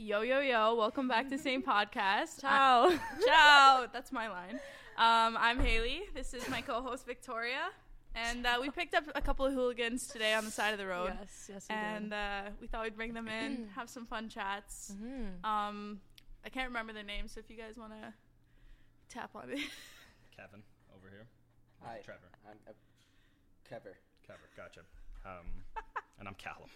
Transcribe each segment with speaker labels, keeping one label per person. Speaker 1: Yo, yo, yo. Welcome back to Same Podcast.
Speaker 2: Ciao.
Speaker 1: I- Ciao. That's my line. Um, I'm Haley. This is my co host, Victoria. And uh, we picked up a couple of hooligans today on the side of the road.
Speaker 2: Yes, yes,
Speaker 1: And uh, we thought we'd bring them in, have some fun chats.
Speaker 2: Mm-hmm.
Speaker 1: Um, I can't remember their names, so if you guys want to tap on it.
Speaker 3: Kevin over here.
Speaker 4: Hi,
Speaker 3: Trevor.
Speaker 4: I'm uh, Trevor.
Speaker 3: Trevor, gotcha. Um, and I'm Callum.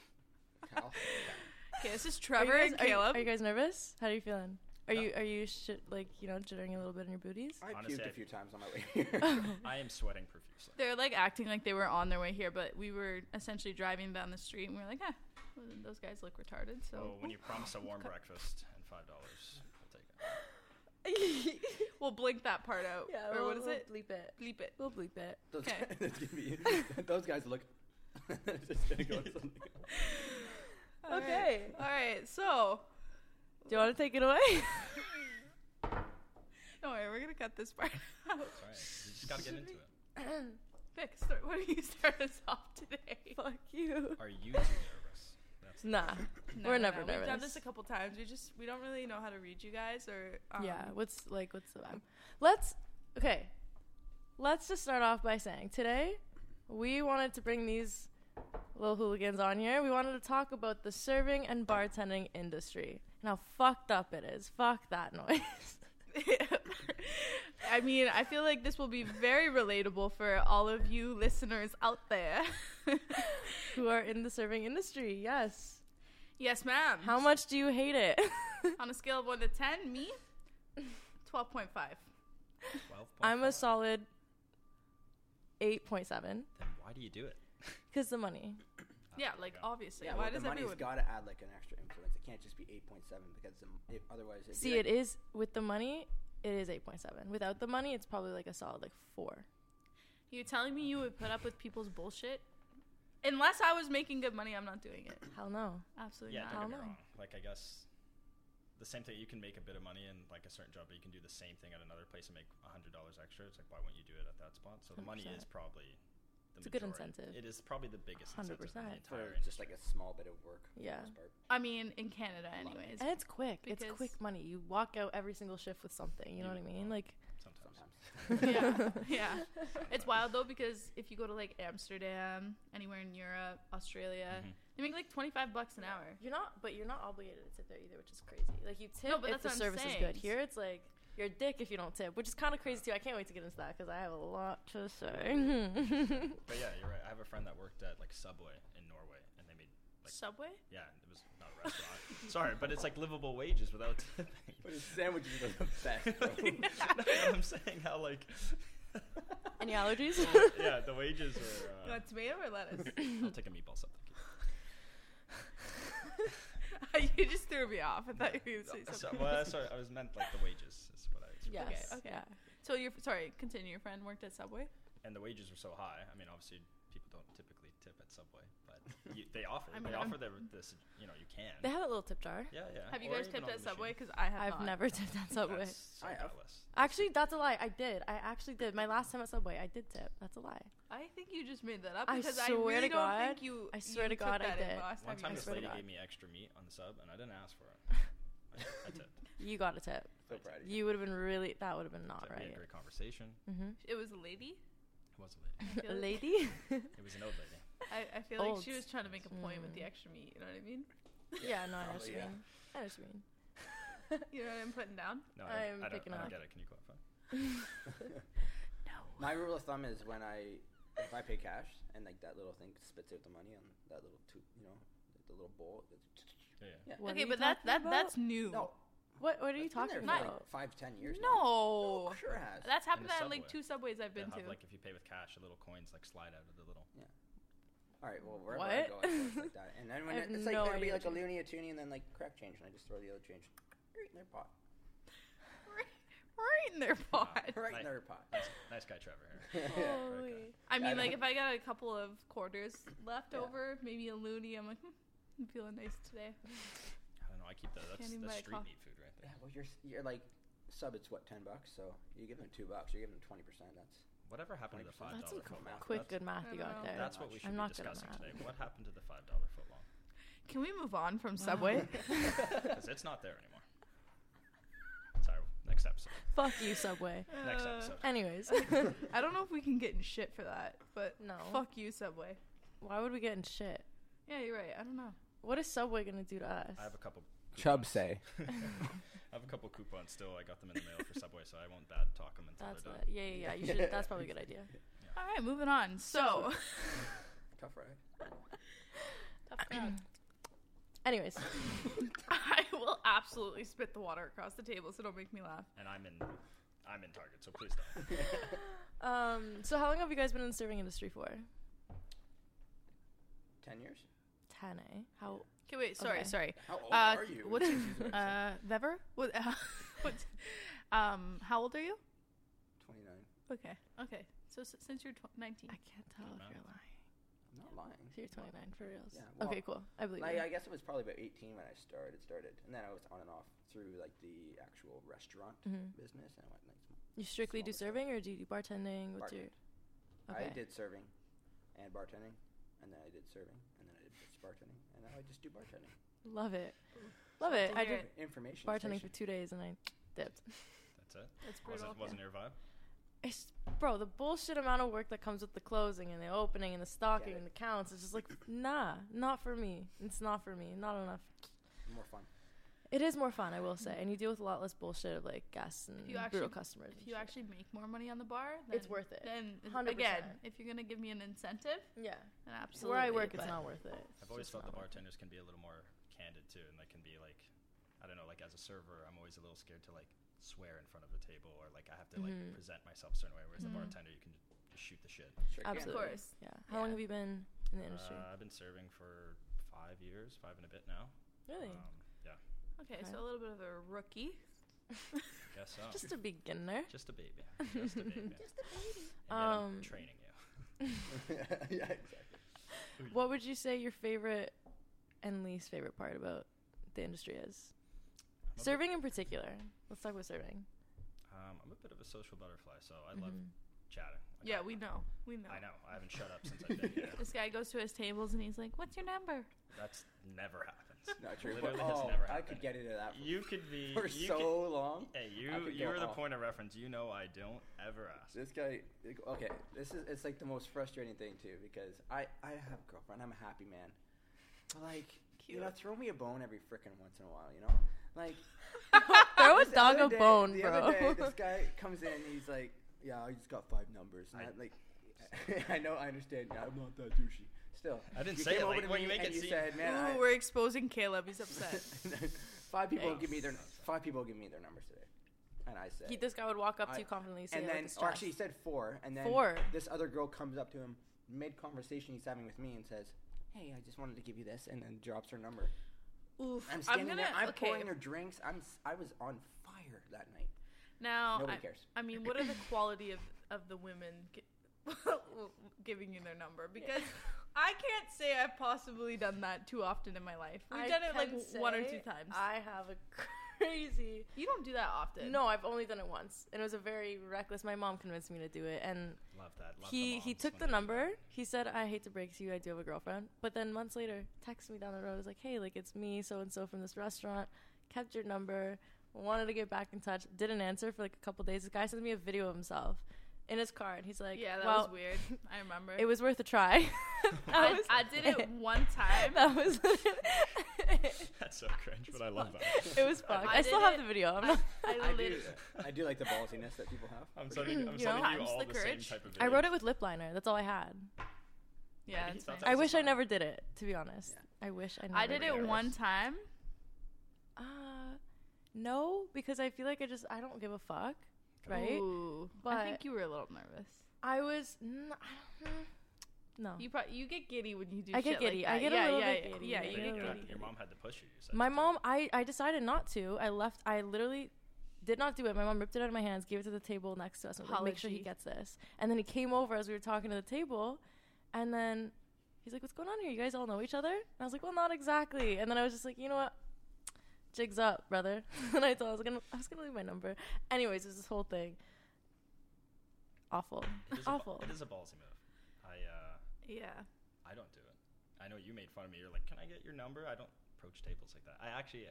Speaker 4: Cal.
Speaker 1: okay, this is
Speaker 2: Are you,
Speaker 1: Trevor
Speaker 2: guys,
Speaker 1: and
Speaker 2: are, you,
Speaker 1: Caleb.
Speaker 2: are you guys nervous? How are you feeling? Are
Speaker 3: No.
Speaker 2: you are you shit like you know jittering a little bit in your booties?
Speaker 4: I
Speaker 3: Honestly,
Speaker 4: puked
Speaker 3: I-
Speaker 4: a few times on my way here.
Speaker 3: I am sweating profusely.
Speaker 1: They're like acting like they were on their way here, but we were essentially driving down the street and we were like, ah, those guys look retarded. So
Speaker 3: Well, Oh, when you promise a warm breakfast and five dollars, I'll take it.
Speaker 1: We'll blink that part out. or what is it?
Speaker 2: Bleep it.
Speaker 1: Bleep it.
Speaker 2: We'll bleep it.
Speaker 4: those,
Speaker 1: Okay.
Speaker 4: guys, that's gonna be, those guys look. just gonna go with something.
Speaker 2: Okay.
Speaker 1: All right. So,
Speaker 2: Do you want to take it away?
Speaker 1: don't worry, we're gonna cut this part out.
Speaker 3: It's all right. You just gotta get into it.
Speaker 1: Vic, start, what do you start us off today?
Speaker 2: Fuck you.
Speaker 3: Are you too nervous? That's
Speaker 2: Nah.
Speaker 1: No,
Speaker 2: We're
Speaker 1: no,
Speaker 2: never
Speaker 1: no, We've done
Speaker 2: nervous.
Speaker 1: this a couple times. We just we don't really know how to read you guys or um,
Speaker 2: yeah. What's like? What's the vibe? Let's. Okay. Let's just start off by saying today we wanted to bring these little hooligans on here. We wanted to talk about the serving and bartending industry and how fucked up it is. Fuck that noise.
Speaker 1: I mean, I feel like this will be very relatable for all of you listeners out there.
Speaker 2: who are in the serving industry. Yes.
Speaker 1: yes, ma'am.
Speaker 2: How much do you hate it?
Speaker 1: On a scale of one to ten, me, twelve point five.
Speaker 3: twelve point.
Speaker 2: I'm a solid 8.7
Speaker 3: Then why do you do it?
Speaker 2: because the money.
Speaker 1: Yeah, like obviously.
Speaker 4: Yeah,
Speaker 1: Why
Speaker 4: well,
Speaker 1: does
Speaker 4: the money's
Speaker 1: everyone?
Speaker 4: got to add like an extra influence. It can't just be 8.7 because the, m- it, otherwise. It'd
Speaker 2: See,
Speaker 4: be like,
Speaker 2: it is with the money, it is 8.7. Without the money, it's probably like a solid like 4.
Speaker 1: You telling me you would put up with people's bullshit? Unless I was making good money, I'm not doing it.
Speaker 2: Hell no.
Speaker 1: Absolutely
Speaker 3: Yeah,
Speaker 1: not.
Speaker 3: don't get me
Speaker 2: Callum.
Speaker 3: wrong. Like I guess the same thing. You can make a bit of money in like a certain job, but you can do the same thing at another place and make hundred dollars extra. It's like why wouldn't you do it at that spot? So the money
Speaker 2: 100%.
Speaker 3: is probably. The
Speaker 2: It's a good
Speaker 3: majority.
Speaker 2: incentive.
Speaker 3: It is probably the biggest incentive in
Speaker 2: 100%.
Speaker 3: the
Speaker 4: for
Speaker 3: entire
Speaker 4: just like a small bit of work. for the
Speaker 2: Yeah.
Speaker 4: most part.
Speaker 1: I mean, in Canada, anyways.
Speaker 2: And it's quick. it's
Speaker 1: Because-
Speaker 2: quick money. You walk out every single shift with something. You know what I mean? Like,
Speaker 3: Sometimes.
Speaker 4: Sometimes.
Speaker 1: yeah, yeah. It's wild though because if you go to like Amsterdam, anywhere in Europe, Australia,
Speaker 3: Mm-hmm.
Speaker 1: they make like 25 bucks an hour.
Speaker 2: you're not, but you're not obligated to tip there either, which is crazy. Like, you tip
Speaker 1: No, but
Speaker 2: if
Speaker 1: that's
Speaker 2: the
Speaker 1: what I'm
Speaker 2: service is
Speaker 1: saying.
Speaker 2: good. Here, it's like, you're a dick if you don't tip, which is kind of crazy too. I can't wait to get into that because I have a lot to say.
Speaker 3: But yeah, you're right. I have a friend that worked at like Subway in Norway, and they made like
Speaker 1: Subway?
Speaker 3: Yeah, it was not a restaurant. Sorry, but it's like livable wages without tipping.
Speaker 4: But his sandwiches are the best. bro.
Speaker 3: No, I'm saying how like
Speaker 2: Any allergies?
Speaker 3: yeah, the wages are.
Speaker 1: You
Speaker 3: Uh,
Speaker 1: want tomato or lettuce?
Speaker 3: I'll take a meatball sub. thank you.
Speaker 1: you just threw me off. I thought you were going to say
Speaker 3: Uh, So,
Speaker 1: something.
Speaker 3: well, sorry, I was meant like the wages is what I.
Speaker 2: yes.
Speaker 1: okay.
Speaker 2: Yeah.
Speaker 1: So you're sorry. Continue. Your friend worked at Subway.
Speaker 3: And the wages were so high. I mean, obviously people don't typically tip at Subway, but you, they offer.
Speaker 1: I mean,
Speaker 3: they
Speaker 1: I'm-
Speaker 3: offer their this. You know, you can.
Speaker 2: They have that little tip jar.
Speaker 3: yeah, yeah.
Speaker 1: Have you
Speaker 3: Uh, or
Speaker 1: guys
Speaker 3: even
Speaker 1: tipped
Speaker 3: on
Speaker 1: at
Speaker 3: the
Speaker 1: Subway?
Speaker 3: machine.
Speaker 1: Because I have.
Speaker 2: I've
Speaker 1: not.
Speaker 2: never tipped at Subway.
Speaker 3: That's so
Speaker 4: I have.
Speaker 3: godless.
Speaker 2: Actually, that's a lie. I did. I actually did. My last time at Subway, I did tip. That's a lie.
Speaker 1: I think you just made that up
Speaker 2: I
Speaker 1: because I,
Speaker 2: swear
Speaker 1: really
Speaker 2: to
Speaker 1: don't
Speaker 2: God-
Speaker 1: think you.
Speaker 2: I swear
Speaker 1: you
Speaker 2: to
Speaker 1: took
Speaker 2: God I
Speaker 1: that in
Speaker 2: did.
Speaker 1: last
Speaker 3: One
Speaker 1: you
Speaker 3: time,
Speaker 1: did
Speaker 3: this
Speaker 2: swear to
Speaker 3: lady
Speaker 2: God.
Speaker 3: gave me extra meat on the sub, and I didn't ask for it. I, I tipped.
Speaker 2: You got a tip.
Speaker 4: so proud of you.
Speaker 2: You would have been really. That would have been not
Speaker 3: That'd be
Speaker 2: right.
Speaker 3: a great conversation.
Speaker 1: it. It was a lady.
Speaker 3: It was a lady.
Speaker 1: I feel like-
Speaker 2: Mm-hmm. A lady.
Speaker 3: It was an old lady.
Speaker 1: I, I feel like she
Speaker 2: Old. Mm.
Speaker 1: was trying to make a point with the extra meat. You know what I mean?
Speaker 2: yeah. No, I know what
Speaker 4: Probably,
Speaker 2: you
Speaker 4: yeah.
Speaker 2: mean. I know what you mean.
Speaker 1: You know what I'm putting down?
Speaker 3: No, I,
Speaker 2: I'm
Speaker 3: don't- I don't,
Speaker 2: picking up.
Speaker 3: I don't get it. Can you clarify?
Speaker 1: No.
Speaker 4: My rule of thumb is when I, if I pay cash and like that little thing spits out the money on that little tube, you know, the little bowl. it's-
Speaker 3: Yeah, yeah.
Speaker 4: Yeah.
Speaker 2: What are
Speaker 1: okay,
Speaker 2: you
Speaker 1: but that that
Speaker 2: talking about?
Speaker 1: that's new.
Speaker 4: No,
Speaker 2: What What are you
Speaker 4: it's been
Speaker 2: talking
Speaker 4: there
Speaker 2: about?
Speaker 4: for like five, ten years. now.
Speaker 1: No.
Speaker 4: Oh, sure has.
Speaker 1: That's happened
Speaker 3: the
Speaker 1: at like
Speaker 3: subway.
Speaker 1: two subways I've been
Speaker 3: They'll
Speaker 1: to.
Speaker 3: have, like if you pay with cash, the little coins like slide out of the little.
Speaker 4: All right, well, wherever
Speaker 2: What?
Speaker 4: I go, it's like that. And then when
Speaker 2: I have
Speaker 4: it, it's like
Speaker 2: no
Speaker 4: there'll be
Speaker 2: idea
Speaker 4: like a
Speaker 2: what you-
Speaker 4: loony, a toonie, and then like crack change, and I just throw the other change right in their pot,
Speaker 1: right, right in their pot.
Speaker 4: right
Speaker 3: Right.
Speaker 4: in their pot.
Speaker 3: Nice, nice guy, Trevor. Here.
Speaker 4: Yeah.
Speaker 2: Holy.
Speaker 1: I
Speaker 4: I
Speaker 1: mean,
Speaker 4: know.
Speaker 1: like if I got a couple of quarters left
Speaker 4: Yeah.
Speaker 1: over, maybe a loony, I'm like, hmm, I'm feeling nice today.
Speaker 3: I don't know. I keep the that's,
Speaker 1: even buy
Speaker 3: that's
Speaker 1: a
Speaker 3: street
Speaker 1: coffee.
Speaker 3: meat food right
Speaker 4: Yeah,
Speaker 3: there.
Speaker 4: well, you're s- you're like sub. It's what ten bucks, so you give them two bucks, you give them twenty percent. That's
Speaker 3: Whatever happened to the five
Speaker 4: That's
Speaker 2: That's some
Speaker 3: dollar foot
Speaker 4: cool
Speaker 3: long?
Speaker 4: math.
Speaker 2: quick
Speaker 3: that's,
Speaker 2: good math
Speaker 1: I
Speaker 2: you
Speaker 1: don't
Speaker 2: got
Speaker 1: know.
Speaker 2: there.
Speaker 3: that's what we should
Speaker 4: I'm
Speaker 3: be
Speaker 2: not good at
Speaker 3: discussing
Speaker 2: math.
Speaker 3: today. What happened to the five dollar foot long?
Speaker 1: Can we move on from Subway?
Speaker 3: because it's not there anymore. Sorry, next episode.
Speaker 2: Fuck you, Subway.
Speaker 3: Next
Speaker 1: Uh,
Speaker 3: episode.
Speaker 2: Anyways,
Speaker 1: I don't know if we can get in shit for that, but
Speaker 2: No.
Speaker 1: fuck you, Subway.
Speaker 2: why would we get in shit?
Speaker 1: Yeah, you're right. I don't know.
Speaker 2: What is Subway gonna do to us?
Speaker 3: I have a couple.
Speaker 4: Chub
Speaker 3: coupons.
Speaker 4: say.
Speaker 3: I have a couple coupons still. I got them in the mail for Subway, so I won't bad talk them until
Speaker 2: That's
Speaker 4: uh,
Speaker 3: they're
Speaker 2: what. Yeah, yeah, yeah. You should. That's probably a good idea.
Speaker 1: All right, moving on. So,
Speaker 4: Tough right.
Speaker 2: Tough crowd. Anyways,
Speaker 1: I will absolutely spit the water across the table, so don't make me laugh.
Speaker 3: done. And I'm in, I'm in Target, so please don't.
Speaker 2: um, so how long have you guys been in the serving industry for?
Speaker 4: Ten years?
Speaker 2: Ten, eh? How?
Speaker 1: Okay, wait. Sorry,
Speaker 2: Okay.
Speaker 1: sorry.
Speaker 4: How old
Speaker 1: Uh,
Speaker 4: are you?
Speaker 1: what's- Uh, Vever? What? what? Um, how old are you?
Speaker 4: Twenty nine.
Speaker 1: Okay. Okay. So s- since you're tw- 19.
Speaker 2: I can't tell if you're lying.
Speaker 4: I'm not lying.
Speaker 2: So you're 29 for reals.
Speaker 4: Yeah, well,
Speaker 2: okay, cool. I believe
Speaker 4: Like,
Speaker 2: you.
Speaker 4: I guess it was probably about 18 when I started. Started, and then I was on and off through like the actual restaurant
Speaker 2: Mhm.
Speaker 4: business. And I went like
Speaker 2: You strictly do
Speaker 4: smaller
Speaker 2: serving, or do you do bartending? What's
Speaker 4: bartending.
Speaker 2: your? Okay.
Speaker 4: I did serving and bartending, and then I did serving, and then I did just bartending, and now I just do bartending.
Speaker 2: Love it. Love it.
Speaker 1: to
Speaker 2: I
Speaker 1: hear
Speaker 2: did
Speaker 1: it.
Speaker 4: Information.
Speaker 2: bartending for
Speaker 4: station.
Speaker 2: two days and I dipped.
Speaker 3: That's it.
Speaker 1: That's
Speaker 3: Was
Speaker 1: brutal.
Speaker 3: it wasn't your vibe?
Speaker 2: It's bro, the bullshit amount of work that comes with the closing and the opening and the stocking
Speaker 4: it.
Speaker 2: and the counts. It's just like, nah, not for me. It's not for me. Not enough.
Speaker 4: More fun.
Speaker 2: It is more fun, I will say, and you deal with a lot less bullshit of like guests and
Speaker 1: you
Speaker 2: brutal
Speaker 1: actually-
Speaker 2: customers.
Speaker 1: If
Speaker 2: and
Speaker 1: you
Speaker 2: shit.
Speaker 1: actually make more money on the bar, then,
Speaker 2: It's worth it.
Speaker 1: Then it-
Speaker 2: 100%.
Speaker 1: again, if you're gonna give me an incentive,
Speaker 2: yeah,
Speaker 1: then absolutely.
Speaker 2: So where I work, it's
Speaker 1: but-
Speaker 2: not worth it. It's
Speaker 3: I've always
Speaker 2: just
Speaker 3: felt the
Speaker 2: not worth it.
Speaker 3: bartenders can be a little more candid too, and they can be like, I don't know, like as a server, I'm always a little scared to like swear in front of the table, or like I have to like
Speaker 2: Mhm.
Speaker 3: present myself a certain way. Whereas
Speaker 2: Mhm.
Speaker 3: the bartender, you can just shoot the shit.
Speaker 4: Sure can.
Speaker 1: Of
Speaker 2: Absolutely.
Speaker 1: course.
Speaker 2: Yeah. How long
Speaker 1: Yeah.
Speaker 2: have you been in the industry?
Speaker 3: Uh, I've been serving for five years, five and a bit now.
Speaker 2: really?
Speaker 3: Um, yeah,
Speaker 1: Okay,
Speaker 2: Okay.
Speaker 1: so a little bit of a rookie.
Speaker 3: guess so.
Speaker 2: Just a beginner.
Speaker 3: Just a baby. Just a baby. Just a baby.
Speaker 2: Um,
Speaker 3: I'm training you.
Speaker 4: yeah, exactly.
Speaker 2: What would you say your favorite and least favorite part about the industry is?
Speaker 3: I'm a bit-
Speaker 2: Serving in particular. Let's talk about serving.
Speaker 3: Um, I'm a bit of a social butterfly, so I love
Speaker 2: Mhm.
Speaker 3: chatting. Like,
Speaker 1: Yeah,
Speaker 3: I-
Speaker 1: we know. We know.
Speaker 3: I know. I haven't shut up since I've been here.
Speaker 1: This guy goes to his tables and he's like, "What's your number?"
Speaker 3: That's never happens.
Speaker 4: Not true.
Speaker 3: Literally
Speaker 4: but,
Speaker 3: has
Speaker 4: oh,
Speaker 3: never
Speaker 4: I
Speaker 3: happened.
Speaker 4: could get into that
Speaker 3: You could be
Speaker 4: for
Speaker 3: you
Speaker 4: so
Speaker 3: could-
Speaker 4: long.
Speaker 3: hey,
Speaker 4: I
Speaker 3: you
Speaker 4: could
Speaker 3: you're
Speaker 4: go
Speaker 3: the
Speaker 4: off.
Speaker 3: point of reference. You know I don't ever ask.
Speaker 4: This guy, okay, this is it's like the most frustrating thing too because I I have a girlfriend. I'm a happy man. But like, you know,
Speaker 1: Cute.
Speaker 4: throw me a bone every frickin' once in a while. You know, like
Speaker 2: Throw a
Speaker 4: Just the
Speaker 2: dog
Speaker 4: other
Speaker 2: a
Speaker 4: day-
Speaker 2: bone,
Speaker 4: the
Speaker 2: bro.
Speaker 4: Other day, this guy comes in. He's like, "Yeah, I just got five numbers." And
Speaker 3: I-
Speaker 4: I, am like, I know, I understand. I'm not that douchey. Still,
Speaker 3: I didn't
Speaker 4: you
Speaker 3: say
Speaker 4: came
Speaker 3: it,
Speaker 4: over
Speaker 3: like,
Speaker 4: to
Speaker 3: when you
Speaker 4: me
Speaker 3: make
Speaker 4: and
Speaker 3: it
Speaker 4: you
Speaker 3: seem-
Speaker 4: said, "Man,
Speaker 1: Ooh,
Speaker 4: I-
Speaker 1: we're exposing Caleb. He's upset.
Speaker 4: five people
Speaker 1: Thanks.
Speaker 4: give me their five people give me their numbers today," and I said,
Speaker 2: He, this guy would walk up to
Speaker 4: I-
Speaker 2: you confidently, say,
Speaker 4: and
Speaker 2: like,
Speaker 4: then
Speaker 2: it's
Speaker 4: or actually he
Speaker 2: Josh.
Speaker 4: said four, and then
Speaker 2: Four.
Speaker 4: this other girl comes up to him mid conversation he's having with me and says, "Hey, I just wanted to give you this," and then drops her number.
Speaker 1: Oof.
Speaker 4: I'm standing
Speaker 1: gonna,
Speaker 4: there, I'm
Speaker 1: okay.
Speaker 4: pouring her drinks. I'm s- I was on fire that night.
Speaker 1: Now,
Speaker 4: Nobody
Speaker 1: I,
Speaker 4: cares.
Speaker 1: I mean, what are the quality of of the women gi- giving you their number? Because I can't say I've possibly done that too often in my life. We've
Speaker 2: I
Speaker 1: done it like
Speaker 2: can
Speaker 1: w- one or
Speaker 2: say
Speaker 1: two times.
Speaker 2: I have a crazy.
Speaker 1: you don't do that often.
Speaker 2: No, I've only done it once, and it was a very reckless. My mom convinced me to do it, and
Speaker 3: Love that. Love
Speaker 2: he
Speaker 3: the
Speaker 2: he
Speaker 3: moms
Speaker 2: took
Speaker 3: when
Speaker 2: the
Speaker 3: they do
Speaker 2: number.
Speaker 3: that.
Speaker 2: He said, "I hate to break to you, I do have a girlfriend." But then months later, texted me down the road. was like, "Hey, like it's me, so and so from this restaurant. Kept your number. Wanted to get back in touch. Didn't answer for like a couple days. This guy sent me a video of himself in his car, and he's like,
Speaker 1: Yeah, that
Speaker 2: well,
Speaker 1: was weird. I remember.
Speaker 2: It was worth a try.
Speaker 1: I,
Speaker 2: That was-
Speaker 1: I did it one time.
Speaker 2: That was.
Speaker 3: That's so cringe, but I love that.
Speaker 2: it was fun.
Speaker 1: I
Speaker 2: I, still
Speaker 1: did
Speaker 2: have
Speaker 1: it-
Speaker 2: the video. I'm
Speaker 1: I,
Speaker 2: not,
Speaker 1: I,
Speaker 4: I do,
Speaker 1: lit-
Speaker 4: I do like the ballsiness that people have.
Speaker 3: I'm
Speaker 4: For
Speaker 3: sending,
Speaker 2: You
Speaker 3: I'm sending you
Speaker 1: know?
Speaker 3: all
Speaker 1: Times
Speaker 3: the,
Speaker 1: the
Speaker 3: same
Speaker 1: courage.
Speaker 3: type of.
Speaker 2: I wrote
Speaker 3: videos.
Speaker 2: it with lip liner. That's all I had.
Speaker 1: Yeah,
Speaker 3: He
Speaker 1: it's
Speaker 3: thought
Speaker 1: fine.
Speaker 3: that
Speaker 2: I
Speaker 3: was a
Speaker 2: wish I
Speaker 3: song.
Speaker 2: never did it. To be honest, I wish I never.
Speaker 1: I did
Speaker 2: did
Speaker 1: it
Speaker 3: Hilarious.
Speaker 1: one time.
Speaker 2: Uh, no, because I feel like I just I don't give a fuck, right?
Speaker 1: Ooh, I
Speaker 2: But-
Speaker 1: think you were a little nervous.
Speaker 2: I was n- I don't- hmm, no.
Speaker 1: You probably you get giddy when you do.
Speaker 2: I get
Speaker 1: shit
Speaker 2: giddy.
Speaker 1: Like that.
Speaker 2: I get a
Speaker 1: yeah,
Speaker 2: little
Speaker 1: yeah,
Speaker 2: bit
Speaker 1: yeah,
Speaker 2: giddy,
Speaker 1: Yeah,
Speaker 2: yeah.
Speaker 1: you
Speaker 3: But
Speaker 1: get
Speaker 2: Yeah.
Speaker 3: your,
Speaker 1: giddy.
Speaker 3: your mom had to push you. you said
Speaker 2: My
Speaker 3: to.
Speaker 2: mom, I I decided not to. I left. I literally did not do it. My mom ripped it out of my hands, gave it to the table next to us, and was like, make sure he
Speaker 1: Apology.
Speaker 2: gets this. And then he came over as we were talking to the table, and then he's like, "What's going on here? You guys all know each other?" And I was like, "Well, not exactly." And then I was just like, "You know what?" Jigs up, brother. and I thought I was gonna, I was gonna leave my number. Anyways, it was this whole thing. Awful,
Speaker 3: It is a ba-
Speaker 2: awful.
Speaker 3: It is a ballsy move. I uh,
Speaker 1: Yeah.
Speaker 3: I don't do it. I know you made fun of me. You're like, can I get your number? I don't approach tables like that. I actually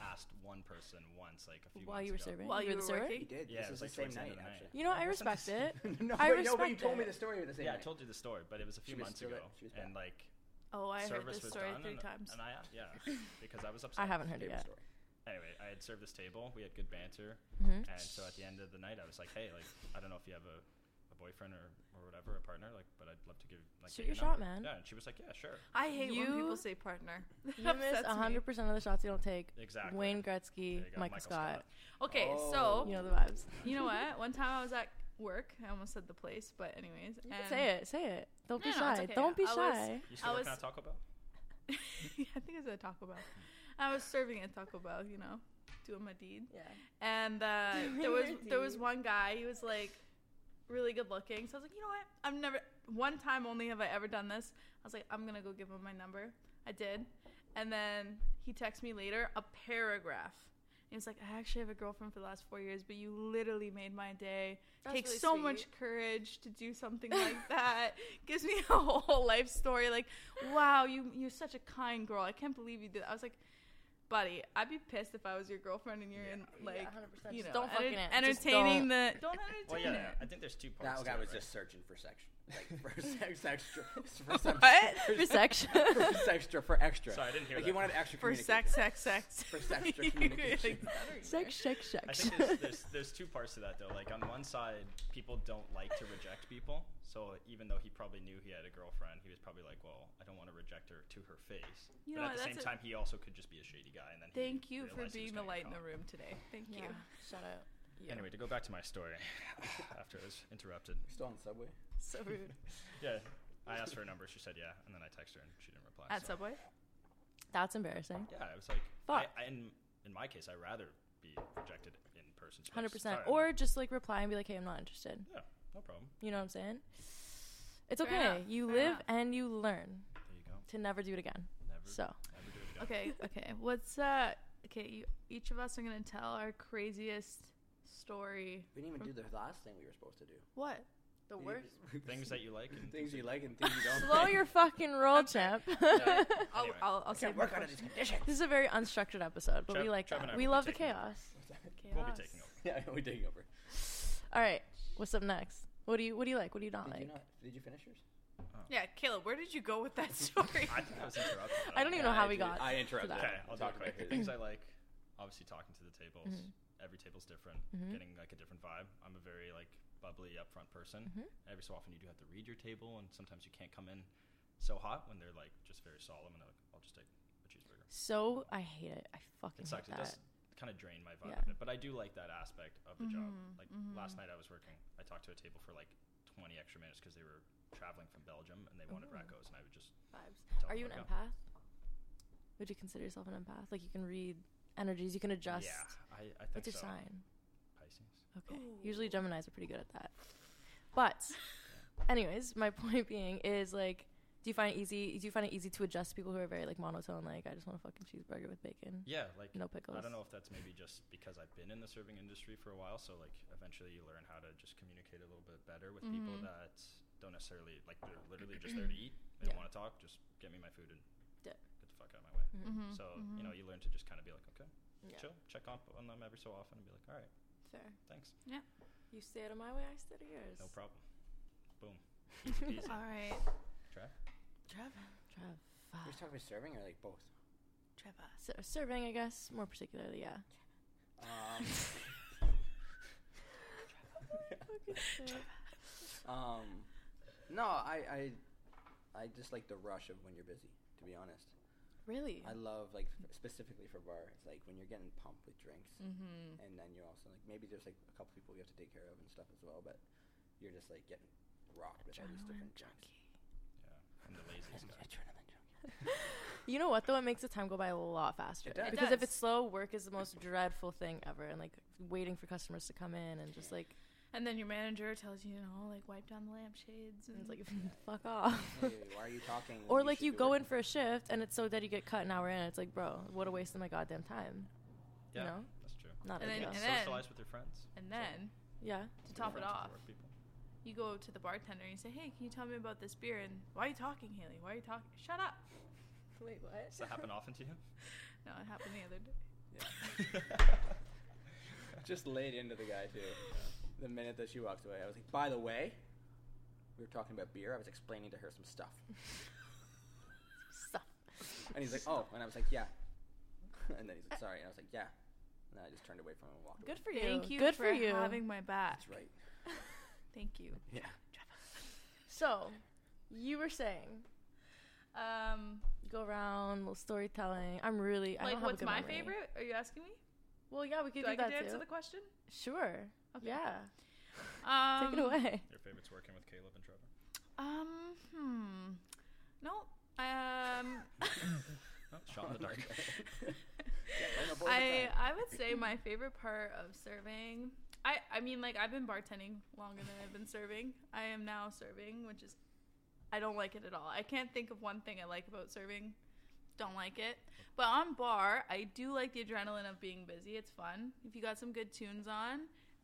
Speaker 3: asked one person once, like a few
Speaker 2: While
Speaker 3: months
Speaker 2: you were
Speaker 3: ago.
Speaker 2: serving,
Speaker 1: While
Speaker 2: you
Speaker 1: you
Speaker 2: were
Speaker 1: were
Speaker 2: the server.
Speaker 1: working?
Speaker 4: He did.
Speaker 3: Yeah, it
Speaker 4: this
Speaker 3: was
Speaker 4: was
Speaker 3: like towards
Speaker 4: the same
Speaker 3: the end
Speaker 4: night,
Speaker 3: of the night.
Speaker 4: actually.
Speaker 2: You know, I
Speaker 3: That wasn't the
Speaker 2: respect it.
Speaker 4: no,
Speaker 2: I
Speaker 4: wait, no, but you
Speaker 2: respect
Speaker 4: told me
Speaker 2: it.
Speaker 4: the story the same
Speaker 3: Yeah, I
Speaker 4: night.
Speaker 3: told you the story, but it was a
Speaker 4: She
Speaker 3: few
Speaker 4: was
Speaker 3: months
Speaker 4: still
Speaker 3: ago,
Speaker 4: at- she was
Speaker 3: and like
Speaker 1: Oh, I heard
Speaker 3: service
Speaker 1: this
Speaker 3: was
Speaker 1: story
Speaker 3: done,
Speaker 1: three
Speaker 3: and,
Speaker 1: times.
Speaker 3: and I yeah, because I was upset.
Speaker 2: I haven't heard it
Speaker 4: Favorite
Speaker 2: yet.
Speaker 4: story.
Speaker 3: Anyway, I had served this table. We had good banter,
Speaker 2: hmm
Speaker 3: and so at the end of the night, I was like, hey, like I don't know if you have a, a boyfriend or, or whatever, a partner, like, but I'd love to give like
Speaker 2: Shoot
Speaker 3: get
Speaker 2: your shot,
Speaker 3: number.
Speaker 2: man.
Speaker 3: Yeah, and she was like, yeah, sure,
Speaker 1: I hate when
Speaker 2: You-
Speaker 1: people say partner. That
Speaker 2: You miss
Speaker 1: upsets me.
Speaker 2: 100 percent of the shots you don't take.
Speaker 3: exactly.
Speaker 2: Wayne
Speaker 3: There
Speaker 2: Gretzky,
Speaker 3: you go,
Speaker 2: Michael, Scott.
Speaker 1: Okay,
Speaker 4: Oh.
Speaker 1: so
Speaker 2: You know the vibes.
Speaker 1: you know what? One time I was at work. I almost said the place, but anyways.
Speaker 2: You
Speaker 1: and
Speaker 2: can say it. Say it. Don't be
Speaker 1: No, no,
Speaker 2: shy.
Speaker 1: it's okay.
Speaker 2: Don't be
Speaker 1: I was-
Speaker 2: shy.
Speaker 3: You still
Speaker 1: I
Speaker 3: working
Speaker 1: was-
Speaker 3: at Taco Bell?
Speaker 1: I think it's at Taco Bell. I was serving at Taco Bell, you know, doing my deed.
Speaker 2: Yeah.
Speaker 1: And uh, there
Speaker 2: Doing
Speaker 1: was
Speaker 2: your
Speaker 1: there was
Speaker 2: deed.
Speaker 1: one guy. He was like really good looking. So I was like, you know what? I've never one time only have I ever done this. I was like, I'm gonna go give him my number. I did, and then he texted me later a paragraph. He was like, I actually have a girlfriend for the last four years, but you literally made my day.
Speaker 2: That's
Speaker 1: Takes
Speaker 2: really
Speaker 1: so
Speaker 2: sweet.
Speaker 1: much courage to do something like that. Gives me a whole life story. Like, wow, you you're such a kind girl. I can't believe you did. I was like, buddy, I'd be pissed if I was your girlfriend and you're in like, you know,
Speaker 2: Just don't
Speaker 1: enter-
Speaker 2: fucking it. Just
Speaker 1: entertaining
Speaker 2: don't.
Speaker 1: the don't
Speaker 3: Well,
Speaker 1: entertain
Speaker 3: yeah,
Speaker 1: it.
Speaker 3: I think there's two parts.
Speaker 4: That guy
Speaker 3: to it,
Speaker 4: was
Speaker 3: right?
Speaker 4: just searching for section, like for sex, extra, for some,
Speaker 1: What?
Speaker 2: For sex.
Speaker 4: for extra, for extra.
Speaker 3: Sorry, I didn't hear
Speaker 4: Like
Speaker 3: that.
Speaker 4: he wanted extra
Speaker 1: For sex, sex, sex.
Speaker 4: For sex, for
Speaker 1: You're
Speaker 4: communication.
Speaker 1: like, "That ain't
Speaker 2: sex, sex,
Speaker 3: I
Speaker 2: sex.
Speaker 3: think there's, there's there's two parts to that though. Like on one side, people don't like to reject people. So even though he probably knew he had a girlfriend, he was probably like, "Well, I don't want to reject her to her face."
Speaker 1: You
Speaker 3: but
Speaker 1: know what,
Speaker 3: at the same
Speaker 1: that's a-
Speaker 3: time, he also could just be a shady guy. And then he
Speaker 1: Thank you for
Speaker 3: realized he
Speaker 1: being
Speaker 3: was
Speaker 1: the
Speaker 3: gonna
Speaker 1: light in
Speaker 3: get
Speaker 1: the
Speaker 3: caught.
Speaker 1: room today. Thank you.
Speaker 2: Yeah. Shut up. Yeah.
Speaker 3: Anyway, to go back to my story, after I was interrupted.
Speaker 4: Still on the subway.
Speaker 2: So rude.
Speaker 3: Yeah, I asked for a number. She said yeah, and then I texted her and she didn't reply.
Speaker 1: At
Speaker 3: so,
Speaker 1: Subway.
Speaker 2: That's embarrassing.
Speaker 3: yeah, I was like,
Speaker 2: Fuck.
Speaker 3: I, I, in in my case, I'd rather be rejected in person. so I
Speaker 2: Hundred
Speaker 3: was-
Speaker 2: percent.
Speaker 3: sorry,
Speaker 2: Or just like reply and be like, "Hey, I'm not interested."
Speaker 3: yeah, no problem.
Speaker 2: You know what I'm saying? It's
Speaker 1: Fair
Speaker 2: okay.
Speaker 1: enough,
Speaker 2: You
Speaker 1: fair
Speaker 2: live
Speaker 1: enough.
Speaker 2: and you learn
Speaker 3: There you go.
Speaker 2: to never do it again.
Speaker 3: Never,
Speaker 2: So
Speaker 3: never do it again.
Speaker 1: Okay, okay. What's uh? Okay, you, each of us are gonna tell our craziest story.
Speaker 4: We didn't even do the last thing we were supposed to do.
Speaker 1: What?
Speaker 2: the
Speaker 4: We-
Speaker 3: Things that you like and
Speaker 4: things you like and things you don't.
Speaker 2: Slow
Speaker 4: like.
Speaker 2: your fucking roll, champ.
Speaker 1: I'll
Speaker 3: Anyway.
Speaker 1: Oh,
Speaker 2: Oh,
Speaker 1: I'll, I'll
Speaker 4: I
Speaker 1: save
Speaker 4: can't
Speaker 1: my
Speaker 4: work under
Speaker 1: question.
Speaker 4: these conditions.
Speaker 2: this is a very unstructured episode, but we
Speaker 3: Trev-
Speaker 2: like
Speaker 3: Trev and
Speaker 2: that.
Speaker 3: I
Speaker 2: we
Speaker 3: will be
Speaker 2: love the
Speaker 3: taking
Speaker 2: chaos.
Speaker 3: We'll be
Speaker 1: Chaos.
Speaker 3: taking over.
Speaker 4: yeah, we're digging over.
Speaker 2: All right, what's up next? What do you What do you like? What do you not
Speaker 4: Did you
Speaker 2: like?
Speaker 4: not? Did you finish yours?
Speaker 1: Yeah, Caleb, where did you go with that story?
Speaker 3: I think I was interrupted.
Speaker 2: I don't even know how
Speaker 4: Yeah,
Speaker 2: we
Speaker 4: I did.
Speaker 2: got.
Speaker 4: I interrupted.
Speaker 2: that.
Speaker 3: Okay,
Speaker 4: Talk
Speaker 3: I'll do it
Speaker 4: about
Speaker 3: quick.
Speaker 4: his-
Speaker 3: Things I like, obviously talking to the tables.
Speaker 2: Mhm.
Speaker 3: Every table's different.
Speaker 2: Mhm.
Speaker 3: Getting like a different vibe. I'm a very like bubbly, upfront person.
Speaker 2: Mhm.
Speaker 3: Every so often you do have to read your table, and sometimes you can't come in so hot when they're like just very solemn, and they're like, I'll just take a cheeseburger.
Speaker 2: So I hate it. I fucking
Speaker 3: It sucks.
Speaker 2: hate
Speaker 3: It
Speaker 2: that.
Speaker 3: does kind of drain my
Speaker 2: Yeah.
Speaker 3: vibe
Speaker 2: Mm-hmm.
Speaker 3: a bit, but I do like that aspect of the job.
Speaker 1: Mhm,
Speaker 3: Like
Speaker 1: mhm.
Speaker 3: last night I was working. I talked to a table for like 20 extra minutes because they were traveling from Belgium and they wanted
Speaker 2: Ooh.
Speaker 3: racos, and I would just
Speaker 2: Vibes. Are
Speaker 3: Tell them
Speaker 2: you an
Speaker 3: what I
Speaker 2: empath? Would you consider yourself an empath? Like you can read energies, you can adjust.
Speaker 3: yeah. I, I think
Speaker 2: What's your
Speaker 3: so.
Speaker 2: sign?
Speaker 3: Pisces.
Speaker 2: Okay. Usually Gemini's are pretty good at that. But anyways, my point being is like do you find it easy do you find it easy to adjust to people who are very like monotone, like I just want a fucking cheeseburger with bacon?
Speaker 3: Yeah, like
Speaker 2: No pickles.
Speaker 3: I don't know if that's maybe just because I've been in the serving industry for a while, so like eventually you learn how to just communicate a little bit better with people
Speaker 1: Mhm.
Speaker 3: that don't necessarily like they're literally just
Speaker 1: Mm-hmm.
Speaker 3: there to eat. They
Speaker 2: Yeah.
Speaker 3: don't want to talk. Just get me my food and
Speaker 2: Yeah.
Speaker 3: get the fuck out of my way.
Speaker 2: Mhm.
Speaker 1: Mhm,
Speaker 3: So
Speaker 1: mhm.
Speaker 3: you know you learn to just kind of be like okay,
Speaker 2: Yeah.
Speaker 3: chill, check up on them every so often, and be like all right,
Speaker 2: Fair.
Speaker 3: thanks,
Speaker 2: You stay out of my way, I stay out of yours.
Speaker 3: no problem. Boom. Easy peasy.
Speaker 1: All right,
Speaker 3: Trev?
Speaker 1: Trevor.
Speaker 2: Trav.
Speaker 4: We just talking about serving or like both.
Speaker 1: Trevor.
Speaker 2: So, serving, I guess, more particularly, yeah.
Speaker 4: Um, um, no, I, I, I just like the rush of when you're busy. To be honest,
Speaker 2: Really?
Speaker 4: I love like f- specifically for bar. It's like when you're getting pumped with drinks,
Speaker 1: Mm-hmm.
Speaker 4: and then you're also like maybe there's like a couple people you have to take care of and stuff as well. But you're just like getting rocked with all these different drinks.
Speaker 3: Yeah, I'm the laziest guy.
Speaker 4: Adrenaline junkie.
Speaker 2: You know what though? It makes the time go by a lot faster.
Speaker 4: It does. It
Speaker 2: Because if
Speaker 1: does.
Speaker 2: it's slow, work is the most dreadful thing ever, and like waiting for customers to come in and just like
Speaker 1: And then your manager tells you, you know, like wipe down the lampshades and
Speaker 2: and it's like
Speaker 1: like
Speaker 2: fuck off.
Speaker 4: Hey, why are you talking? when
Speaker 2: or like
Speaker 4: should
Speaker 2: you
Speaker 4: be
Speaker 2: go in
Speaker 4: working?
Speaker 2: for a shift and it's so that you get cut an hour in. It's like, bro, what a waste of my goddamn time.
Speaker 3: Yeah,
Speaker 2: You know,
Speaker 3: that's true.
Speaker 2: not
Speaker 1: And then-
Speaker 2: ideal.
Speaker 1: and
Speaker 3: Socialize with your friends.
Speaker 1: and then
Speaker 2: yeah,
Speaker 1: to top it
Speaker 3: Friends with
Speaker 1: off,
Speaker 3: work people.
Speaker 1: you go to the bartender and you say, "Hey, can you tell me about this beer?" And why are you talking, Haley? Why are you talking? Shut up.
Speaker 2: Wait, what?
Speaker 3: Does that happen often to
Speaker 1: No, it happened the other day.
Speaker 3: you?
Speaker 4: Just laid into the guy too. The minute that she walked away, I was like, "By the way, we were talking about beer. I was explaining to her some stuff."
Speaker 2: Stuff.
Speaker 4: And he's like, "Oh," and I was like, "Yeah," and then he's like, "Sorry," and I was like, "Yeah," and then I just turned away from him and walked. away.
Speaker 2: Good for you.
Speaker 1: Thank you
Speaker 2: Good
Speaker 1: for,
Speaker 2: for, you.
Speaker 1: having my back.
Speaker 4: That's right.
Speaker 1: Thank you.
Speaker 4: Yeah.
Speaker 2: so, you were saying
Speaker 1: Um,
Speaker 2: go around little storytelling. I'm really I don't
Speaker 1: like,
Speaker 2: have a
Speaker 1: what's
Speaker 2: good
Speaker 1: my
Speaker 2: memory.
Speaker 1: favorite? Are you asking me?
Speaker 2: Well, yeah, we could
Speaker 1: Do
Speaker 2: do
Speaker 1: I get
Speaker 2: that
Speaker 1: to
Speaker 2: too.
Speaker 1: answer the question?
Speaker 2: Sure.
Speaker 1: Okay.
Speaker 2: Yeah.
Speaker 1: Um,
Speaker 2: Take it away.
Speaker 3: Your favorite's working with Caleb and Trevor.
Speaker 1: Um, hmm. No. Um,
Speaker 3: Oh, shot in the dark.
Speaker 4: Don't abort the
Speaker 1: I
Speaker 4: time.
Speaker 1: I would say my favorite part of serving. I I mean like I've been bartending longer than I've been serving. I am now serving, which is I don't like it at all. I can't think of one thing I like about serving. Don't like it. But on bar, I do like the adrenaline of being busy. It's fun if you got some good tunes on,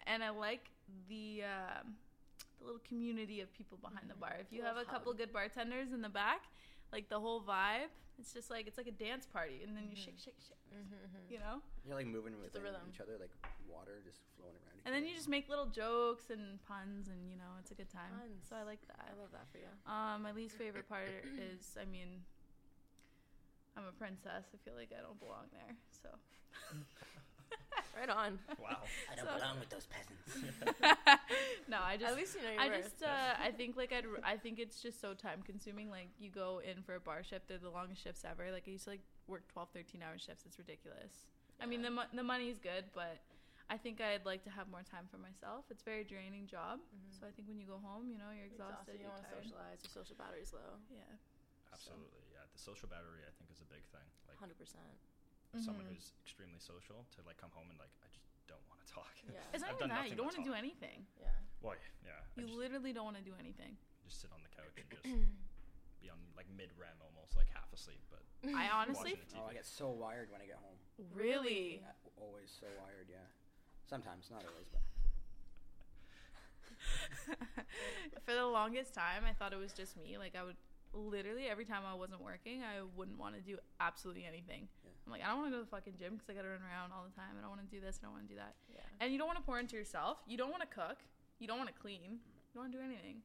Speaker 1: and I like the. Um, the little community of people behind the bar. If you have a
Speaker 2: Mm-hmm. Little hub.
Speaker 1: couple good bartenders in the back, like the whole vibe, it's just like it's like a dance party, and then you
Speaker 2: Mm-hmm.
Speaker 1: shake, shake, shake,
Speaker 2: Mm.
Speaker 1: you know.
Speaker 4: You're like moving with
Speaker 2: rhythm.
Speaker 4: each other, like water just flowing around. each
Speaker 1: And then
Speaker 4: other.
Speaker 1: you just make little jokes and puns, and you know, it's a good time.
Speaker 2: Puns.
Speaker 1: So I like
Speaker 2: I
Speaker 1: that.
Speaker 2: love that for you.
Speaker 1: Um, my least favorite part is, I mean, I'm a princess. I feel like I don't belong there. So,
Speaker 2: Right on.
Speaker 3: Wow.
Speaker 4: I
Speaker 1: so-
Speaker 4: with those peasants.
Speaker 1: no, I just.
Speaker 2: At least you know your
Speaker 1: I
Speaker 2: worth.
Speaker 1: just, uh, I think like I'd, I think it's just so time consuming. Like you go in for a bar shift, they're the longest shifts ever. Like I used to like work 12, 13 hour shifts. It's ridiculous. I mean, the
Speaker 2: Yeah.
Speaker 1: mo- the money's good, but I think I'd like to have more time for myself. It's a very draining job. So I think when you go home, you know, you're
Speaker 2: Mm.
Speaker 1: exhausted.
Speaker 2: Mm-hmm. You're You
Speaker 1: You're
Speaker 2: don't want to
Speaker 1: tired.
Speaker 2: socialize. Your social battery's low.
Speaker 1: Yeah.
Speaker 3: Absolutely. Yeah. The social battery, I think, is a big thing. Like,
Speaker 2: Hundred percent.
Speaker 3: for someone
Speaker 1: Mhm.
Speaker 3: who's extremely social to like come home and like, I just don't want to talk.
Speaker 2: Yeah.
Speaker 1: It's not
Speaker 3: I've
Speaker 1: even
Speaker 3: done
Speaker 1: that. You
Speaker 3: nothing
Speaker 1: don't
Speaker 3: but
Speaker 1: want to do
Speaker 3: talk.
Speaker 1: anything.
Speaker 2: Yeah.
Speaker 3: Well, yeah. yeah. I
Speaker 1: You
Speaker 3: just,
Speaker 1: literally don't want to do anything.
Speaker 3: just sit on the couch and just be on like mid REM almost, like half asleep, but
Speaker 1: I honestly,
Speaker 3: watching the
Speaker 4: oh, I
Speaker 3: TV.
Speaker 4: get so wired when I get home.
Speaker 1: really,
Speaker 4: Yeah, always so wired. Yeah. Sometimes, not always, but
Speaker 1: for the longest time, I thought it was just me. Like I would literally every time I wasn't working, I wouldn't want to do absolutely anything.
Speaker 4: Yeah.
Speaker 1: I'm like, I don't want to go to the fucking gym because I got to run around all the time. I don't want to do this. I don't want to do that.
Speaker 2: Yeah.
Speaker 1: And you don't want to pour into yourself. You don't want to cook. You don't want to clean. You don't want to do anything.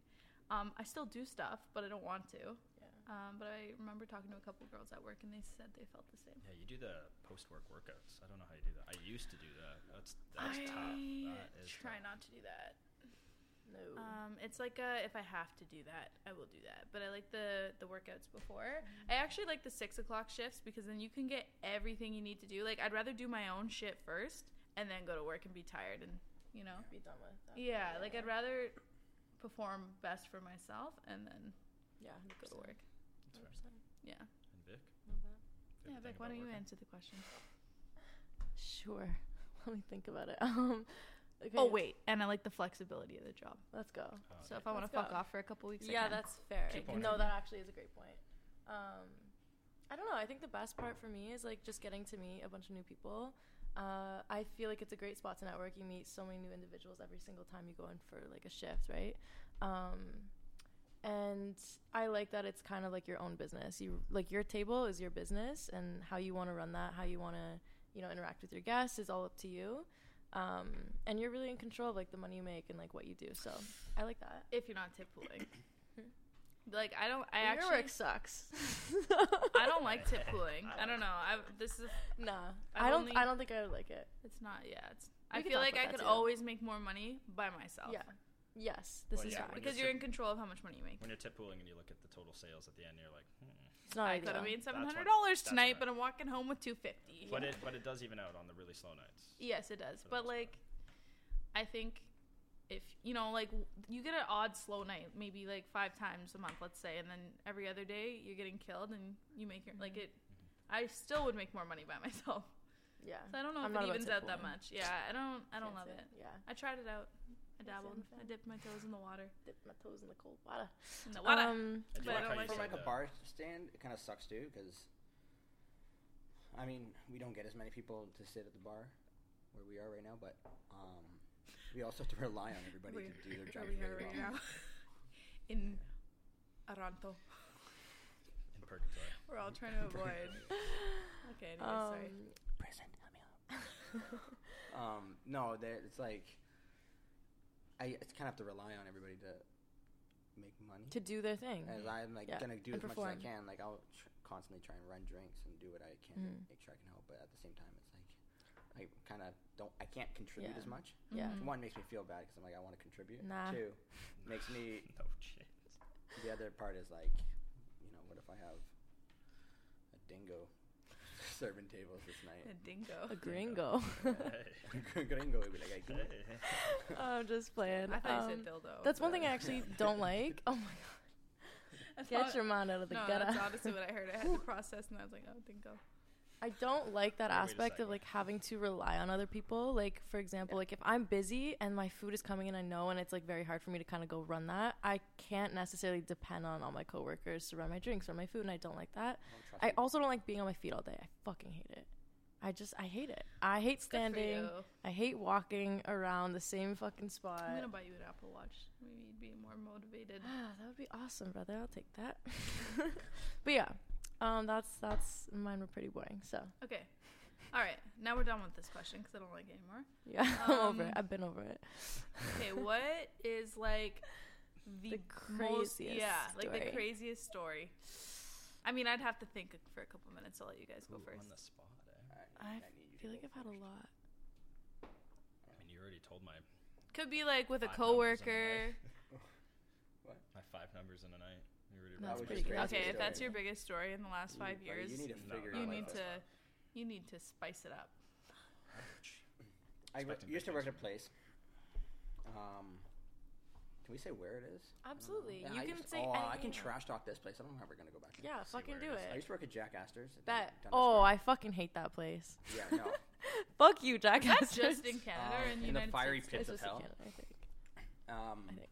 Speaker 1: Um, I still do stuff, but I don't want to.
Speaker 2: Yeah.
Speaker 1: Um, but I remember talking to a couple girls at work, and they said they felt the same.
Speaker 3: yeah, you do the post work workouts. I don't know how you do that. I used to do that. That's that's tough. That
Speaker 1: I
Speaker 3: is
Speaker 1: try
Speaker 3: tough.
Speaker 1: not to do that.
Speaker 2: No.
Speaker 1: Um, it's like uh if I have to do that, I will do that. But I like the the workouts before. I actually like the six o'clock shifts because then you can get everything you need to do. Like I'd rather do my own shit first and then go to work and be tired and you know.
Speaker 2: be done with. that.
Speaker 1: Yeah, like I'd rather perform best for myself and then
Speaker 2: Yeah.
Speaker 1: go to work.
Speaker 3: That's
Speaker 2: Hundred
Speaker 3: right.
Speaker 2: percent.
Speaker 1: Yeah.
Speaker 3: And Vic?
Speaker 2: Love
Speaker 1: Yeah,
Speaker 2: that.
Speaker 3: Do you have anything
Speaker 1: Vic, why
Speaker 3: about
Speaker 1: don't you
Speaker 3: working?
Speaker 1: answer the question?
Speaker 2: Sure. Let me think about it. Um. Okay.
Speaker 1: Oh wait, and I like the flexibility of the job.
Speaker 2: Let's go.
Speaker 3: Oh,
Speaker 1: So
Speaker 3: okay.
Speaker 1: if I want
Speaker 2: Let's
Speaker 1: to fuck
Speaker 2: go.
Speaker 1: off for a couple weeks, I
Speaker 2: Yeah,
Speaker 1: can.
Speaker 2: that's fair.
Speaker 3: Good point.
Speaker 2: No, that actually is a great point. Um, I don't know. I think the best part for me is like just getting to meet a bunch of new people. Uh, I feel like it's a great spot to network. You meet so many new individuals every single time you go in for like a shift, right? Um, and I like that it's kind of like your own business. You like your table is your business, and how you want to run that, how you want to, you know, interact with your guests is all up to you. Um, and you're really in control of like the money you make and like what you do. So I like that.
Speaker 1: if you're not tip pooling. like I don't, I
Speaker 2: Your
Speaker 1: actually
Speaker 2: work sucks.
Speaker 1: I don't like tip pooling.
Speaker 3: I
Speaker 1: I don't
Speaker 3: like
Speaker 1: know. I this is
Speaker 2: Nah,
Speaker 1: I've
Speaker 2: I don't.
Speaker 1: only-
Speaker 2: I don't think I would like it.
Speaker 1: it's not. Yeah, it's.
Speaker 2: We
Speaker 1: I
Speaker 2: can
Speaker 1: feel
Speaker 2: talk
Speaker 1: like
Speaker 2: about
Speaker 1: I
Speaker 2: that
Speaker 1: could
Speaker 2: too.
Speaker 1: always make more money by myself.
Speaker 2: Yeah. Yes, this
Speaker 3: Well,
Speaker 2: is
Speaker 3: yeah,
Speaker 2: right.
Speaker 3: when
Speaker 1: because
Speaker 3: you're
Speaker 1: you're
Speaker 3: tip-
Speaker 1: in control of how much money you make.
Speaker 3: When you're tip pooling and you look at the total sales at the end, you're like, hmm.
Speaker 2: It's not
Speaker 1: I
Speaker 2: ideal.
Speaker 1: could have made
Speaker 3: That's
Speaker 1: seven
Speaker 3: what-
Speaker 1: hundred dollars
Speaker 3: that's
Speaker 1: tonight, but
Speaker 3: what I-
Speaker 1: I'm walking home with two fifty.
Speaker 3: But it but it does even out on the really slow nights.
Speaker 1: Yes, it does. But
Speaker 3: For the most part.
Speaker 1: like, I think if you know, like, w- you get an odd slow night, maybe like five times a month, let's say, and then every other day you're getting killed, and you make your
Speaker 2: Mm-hmm.
Speaker 1: like it. I still would make more money by myself.
Speaker 2: Yeah.
Speaker 1: So I don't know
Speaker 2: I'm
Speaker 1: if
Speaker 2: not
Speaker 1: it
Speaker 2: about
Speaker 1: evens
Speaker 2: tip
Speaker 1: out that
Speaker 2: pooling.
Speaker 1: much. Yeah, I don't. I don't love
Speaker 2: Fancy
Speaker 1: it.
Speaker 2: Yeah.
Speaker 1: I tried it out. I
Speaker 2: Yes, I'm
Speaker 1: dabbled.
Speaker 2: a fan.
Speaker 1: I dipped my toes in the water.
Speaker 2: Dip my toes in the cold water.
Speaker 1: In the water.
Speaker 2: Um,
Speaker 3: I do
Speaker 1: But I
Speaker 3: like
Speaker 1: don't like-
Speaker 3: how you
Speaker 4: from
Speaker 3: said
Speaker 4: like
Speaker 3: that.
Speaker 4: a bar stand, it kind of sucks too because I mean we don't get as many people to sit at the bar where we are right now, but um, We also have to rely on
Speaker 1: Wait,
Speaker 4: everybody to do their
Speaker 1: Where
Speaker 4: job
Speaker 1: we are
Speaker 4: really
Speaker 1: right
Speaker 4: well.
Speaker 1: now. In Aranto.
Speaker 3: in purgatory.
Speaker 1: We're all trying to avoid. Okay, anyway, sorry.
Speaker 2: Um,
Speaker 4: Prison, help me out. um, no, there- it's like I it's kind of have to rely on everybody to make money.
Speaker 2: to do their thing.
Speaker 4: As I'm like
Speaker 2: Yeah,
Speaker 4: gonna do
Speaker 2: and
Speaker 4: as much as I
Speaker 2: perform.
Speaker 4: can. Like I'll tr- constantly try and run drinks and do what I can to
Speaker 2: Mm.
Speaker 4: make sure I can help. But at the same time, it's like I kind of don't. I can't contribute
Speaker 2: Yeah.
Speaker 4: as much.
Speaker 2: Yeah.
Speaker 1: Mhm.
Speaker 4: One makes me feel bad because I'm like I want to contribute.
Speaker 2: Nah.
Speaker 4: Two makes me.
Speaker 3: no shit.
Speaker 4: The other part is like, you know, what if I have a dingo serving tables this
Speaker 1: A
Speaker 4: night?
Speaker 1: dingo.
Speaker 2: A gringo.
Speaker 3: Hey.
Speaker 4: Gringo would be like, I
Speaker 3: Hey.
Speaker 4: can
Speaker 2: I'm just playing.
Speaker 1: I thought you
Speaker 2: Um,
Speaker 1: said dildo.
Speaker 2: That's Uh, one thing I
Speaker 4: Yeah.
Speaker 2: actually don't like. Oh my god.
Speaker 1: That's
Speaker 2: Get
Speaker 1: all-
Speaker 2: your mind out of the
Speaker 1: Oh, no,
Speaker 2: gutter.
Speaker 1: that's honestly what I heard. I had to process, and I was like, oh, dingo.
Speaker 2: I don't like that
Speaker 3: Wait a
Speaker 2: aspect of
Speaker 3: second.
Speaker 2: like having to rely on other people. Like for example, like if I'm busy and my food is coming in, I know, and it's like very hard for me to kind of go run that. I can't necessarily depend on all my coworkers to run my drinks or my food, and I don't like that.
Speaker 4: I don't trust
Speaker 2: I
Speaker 4: you.
Speaker 2: also don't like being on my feet all day. I fucking hate it. I just I hate it. I hate
Speaker 1: Good for
Speaker 2: standing.
Speaker 1: you.
Speaker 2: I hate walking around the same fucking spot.
Speaker 1: I'm gonna buy you an Apple Watch. Maybe you'd be more motivated.
Speaker 2: Ah, that would be awesome, brother. I'll take that. but yeah, um, that's that's mine. Were pretty boring. So
Speaker 1: Okay. All right. Now we're done with this question because I don't like it anymore.
Speaker 2: yeah, I'm over
Speaker 1: Um,
Speaker 2: it. I've been over it.
Speaker 1: Okay. What is like the,
Speaker 2: The
Speaker 1: most-
Speaker 2: craziest
Speaker 1: yeah, like the
Speaker 2: story.
Speaker 1: craziest story. I mean, I'd have to think for a couple minutes. I'll let you guys go
Speaker 3: Ooh,
Speaker 1: first.
Speaker 3: On the spot, eh?
Speaker 4: I,
Speaker 2: I
Speaker 4: need- I need you
Speaker 2: I feel
Speaker 4: to
Speaker 2: like
Speaker 4: go
Speaker 2: I've had a
Speaker 4: first.
Speaker 2: lot.
Speaker 3: I mean, you already told my
Speaker 1: Could be like with a
Speaker 3: Five numbers in a
Speaker 1: coworker.
Speaker 3: my five numbers in a night. You already
Speaker 2: That's
Speaker 3: read
Speaker 4: would
Speaker 3: my
Speaker 2: pretty
Speaker 4: just
Speaker 2: good.
Speaker 4: crazy
Speaker 1: Okay, if
Speaker 4: story.
Speaker 1: that's your biggest story in the last
Speaker 4: You-
Speaker 1: five
Speaker 4: like,
Speaker 1: years,
Speaker 4: you need to
Speaker 3: No,
Speaker 4: figure
Speaker 3: no,
Speaker 1: you
Speaker 4: out.
Speaker 3: no,
Speaker 1: need
Speaker 4: like-
Speaker 1: to you need to spice it up.
Speaker 3: Oh,
Speaker 4: I wo-
Speaker 3: Expecting
Speaker 4: used to
Speaker 3: big
Speaker 4: work at
Speaker 3: things.
Speaker 4: a place. Um, can we say where it is? I don't know.
Speaker 2: Absolutely.
Speaker 4: Yeah,
Speaker 2: You
Speaker 4: I
Speaker 2: can
Speaker 4: used-
Speaker 2: say
Speaker 4: Oh, I
Speaker 2: anything
Speaker 4: can
Speaker 2: you want.
Speaker 4: trash talk this place. I don't know how we're gonna go back. to
Speaker 2: Yeah,
Speaker 3: see
Speaker 2: fucking
Speaker 3: where
Speaker 2: do
Speaker 3: it
Speaker 2: it.
Speaker 3: is.
Speaker 4: I used to work at Jack Astor's. in
Speaker 2: That
Speaker 4: Dundas
Speaker 2: oh,
Speaker 4: Square.
Speaker 2: I fucking hate that place.
Speaker 4: yeah no.
Speaker 2: Fuck you, Jack.
Speaker 1: That's
Speaker 2: Astor's.
Speaker 1: just in Canada
Speaker 4: Um,
Speaker 1: and
Speaker 4: in the
Speaker 1: United
Speaker 4: fiery
Speaker 1: States.
Speaker 4: pits
Speaker 2: It's
Speaker 4: of
Speaker 2: just in
Speaker 4: hell.
Speaker 2: Canada, I think.
Speaker 4: Um,
Speaker 2: I think.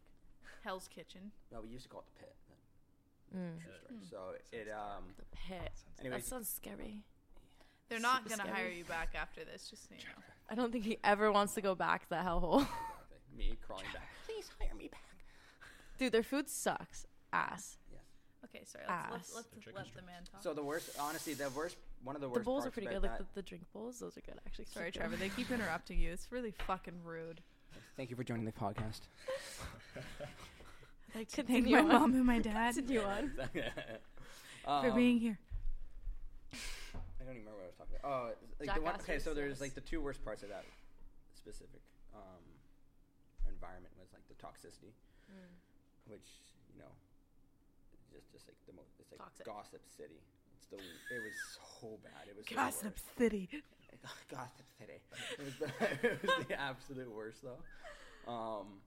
Speaker 1: Hell's Kitchen.
Speaker 4: no, we used to call it the pit. That-
Speaker 2: Mm.
Speaker 4: True
Speaker 3: Yeah.
Speaker 4: story. So it um.
Speaker 2: The pit.
Speaker 4: Anyways,
Speaker 2: that sounds scary.
Speaker 1: They're not
Speaker 2: Super
Speaker 1: gonna
Speaker 2: scary.
Speaker 1: hire you back after this. Just so you know.
Speaker 2: I don't think he ever wants to go back to that hellhole.
Speaker 4: exactly. me crawling back. Please hire me back.
Speaker 2: Dude, their food sucks. Ass.
Speaker 1: Okay, sorry. Let's,
Speaker 2: Ass.
Speaker 1: let's, let's
Speaker 3: The chicken
Speaker 1: let the
Speaker 3: strips.
Speaker 1: man talk.
Speaker 4: So the worst, honestly, the worst, one of the worst.
Speaker 2: The bowls are
Speaker 4: parts
Speaker 2: pretty
Speaker 4: about
Speaker 2: good. Like
Speaker 4: that-
Speaker 2: the, the drink bowls, those are good actually.
Speaker 1: sorry,
Speaker 2: Keep them.
Speaker 1: Trevor. They keep interrupting you. It's really fucking rude.
Speaker 4: Thank you for joining the podcast.
Speaker 1: I'd like to thank
Speaker 2: Continue
Speaker 1: my
Speaker 2: on.
Speaker 1: mom and my dad
Speaker 2: Continue on.
Speaker 1: for
Speaker 4: Um,
Speaker 1: being here.
Speaker 4: I don't even remember what I was talking about. Oh, it's like the
Speaker 2: Jack
Speaker 4: one, okay,
Speaker 2: Astor's,
Speaker 4: so
Speaker 2: yes.
Speaker 4: there's like the two worst parts of that specific um, environment was like the toxicity,
Speaker 1: Hmm.
Speaker 4: which you know, just just like the most, it's like
Speaker 2: Toxic.
Speaker 4: gossip city. It's the it was so bad. It was the
Speaker 1: Gossip
Speaker 4: worst.
Speaker 1: City.
Speaker 4: gossip city. It was the, it was the absolute worst though. Um,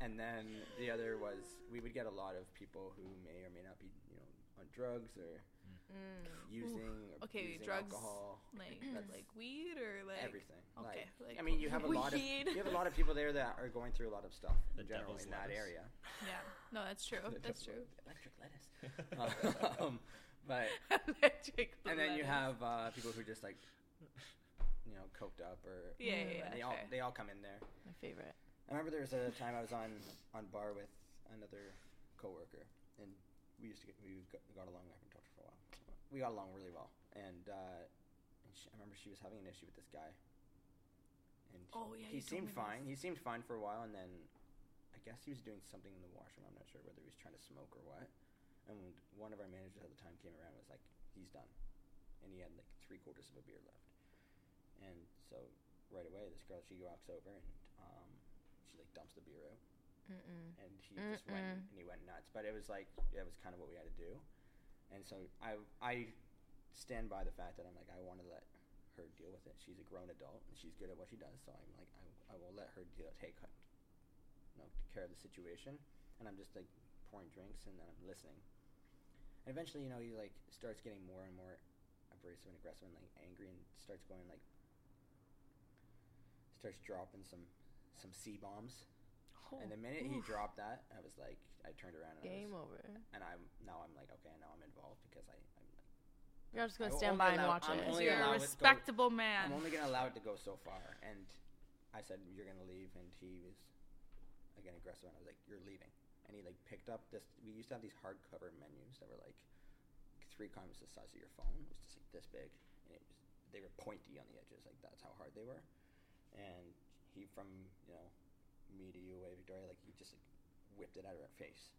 Speaker 4: and then the other was we would get a lot of people who may or may not be you know on drugs or
Speaker 2: Mm.
Speaker 4: using or
Speaker 1: Mm. Okay,
Speaker 4: abusing
Speaker 1: drugs,
Speaker 4: alcohol
Speaker 1: Like
Speaker 4: That's-
Speaker 1: like weed or like
Speaker 4: everything.
Speaker 1: okay, like,
Speaker 4: like, I mean, you have a lot of
Speaker 2: weed.
Speaker 4: you have a lot of people there that are going through a lot of stuff
Speaker 3: The
Speaker 4: in general
Speaker 3: devil's
Speaker 4: in that
Speaker 3: lettuce.
Speaker 4: area.
Speaker 1: yeah. No, that's true.
Speaker 4: The
Speaker 1: That's true.
Speaker 4: devil- Electric lettuce. um, but
Speaker 1: Electric
Speaker 4: and then you
Speaker 1: lettuce.
Speaker 4: have uh, people who are just like you know coked up or
Speaker 1: yeah, yeah,
Speaker 2: Mm,
Speaker 1: yeah
Speaker 4: and they all
Speaker 1: fair.
Speaker 4: they all come in there.
Speaker 2: My favorite.
Speaker 4: I remember there was a time I was on on bar with another coworker, and we used to get we got, got along. I haven't talked for a while. We got along really well, and, uh, and she, I remember she was having an issue with this guy. And
Speaker 1: Oh, yeah, you told me
Speaker 4: he seemed
Speaker 1: this.
Speaker 4: fine. He seemed fine for a while, and then I guess he was doing something in the washroom. I'm not sure whether he was trying to smoke or what. And one of our managers at the time came around and was like, "He's done," and he had like three quarters of a beer left. And so right away, this girl she walks over and um, she like dumps the beer out,
Speaker 2: Mm-mm.
Speaker 4: and he just went
Speaker 2: Mm-mm.
Speaker 4: and he went nuts. But it was like that was kind of what we had to do, and so I I stand by the fact that I'm like I want to let her deal with it. She's a grown adult and she's good at what she does, so I'm like I, I will let her deal take you know, care of the situation, and I'm just like pouring drinks and then I'm listening. And eventually, you know, he like starts getting more and more abrasive and aggressive and like angry and starts going like starts dropping some some C bombs. And the minute he dropped that, I was like, I turned around and,
Speaker 2: Game
Speaker 4: I was,
Speaker 2: over.
Speaker 4: and I'm now I'm like, okay, now I'm involved because I, I'm, like,
Speaker 2: You're just
Speaker 4: I
Speaker 2: gonna
Speaker 4: will
Speaker 2: stand
Speaker 4: only
Speaker 2: by and
Speaker 4: allow-
Speaker 2: watch
Speaker 4: I'm
Speaker 2: it.
Speaker 1: So
Speaker 4: only
Speaker 1: you're a
Speaker 4: allow it to go-
Speaker 1: respectable man.
Speaker 4: I'm only gonna allow it to go so far, and I said you're gonna leave, and he was again aggressive, and I was like, "You're leaving." And he like picked up this. We used to have these hardcover menus that were like three times the size of your phone. It was just like this big, and it was they were pointy on the edges. Like that's how hard they were. And he from you know me to you away, Victoria. Like he just like whipped it out of her face.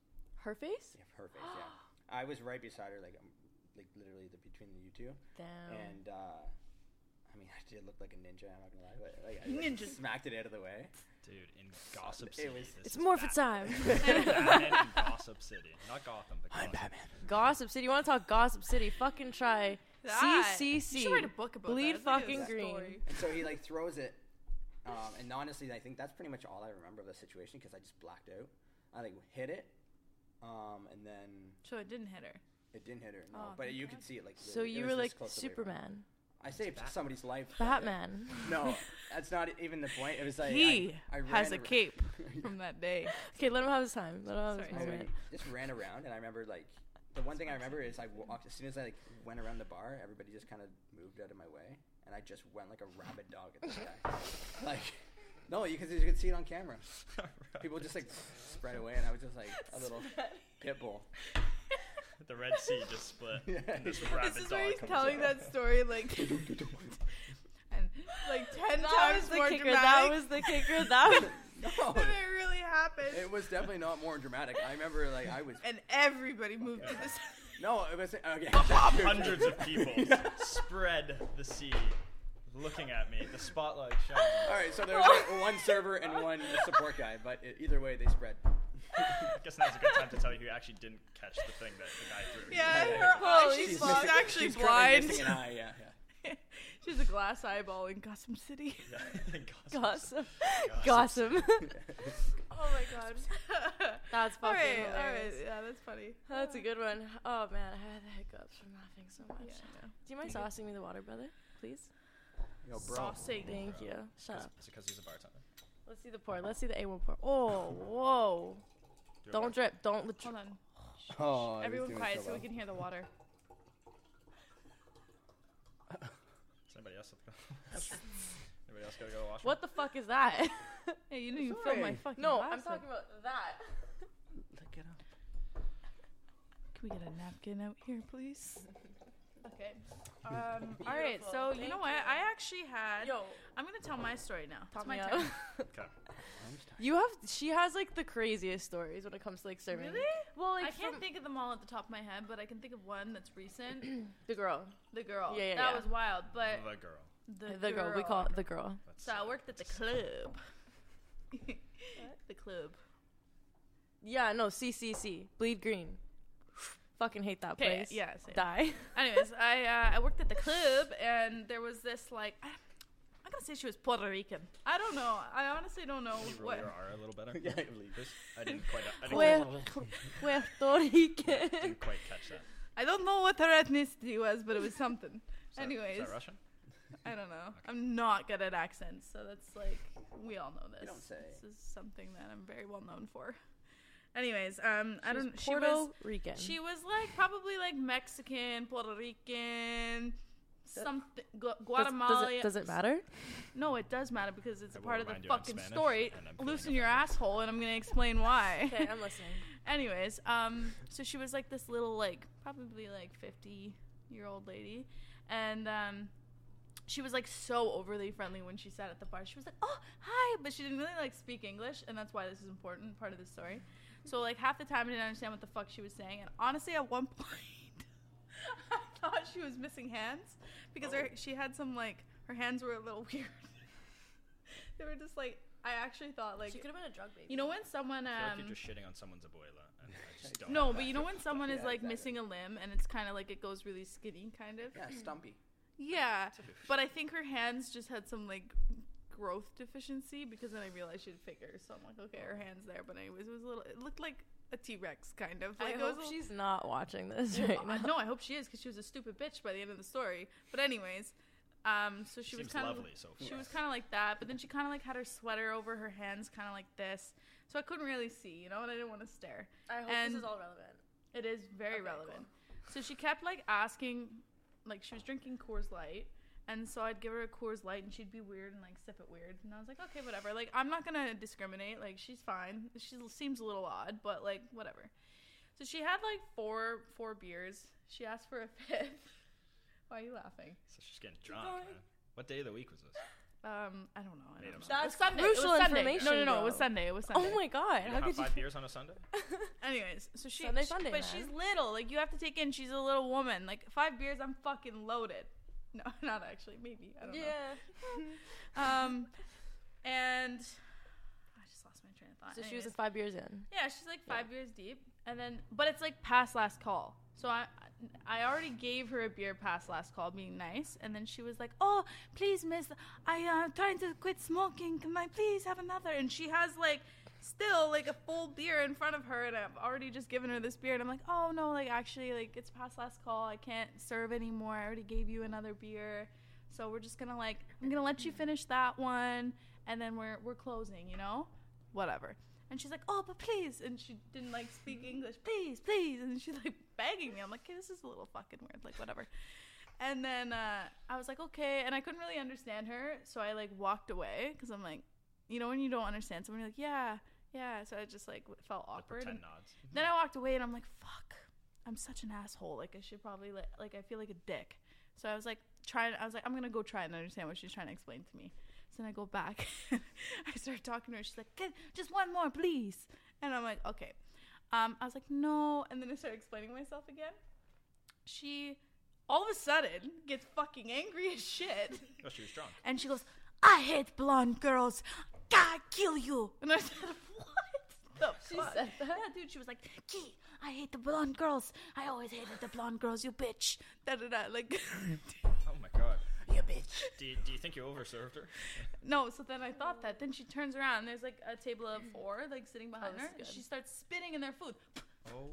Speaker 2: Her face?
Speaker 4: Yeah, her face. Yeah. I was right beside her, like um, like literally the, between the you two.
Speaker 2: Damn.
Speaker 1: Oh.
Speaker 4: And uh, I mean, I did look like a ninja. I'm not gonna lie, but like, I like,
Speaker 1: Ninja.
Speaker 4: smacked it out of the way.
Speaker 3: Dude, in Gossip
Speaker 4: It
Speaker 3: City.
Speaker 4: was-
Speaker 3: this
Speaker 2: it's
Speaker 3: is
Speaker 2: Morphin time.
Speaker 3: Batman. Batman in Gossip City. Not Gotham, but Gotham.
Speaker 2: Gossip City. You want to talk Gossip City? Fucking try.
Speaker 1: That-
Speaker 2: CCC.
Speaker 1: You should write a book about
Speaker 2: Bleed
Speaker 1: that. It's like a
Speaker 2: fucking green.
Speaker 1: story.
Speaker 4: And so he like throws it. Um, and honestly, I think that's pretty much all I remember of the situation because I just blacked out. I like hit it, um, and then
Speaker 1: So it didn't hit her.
Speaker 4: it didn't hit her. No,
Speaker 1: Oh,
Speaker 4: but
Speaker 1: thank
Speaker 4: you
Speaker 1: God.
Speaker 4: could see it like.
Speaker 2: So
Speaker 4: literally- it
Speaker 2: you
Speaker 4: was
Speaker 2: were
Speaker 4: this
Speaker 2: like
Speaker 4: close to the way around.
Speaker 2: Superman,
Speaker 4: I saved
Speaker 3: Batman.
Speaker 4: somebody's life. right there.
Speaker 2: Batman.
Speaker 4: No, that's not even the point. It was like I-
Speaker 1: he
Speaker 4: I,
Speaker 1: has
Speaker 4: ran
Speaker 1: a
Speaker 4: ar-
Speaker 1: cape from that day.
Speaker 2: Okay, let him have his time. Let him have his
Speaker 1: Sorry.
Speaker 4: I
Speaker 2: moment.
Speaker 4: just ran around, and I remember like the one thing I remember is I walked as soon as I like went around the bar, everybody just kind of moved out of my way, and I just went like a rabid dog at this guy. like, no, you could you could see it on camera. People just like spread away, and I was just like a little pit bull.
Speaker 3: the Red Sea just split.
Speaker 4: Yeah.
Speaker 3: And this
Speaker 4: This
Speaker 3: rabid
Speaker 1: this is
Speaker 3: dog
Speaker 1: where he's
Speaker 3: comes
Speaker 1: telling
Speaker 3: out.
Speaker 1: that story like and like ten
Speaker 2: That was
Speaker 1: times
Speaker 2: the
Speaker 1: more
Speaker 2: kicker. That
Speaker 1: dramatic
Speaker 2: was the kicker. That was.
Speaker 4: No,
Speaker 1: than it really happened.
Speaker 4: it was definitely not more dramatic. I remember like I was
Speaker 1: and everybody moved to this.
Speaker 4: no, it was okay.
Speaker 3: Hundreds of people spread the sea, looking at me. The spotlight
Speaker 4: All
Speaker 3: shining.
Speaker 4: right, so there was like, one server and one support guy, but it, either way, they spread.
Speaker 3: I guess now's a good time to tell you who actually didn't catch the thing that the guy threw.
Speaker 1: Yeah,
Speaker 4: Yeah.
Speaker 1: her eye.
Speaker 2: Holy
Speaker 1: She's,
Speaker 2: She's
Speaker 1: she's
Speaker 2: fuck.
Speaker 4: missing-
Speaker 1: actually
Speaker 4: she's currently
Speaker 1: blind.
Speaker 4: missing an eye, yeah, yeah.
Speaker 1: she's a glass eyeball in Gotham City.
Speaker 3: Yeah. Gossip.
Speaker 2: Gossip.
Speaker 3: Gossip.
Speaker 2: Gossip.
Speaker 1: Oh my god.
Speaker 2: That's
Speaker 1: all
Speaker 2: fucking
Speaker 1: right, all right.
Speaker 2: hilarious.
Speaker 1: Yeah, that's funny.
Speaker 2: That's a good one. Oh man, I had the hiccups from laughing so much.
Speaker 1: Yeah, I know.
Speaker 2: Do you mind saucing me the water, brother? Please?
Speaker 4: Yo, Oh, bro.
Speaker 1: Saucing.
Speaker 2: Thank you. Shut up.
Speaker 3: Is it because he's a bartender?
Speaker 2: Let's see the pour. Let's see the A1 pour. Oh, whoa.
Speaker 3: Do it
Speaker 2: Don't drip. Don't let
Speaker 1: Hold
Speaker 2: drip.
Speaker 1: on.
Speaker 4: Oh, he's
Speaker 1: Everyone
Speaker 4: doing
Speaker 1: quiet so
Speaker 4: well.
Speaker 1: we can hear the water.
Speaker 3: Does anybody else have to go? anybody else gotta go to the washroom?
Speaker 2: What the fuck is that?
Speaker 1: Hey, you didn't even fill my
Speaker 4: Sorry.
Speaker 1: fucking
Speaker 2: no,
Speaker 1: glass
Speaker 2: I'm
Speaker 1: up.
Speaker 2: talking about that.
Speaker 4: Look it up.
Speaker 1: Can we get a napkin out here, please? okay. Um, all right.
Speaker 2: Beautiful.
Speaker 1: So you
Speaker 2: Thank
Speaker 1: know what?
Speaker 2: you.
Speaker 1: I actually had.
Speaker 2: Yo,
Speaker 1: I'm gonna tell my story now.
Speaker 2: top
Speaker 1: it's my
Speaker 2: me up.
Speaker 1: turn.
Speaker 3: Okay.
Speaker 2: You have. She has like the craziest stories when it comes to like serving.
Speaker 1: Really?
Speaker 2: Well, like
Speaker 1: I can't
Speaker 2: from
Speaker 1: think of them all at the top of my head, but I can think of one that's recent.
Speaker 2: the girl,
Speaker 1: the girl.
Speaker 2: Yeah, yeah,
Speaker 1: That
Speaker 2: yeah.
Speaker 1: was wild. But
Speaker 3: The girl.
Speaker 1: the,
Speaker 2: the, girl. We call it the girl.
Speaker 3: That's
Speaker 1: So I worked at the club. the club.
Speaker 2: Yeah, no, CCC, bleed green. Fucking hate that
Speaker 1: 'Kay,
Speaker 2: place.
Speaker 1: yeah, same.
Speaker 2: die.
Speaker 1: Anyways, I uh, I worked at the club and there was this like I, I'm gonna say she was Puerto Rican. I don't know. I honestly don't know
Speaker 3: Can you roll
Speaker 1: what.
Speaker 3: your R a little better?
Speaker 4: Yeah, leave this.
Speaker 3: I didn't quite. I didn't,
Speaker 2: Puerto, Puerto Rican.
Speaker 3: didn't quite catch that.
Speaker 1: I don't know what her ethnicity was, but it was something.
Speaker 3: Is that-
Speaker 1: Anyways,
Speaker 3: is that Russian?
Speaker 1: I don't know. I'm not good at accents, so that's like we all know this.
Speaker 4: don't say.
Speaker 1: This is something that I'm very well known for. Anyways, um, I
Speaker 2: She was
Speaker 1: don't. She
Speaker 2: Puerto
Speaker 1: was
Speaker 2: Rican.
Speaker 1: she was like probably like Mexican, Puerto Rican, something Gu-
Speaker 2: Does-
Speaker 1: Guatemala.
Speaker 2: Does, it, does it matter?
Speaker 1: No, it does matter because it's a
Speaker 3: I will
Speaker 1: part of the
Speaker 3: remind you I'm
Speaker 1: fucking
Speaker 3: Spanish,
Speaker 1: story.
Speaker 3: and I'm feeling
Speaker 1: Loosen your asshole, and I'm gonna explain why.
Speaker 2: Okay, I'm listening.
Speaker 1: Anyways, um, so she was like this little, like probably like fifty year old lady, and um, she was like so overly friendly when she sat at the bar. She was like, "Oh, hi," but she didn't really like speak English, and that's why this is important part of the story. So like half the time I didn't understand what the fuck she was saying, and honestly, at one point, I thought she was missing hands because her, she had some like her hands were a little weird. they were just like I actually thought like
Speaker 2: she could have been a drug baby.
Speaker 1: you know when someone um.
Speaker 3: I feel like you're just shitting on someone's abuela, and I just don't.
Speaker 1: No, but you know when someone is
Speaker 4: Yeah,
Speaker 1: like
Speaker 4: exactly.
Speaker 1: missing a limb and it's kind of like it goes really skinny, kind of.
Speaker 4: Yeah, Stumpy.
Speaker 1: Yeah. But I think her hands just had some like growth deficiency because then I realized she had fingers. So I'm like, okay, her hands there. But anyways, it was a little. It looked like a T Rex kind of.
Speaker 2: I
Speaker 1: Like, it was
Speaker 2: hope
Speaker 1: a-
Speaker 2: she's not watching this
Speaker 1: Uh,
Speaker 2: right now.
Speaker 1: no, I hope she is because she was a stupid bitch by the end of the story. But anyways, um, so she was
Speaker 3: Seems
Speaker 1: kind of
Speaker 3: lovely so
Speaker 1: she
Speaker 3: far.
Speaker 1: was kind of like that, but then she kind of like had her sweater over her hands, kind of like this. So I couldn't really see, you know, and I didn't want to stare.
Speaker 2: I hope
Speaker 1: And-
Speaker 2: this is all relevant.
Speaker 1: It is very
Speaker 2: Okay,
Speaker 1: relevant. So she kept like asking, like she was drinking Coors Light, And so I'd give her a Coors Light, and she'd be weird and like sip it weird. And I was like, okay, whatever. Like I'm not gonna discriminate. Like she's fine. She seems a little odd, but like whatever. So she had like four four beers. She asked for a fifth. Why are you laughing?
Speaker 3: So she's getting drunk,
Speaker 1: going.
Speaker 3: man. What day of the week was this?
Speaker 1: Um, I don't know. I
Speaker 3: Made
Speaker 1: don't know.
Speaker 3: him up.
Speaker 1: It was
Speaker 2: That's
Speaker 1: Sunday. It was
Speaker 2: crucial
Speaker 1: Sunday.
Speaker 2: information,
Speaker 1: No, no, no. It
Speaker 2: bro.
Speaker 1: was Sunday. It was Sunday.
Speaker 2: Oh my god!
Speaker 3: You
Speaker 2: How
Speaker 3: don't have
Speaker 2: could
Speaker 3: five
Speaker 2: you?
Speaker 3: beers on a Sunday?
Speaker 1: Anyways, so she,
Speaker 2: Sunday,
Speaker 1: she-
Speaker 2: Sunday,
Speaker 1: but
Speaker 2: man.
Speaker 1: she's little. Like you have to take in. She's a little woman. Like five beers, I'm fucking loaded. No, not actually. Maybe I don't know. Um, and I just lost my train of thought.
Speaker 2: So she was
Speaker 1: Anyways.
Speaker 2: like five years in.
Speaker 1: Yeah, she's like five beers deep, and then but it's like past last call. So I I already gave her a beer past last call, being nice, and then she was like, "Oh, please, miss, I am uh, trying to quit smoking. Can I please have another?" And she has like still like a full beer in front of her, and I've already just given her this beer, and I'm like, "Oh no, like actually, like it's past last call. I can't serve anymore. I already gave you another beer, so we're just gonna like I'm gonna let you finish that one, and then we're we're closing, you know." whatever. And she's like, oh, but please. And she didn't like speak English. Please, please. And she's like begging me. I'm like, okay, this is a little fucking weird. Like, whatever. And then uh, I was like, okay. And I couldn't really understand her. So I like walked away because I'm like, you know, when you don't understand someone, you're like, yeah, yeah. So I just like felt
Speaker 3: The
Speaker 1: awkward.
Speaker 3: pretend
Speaker 1: And
Speaker 3: nods.
Speaker 1: then I walked away and I'm like, fuck, I'm such an asshole. Like, I should probably, like, like I feel like a dick. So I was like, trying, I was like, I'm going to go try and understand what she's trying to explain to me. So then I go back. I start talking to her. She's like, "Can- just one more, please. And I'm like, okay. Um, I was like, no. And then I started explaining myself again. She all of a sudden gets fucking angry as shit.
Speaker 3: Oh, she was drunk.
Speaker 1: And she goes, I hate blonde girls. God, kill you. And I said, what the
Speaker 2: She
Speaker 1: fuck?
Speaker 2: said that?
Speaker 1: Yeah, dude, she was like, Key, I hate the blonde girls. I always hated the blonde girls, you bitch. Da da da. Like,
Speaker 3: Oh my god.
Speaker 4: You bitch.
Speaker 3: Do you, do you think you overserved her?
Speaker 1: No, so then I thought that. Then she turns around. And there's like a table of four, like sitting behind
Speaker 2: this
Speaker 1: her.
Speaker 2: is
Speaker 1: and
Speaker 2: Mm. good.
Speaker 1: She starts spitting in their food.
Speaker 3: Oh.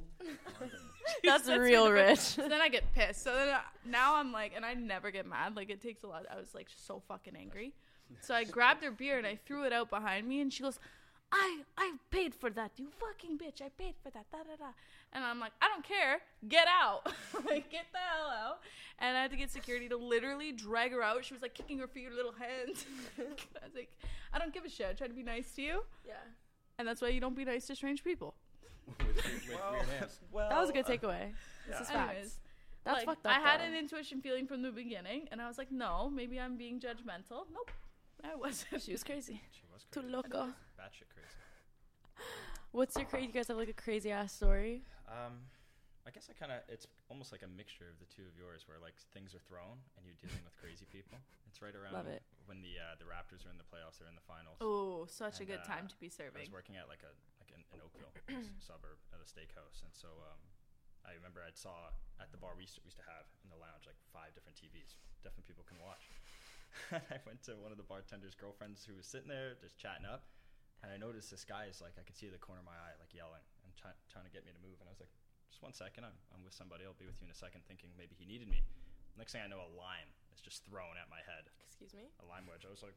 Speaker 2: That's
Speaker 1: That's
Speaker 2: real
Speaker 1: really good.
Speaker 2: rich.
Speaker 1: So then I get pissed. So then I, now I'm like, and I never get mad. Like it takes a lot. I was like so fucking angry. So I grabbed her beer and I threw it out behind me, and she goes, "I I paid for that, you fucking bitch! I paid for that." Da da da. And I'm like, I don't care. Get out. like get the hell out. And I had to get security to literally drag her out. She was like kicking her feet, her little hands. I was like, I don't give a shit. I try to be nice to you,
Speaker 2: Yeah.
Speaker 1: and that's why you don't be nice to strange people.
Speaker 4: with, with weird hands.
Speaker 3: well,
Speaker 2: That was a good takeaway.
Speaker 3: yeah.
Speaker 2: This is facts.
Speaker 1: Anyways.
Speaker 2: That's
Speaker 1: like,
Speaker 2: fucked up.
Speaker 1: I had
Speaker 2: though.
Speaker 1: an intuition feeling from the beginning, and I was like, no, maybe I'm being judgmental. Nope, I wasn't.
Speaker 2: She was crazy.
Speaker 3: She was
Speaker 2: Too
Speaker 3: crazy.
Speaker 2: loco.
Speaker 3: Batshit crazy.
Speaker 2: What's your crazy? You guys have like a crazy ass story.
Speaker 3: Um, I guess I kind of it's almost like a mixture of the two of yours, where like things are thrown and you're dealing with crazy people. It's right around
Speaker 2: Love it.
Speaker 3: when the uh, the Raptors are in the playoffs, they're in the finals.
Speaker 1: Oh, such a
Speaker 3: And,
Speaker 1: good
Speaker 3: uh,
Speaker 1: time to be
Speaker 3: I was
Speaker 1: serving.
Speaker 3: working at like a like an, an Oakville s- suburb at a steakhouse, and so um, I remember I saw at the bar we used, to, we used to have in the lounge like five different TVs, different people can watch. and I went to one of the bartender's girlfriends who was sitting there just chatting up, and I noticed this guy is like I could see the corner of my eye like yelling and try, trying to get me to move, and I was like, just one second, I'm I'm with somebody, I'll be with you in a second, thinking maybe he needed me. Next thing I know, a lime is just thrown at my head,
Speaker 2: Excuse me.
Speaker 3: a lime wedge. I was like.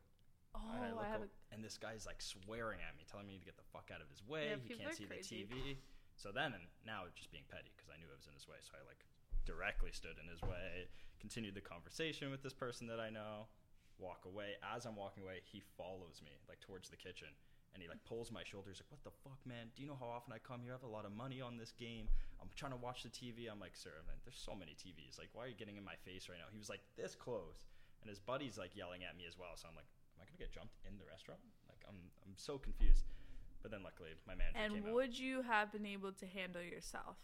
Speaker 1: Oh,
Speaker 3: And I look
Speaker 1: I have
Speaker 3: o- and this guy's like swearing at me, telling me to get the fuck out of his way.
Speaker 1: Yeah,
Speaker 3: he
Speaker 1: people are
Speaker 3: can't see
Speaker 1: crazy.
Speaker 3: the TV. So then, and now it's just being petty because I knew I was in his way. So I like directly stood in his way, continued the conversation with this person that I know, walk away. As I'm walking away, he follows me like towards the kitchen. And he like pulls my shoulder. He's like, "What the fuck, man? Do you know how often I come here? I have a lot of money on this game. I'm trying to watch the TV." I'm like, "Sir, man, there's so many TVs. Like, why are you getting in my face right now?" He was like, "This close," and his buddy's like yelling at me as well. So I'm like, am I gonna get jumped in the restaurant? Like I'm I'm so confused. But then luckily my manager
Speaker 1: a,
Speaker 3: came
Speaker 1: and
Speaker 3: out.
Speaker 1: would you have been able to handle yourself?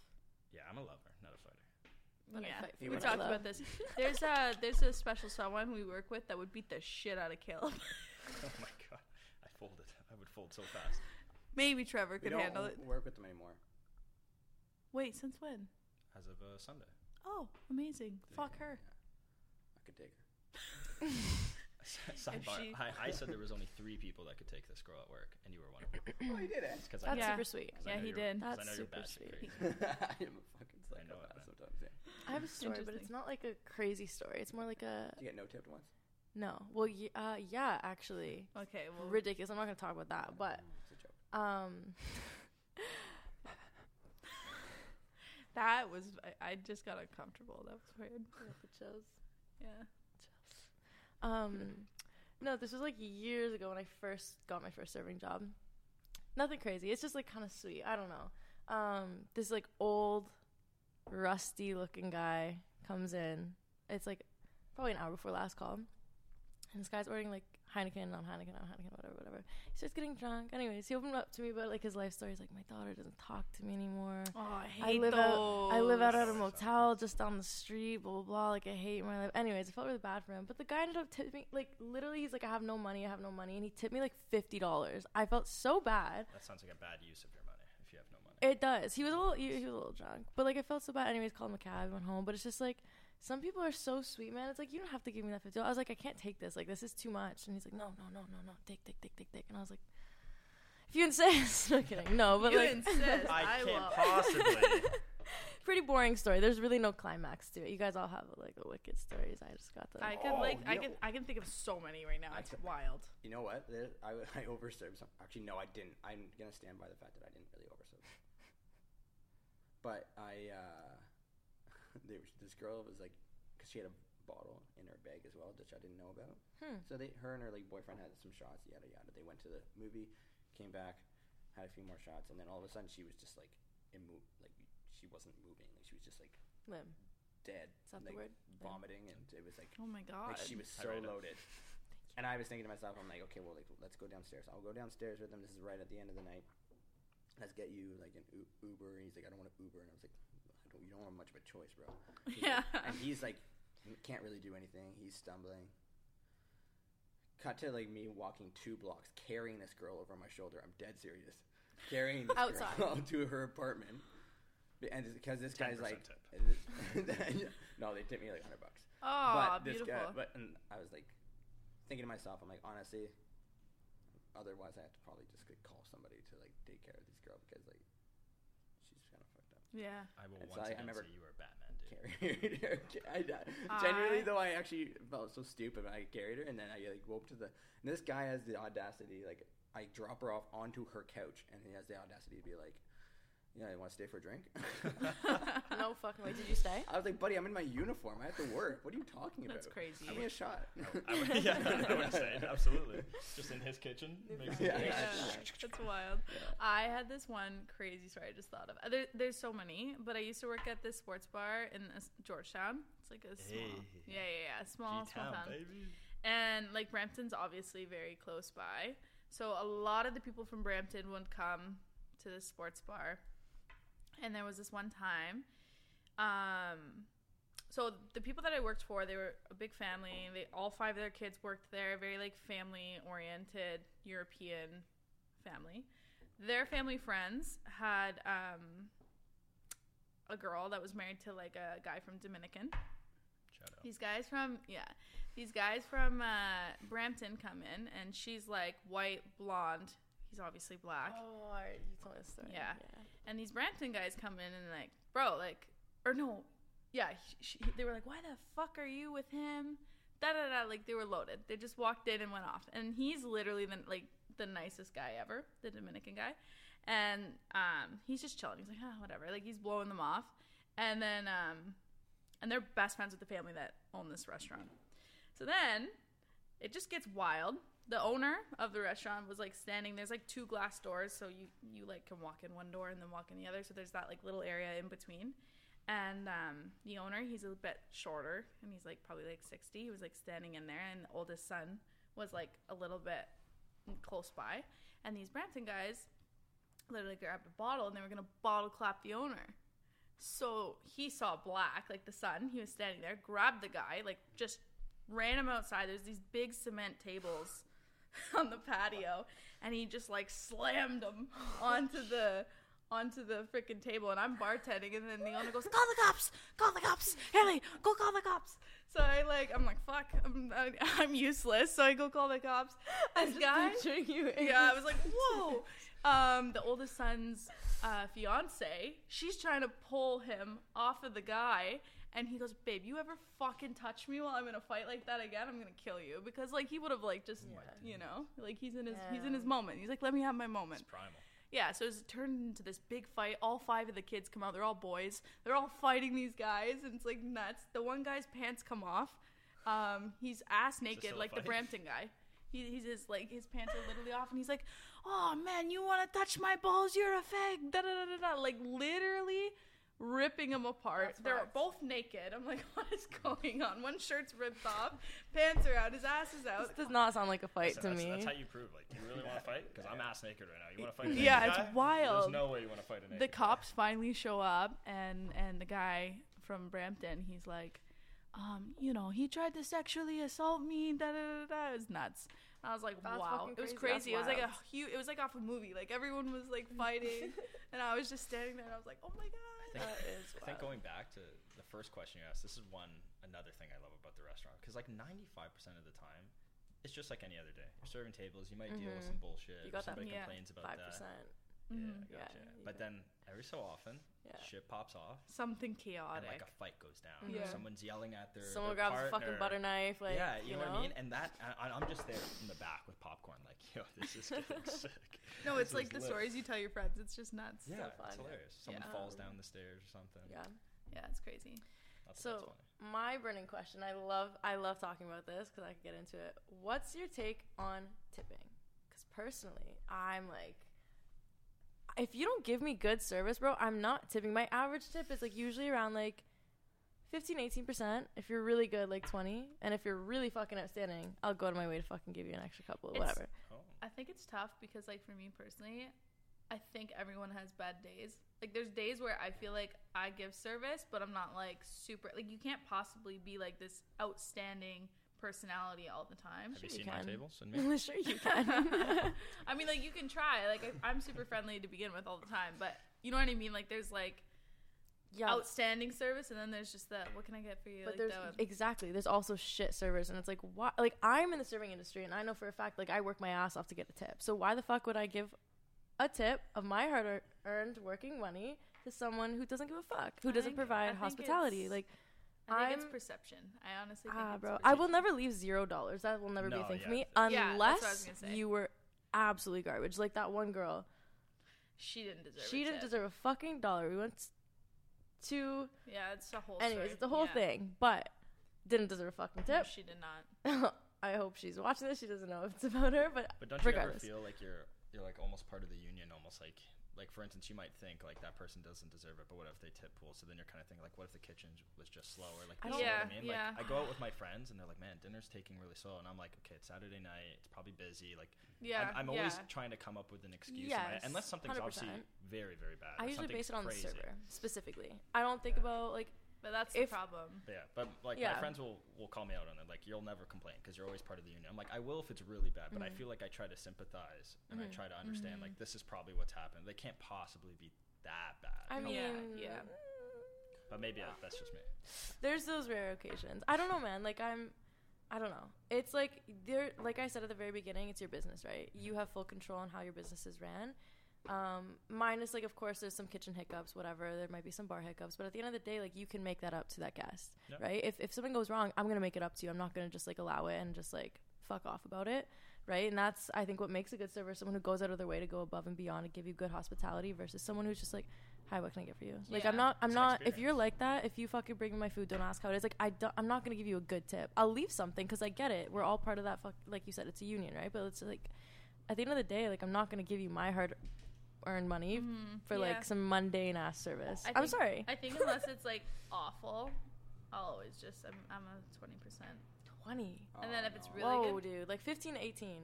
Speaker 3: Yeah, I'm a lover, not a fighter.
Speaker 2: But I
Speaker 1: yeah,
Speaker 2: fight for
Speaker 1: we
Speaker 2: what I
Speaker 1: talked
Speaker 2: love.
Speaker 1: about this. There's a there's a special someone we work with that would beat the shit out of Caleb.
Speaker 3: oh my god. I folded. I would fold so fast.
Speaker 1: Maybe Trevor
Speaker 4: We
Speaker 1: could
Speaker 4: don't
Speaker 1: handle it.
Speaker 4: work with them anymore.
Speaker 1: Wait, since when?
Speaker 3: As of uh, Sunday.
Speaker 1: Oh, amazing! Fuck her.
Speaker 4: I could take her.
Speaker 3: Sidebar.
Speaker 1: she-
Speaker 3: I, I said there was only three people that could take this girl at work, and you were one of them.
Speaker 4: Oh, you did it.
Speaker 3: Because I
Speaker 2: That's
Speaker 1: Yeah.
Speaker 3: know,
Speaker 2: super sweet.
Speaker 3: 'cause I
Speaker 1: Yeah,
Speaker 3: know
Speaker 1: he
Speaker 3: you're-
Speaker 1: did.
Speaker 3: 'cause I
Speaker 2: That's
Speaker 3: know you're
Speaker 2: super
Speaker 3: batshit
Speaker 2: sweet.
Speaker 3: crazy.
Speaker 4: I am a fucking
Speaker 3: I know it,
Speaker 4: psychopath
Speaker 3: man.
Speaker 4: sometimes. Yeah.
Speaker 2: I have a story, but
Speaker 1: Interesting.
Speaker 2: it's not like a crazy story. It's more like a
Speaker 4: Did you get no tipped once?
Speaker 2: no. Well, y- uh, yeah, actually,
Speaker 1: Okay, well,
Speaker 2: ridiculous. I'm not gonna talk about
Speaker 1: Uh,
Speaker 2: that, but
Speaker 4: It's a joke.
Speaker 2: um,
Speaker 1: that was I, I just got uncomfortable. That was weird. Yeah.
Speaker 2: Um, no, this was like years ago when I first got my first serving job. Nothing crazy. It's just like kind of sweet. I don't know. Um, this like old, rusty looking guy comes in. It's like probably an hour before last call. And this guy's ordering like Heineken on Heineken on Heineken, whatever, whatever. He starts getting drunk. Anyways, he opened up to me about like his life story. He's like, my daughter doesn't talk to me anymore.
Speaker 1: Oh, I
Speaker 2: I
Speaker 1: hate
Speaker 2: live
Speaker 1: those.
Speaker 2: out. I live out at a
Speaker 3: Those.
Speaker 2: motel just down the street. Blah blah blah. Like I hate my life. Anyways, I felt really bad for him. But the guy ended up tipping. Like literally, he's like, I have no money. I have no money, and he tipped me like fifty dollars. I felt so bad.
Speaker 3: That sounds like a bad use of your money if you have no money.
Speaker 2: It does. He was a little. He, he was a little drunk. But like I felt so bad. Anyways, called him a cab. Went home. But it's just like. Some people are so sweet, man. It's like you don't have to give me that fifty. I was like, I can't take this. Like this is too much. And he's like, No, no, no, no, no. Take, take, take, take, take. And I was like, If you insist. no kidding. No, but
Speaker 1: you
Speaker 2: like
Speaker 1: insist.
Speaker 3: I
Speaker 1: I,
Speaker 3: can't
Speaker 1: will.
Speaker 3: possibly.
Speaker 2: pretty boring story. There's really no climax to it. You guys all have like a wicked stories. I just got the
Speaker 1: I could
Speaker 4: Oh,
Speaker 1: like I
Speaker 4: you
Speaker 1: can
Speaker 4: know-
Speaker 1: I can think of so many right now.
Speaker 4: I
Speaker 1: It's
Speaker 4: could-
Speaker 1: wild.
Speaker 4: You know what? There- I, I overserved some. Actually, no, I didn't. I'm gonna stand by the fact that I didn't really overserve. but I, uh, there was, this girl was like, because she had a bottle in her bag as well, which I didn't know about.
Speaker 2: Hmm.
Speaker 4: So they, her and her like boyfriend had some shots, yada yada. They went to the movie, came back, had a few more shots, and then all of a sudden she was just like, immo- like she wasn't moving. Like she was just like
Speaker 2: limb.
Speaker 4: dead,
Speaker 2: Is that
Speaker 4: like
Speaker 2: the word?
Speaker 4: vomiting, and it was like
Speaker 1: Oh my god.
Speaker 4: like she was so
Speaker 3: Hydrated.
Speaker 4: loaded. And I was thinking to myself, I'm like, okay, well, like, let's go downstairs. I'll go downstairs with him. This is right at the end of the night. Let's get you like an U- Uber. And he's like, I don't want an Uber. And I was like, I don't, you don't have much of a choice, bro. He's
Speaker 1: Yeah.
Speaker 4: like- and he's like, can't really do anything. He's stumbling. Cut to like me walking two blocks, carrying this girl over my shoulder. I'm dead serious. Carrying this
Speaker 2: Outside.
Speaker 4: girl to her apartment. And because this
Speaker 3: 10%
Speaker 4: guy's like, no, they tipped me like hundred bucks
Speaker 1: oh,
Speaker 4: but
Speaker 1: beautiful.
Speaker 4: this guy, but and I was like thinking to myself, I'm like, honestly, otherwise I have to probably just like, call somebody to like take care of this girl because like she's kind of fucked up.
Speaker 1: yeah.
Speaker 3: I will
Speaker 4: And so
Speaker 3: once
Speaker 4: I- I
Speaker 3: again
Speaker 4: remember-
Speaker 3: say you were Batman, dude.
Speaker 4: Carried her. I, I,
Speaker 1: I-
Speaker 4: genuinely though, I actually felt so stupid. I carried her and then I like woke to the. And this guy has the audacity like I drop her off onto her couch and he has the audacity to be like, yeah, you want to stay for a drink?
Speaker 2: No fucking way. Did you stay?
Speaker 4: I was like, buddy, I'm in my uniform. I have to work. What are you talking about?
Speaker 1: That's crazy.
Speaker 4: Give me a shot.
Speaker 3: I would, yeah, I would say absolutely. Just in his kitchen. Makes
Speaker 4: Yeah.
Speaker 3: it
Speaker 1: Yeah,
Speaker 4: Yeah.
Speaker 1: that's wild. I had this one crazy story I just thought of. Uh, There, there's so many, but I used to work at this sports bar in uh, Georgetown. It's like a small,
Speaker 3: Hey.
Speaker 1: yeah, yeah, yeah, small, small
Speaker 3: G-town,
Speaker 1: town.
Speaker 3: baby.
Speaker 1: And like Brampton's obviously very close by. So a lot of the people from Brampton would come to the sports bar. And there was this one time. Um so the people that I worked for, they were a big family. They all five of their kids worked there, very like family oriented European family. Their family friends had um a girl that was married to like a guy from Dominican.
Speaker 3: Shout out.
Speaker 1: These guys from yeah, these guys from uh, Brampton come in, and she's like white blonde. He's obviously black,
Speaker 2: Oh, alright. You told me the story.
Speaker 1: Yeah. and these Brampton guys come in and like, bro, like, or no, yeah, she, she, they were like, why the fuck are you with him? Da da da. Like they were loaded. They just walked in and went off, and he's literally the like the nicest guy ever, the Dominican guy, and um, he's just chilling. He's like, ah, whatever. Like he's blowing them off, and then um, and they're best friends with the family that own this restaurant. So then it just gets wild. The owner of the restaurant was like standing. There's like two glass doors, so you you like can walk in one door and then walk in the other. So there's that like little area in between. And um, the owner, he's a bit shorter, and he's like probably like 60. He was like standing in there, and the oldest son was like a little bit close by. And these Brampton guys literally grabbed a bottle, and they were gonna bottle clap the owner. So he saw black, like the sun. He was standing there, grabbed the guy, like just ran him outside. There's these big cement tables on the patio, and he just like slammed him onto the onto the freaking table. And I'm bartending, and then the owner goes, "Call the cops! Call the cops! Haley, go call the cops!" So I like, I'm like, "Fuck, I'm, I'm useless." So I go call the cops. This guy,
Speaker 2: Picturing you. in
Speaker 1: yeah, I was
Speaker 2: this-
Speaker 1: like, whoa. Um, the oldest son's uh, fiance, she's trying to pull him off of the guy, and he goes, "Babe, you ever fucking touch me while I'm in a fight like that again? I'm gonna kill you." Because like he would have like just,
Speaker 2: Yeah.
Speaker 1: you know, like he's in his he's in his
Speaker 2: Damn.
Speaker 1: moment. He's like, "Let me have my moment."
Speaker 3: It's primal.
Speaker 1: Yeah, so it's turned into this big fight. All five of the kids come out. They're all boys. They're all fighting these guys, and it's like nuts. The one guy's pants come off, Um, he's ass naked
Speaker 3: still a
Speaker 1: like the
Speaker 3: fight?
Speaker 1: Brampton guy. He, he's his like his pants are literally off, and he's like, "Oh man, you want to touch my balls? You're a fag!" Da da da da da. Like literally ripping them apart.
Speaker 2: That's
Speaker 1: They're
Speaker 2: facts.
Speaker 1: both naked. I'm like, what is going on? One shirt's ripped off, pants are out, his ass is
Speaker 2: This
Speaker 1: out.
Speaker 2: does not sound like a fight
Speaker 3: Listen,
Speaker 2: to
Speaker 3: that's,
Speaker 2: me.
Speaker 3: that's how you prove. Like, do you really want to fight? Because I'm ass naked right now. You want to fight? a
Speaker 1: Yeah,
Speaker 3: naked
Speaker 1: it's
Speaker 3: guy?
Speaker 1: wild.
Speaker 3: There's no way you want to fight a naked.
Speaker 1: the
Speaker 3: guy.
Speaker 1: cops finally show up and and the guy from Brampton he's like um you know he tried to sexually assault me da da da da it was nuts And I was like
Speaker 2: That's
Speaker 1: wow
Speaker 2: fucking
Speaker 1: it was crazy
Speaker 2: crazy. That's
Speaker 1: it was like a
Speaker 2: wild.
Speaker 1: huge it was like off a movie like everyone was like fighting and I was just standing there and I was like oh my god
Speaker 3: think-
Speaker 2: That is
Speaker 3: I
Speaker 2: wild.
Speaker 3: think going back to the first question you asked, this is one another thing I love about the restaurant because like 95% of the time, it's just like any other day. You're serving tables, you might deal with some bullshit.
Speaker 2: Mm-hmm. You
Speaker 3: or
Speaker 2: got that-
Speaker 3: somebody
Speaker 1: Yeah.
Speaker 3: complains about
Speaker 2: Five
Speaker 3: that.
Speaker 2: percent. Mm-hmm.
Speaker 1: Mhm.
Speaker 3: Yeah,
Speaker 2: Yeah,
Speaker 3: gotcha.
Speaker 2: you
Speaker 3: but then every so often,
Speaker 2: Yeah. Mm-hmm.
Speaker 3: shit pops off.
Speaker 1: something
Speaker 3: And
Speaker 1: chaotic
Speaker 3: like a fight goes down.
Speaker 1: Mhm.
Speaker 3: or
Speaker 1: Yeah.
Speaker 3: Someone's yelling at their
Speaker 2: Someone
Speaker 3: their
Speaker 2: grabs a fucking butter
Speaker 3: partner.
Speaker 2: knife. Like,
Speaker 3: yeah, you, know, what I mean. And that, I, I'm just there in the back with popcorn, like, yo, this is getting sick.
Speaker 1: no
Speaker 3: This
Speaker 1: it's like
Speaker 3: is
Speaker 1: the
Speaker 3: lit.
Speaker 1: stories you tell your friends it's just nuts
Speaker 3: Yeah,
Speaker 2: fun.
Speaker 3: it's hilarious. Someone
Speaker 1: Yeah.
Speaker 3: falls down the stairs or something.
Speaker 2: Yeah.
Speaker 1: yeah it's crazy
Speaker 3: Not that that's
Speaker 2: So
Speaker 3: funny.
Speaker 2: my burning question. I love I love talking about this because I could get into it. What's your take on tipping? Because personally, I'm like, if you don't give me good service, bro, I'm not tipping. My average tip is like usually around like 15, 18 percent. If you're really good, like twenty, and if you're really fucking outstanding, I'll go out of my way to fucking give you an extra couple, or
Speaker 1: It's-
Speaker 2: whatever.
Speaker 3: Oh.
Speaker 1: I think it's tough because, like, for me personally, I think everyone has bad days. Like, there's days where I feel like I give service, but I'm not like super. Like, you can't possibly be like this outstanding personality all the time.
Speaker 3: Have you
Speaker 2: Sure you
Speaker 3: seen my
Speaker 2: can.
Speaker 3: tables and me?
Speaker 2: sure you can.
Speaker 1: I mean, like, you can try. Like, I, I'm super friendly to begin with all the time, but you know what I mean? Like, there's like
Speaker 2: yeah,
Speaker 1: outstanding service, and then there's just that, what can I get for you?
Speaker 2: But
Speaker 1: like,
Speaker 2: there's
Speaker 1: that one.
Speaker 2: exactly there's also shit servers, and it's like why? Like I'm in the serving industry, and I know for a fact like I work my ass off to get a tip. So why the fuck would I give a tip of my hard ear- earned working money to someone who doesn't give a fuck, who
Speaker 1: I
Speaker 2: doesn't
Speaker 1: think- I
Speaker 2: provide
Speaker 1: think
Speaker 2: hospitality?
Speaker 1: it's-
Speaker 2: Like
Speaker 1: I think
Speaker 2: I'm-
Speaker 1: it's perception. I honestly think
Speaker 2: ah,
Speaker 1: it's
Speaker 2: bro,
Speaker 1: perception.
Speaker 2: I will never leave zero dollars. That will never be a
Speaker 3: No,
Speaker 2: thing for
Speaker 3: yeah,
Speaker 2: me
Speaker 3: that's-
Speaker 1: Yeah, that's what I was
Speaker 2: unless
Speaker 1: gonna say.
Speaker 2: you were absolutely garbage. Like that one girl,
Speaker 1: She didn't deserve
Speaker 2: she
Speaker 1: a
Speaker 2: didn't
Speaker 1: tip.
Speaker 2: deserve a fucking dollar. We went to
Speaker 1: Yeah, it's a whole
Speaker 2: anyways,
Speaker 1: story.
Speaker 2: it's the whole
Speaker 1: Yeah.
Speaker 2: thing, but didn't deserve a fucking
Speaker 1: No,
Speaker 2: tip.
Speaker 1: She did not.
Speaker 2: I hope she's watching this. She doesn't know if it's about her, but,
Speaker 3: But don't you
Speaker 2: regardless.
Speaker 3: ever feel like you're you're like almost part of the union, almost like like for instance, you might think like that person doesn't deserve it, but what if they tip pool? So then you're kind of thinking like, what if the kitchen j- was just slower? Like,
Speaker 2: I
Speaker 3: this,
Speaker 2: don't-
Speaker 3: you know what
Speaker 1: Yeah,
Speaker 3: I mean?
Speaker 1: yeah.
Speaker 3: Like, I go out with my friends and they're like, man, dinner's taking really slow, and I'm like, okay, it's Saturday night, it's probably busy. Like,
Speaker 1: Yeah,
Speaker 3: I'm, I'm always
Speaker 1: yeah.
Speaker 3: trying to come up with an excuse, in my-
Speaker 2: Yes,
Speaker 3: unless something's obviously
Speaker 2: 100%.
Speaker 3: very very bad.
Speaker 2: I
Speaker 3: or
Speaker 2: usually
Speaker 3: something
Speaker 2: base it on the
Speaker 3: crazy.
Speaker 2: server specifically. I don't think
Speaker 3: Yeah.
Speaker 2: about like
Speaker 1: But that's
Speaker 2: If-
Speaker 1: the problem.
Speaker 3: But yeah, but like
Speaker 2: Yeah.
Speaker 3: my friends will will call me out on it. Like you'll never complain because you're always part of the union. I'm like I will if it's really bad, but I feel like I try to sympathize and I try to understand. Like this is probably what's happened. They can't possibly be that bad.
Speaker 2: I mean,
Speaker 1: Yeah, yeah.
Speaker 3: but maybe I- that's just me.
Speaker 2: There's those rare occasions. I don't know, man. Like I'm, I don't know. It's like there, like I said at the very beginning, it's your business, right? You have full control on how your business is ran. Um, minus like, of course, there's some kitchen hiccups, whatever. There might be some bar hiccups, but at the end of the day, like you can make that up to that guest,
Speaker 3: Yeah.
Speaker 2: right? If if something goes wrong, I'm gonna make it up to you. I'm not gonna just like allow it and just like fuck off about it. Right, and that's I think what makes a good server someone who goes out of their way to go above and beyond and give you good hospitality versus someone who's just like, "Hi, what can I get for you?" Like I'm
Speaker 1: Yeah.
Speaker 2: not, I'm
Speaker 3: It's an
Speaker 2: not. If
Speaker 3: experience.
Speaker 2: you're like that, if you fucking bring me my food, don't ask how it is. Like I don't, I'm not gonna give you a good tip. I'll leave something because I get it. We're all part of that. Fuck, like you said, it's a union, right? But it's like, at the end of the day, like I'm not gonna give you my hard earned money for
Speaker 1: Mm-hmm. yeah.
Speaker 2: like some mundane ass service.
Speaker 1: I
Speaker 2: I'm
Speaker 1: think-
Speaker 2: sorry.
Speaker 1: I think unless it's like awful, I'll always just I'm, I'm a twenty percent.
Speaker 2: twenty.
Speaker 1: And then if it's really
Speaker 2: Whoa,
Speaker 1: good,
Speaker 2: dude, like 15, 18.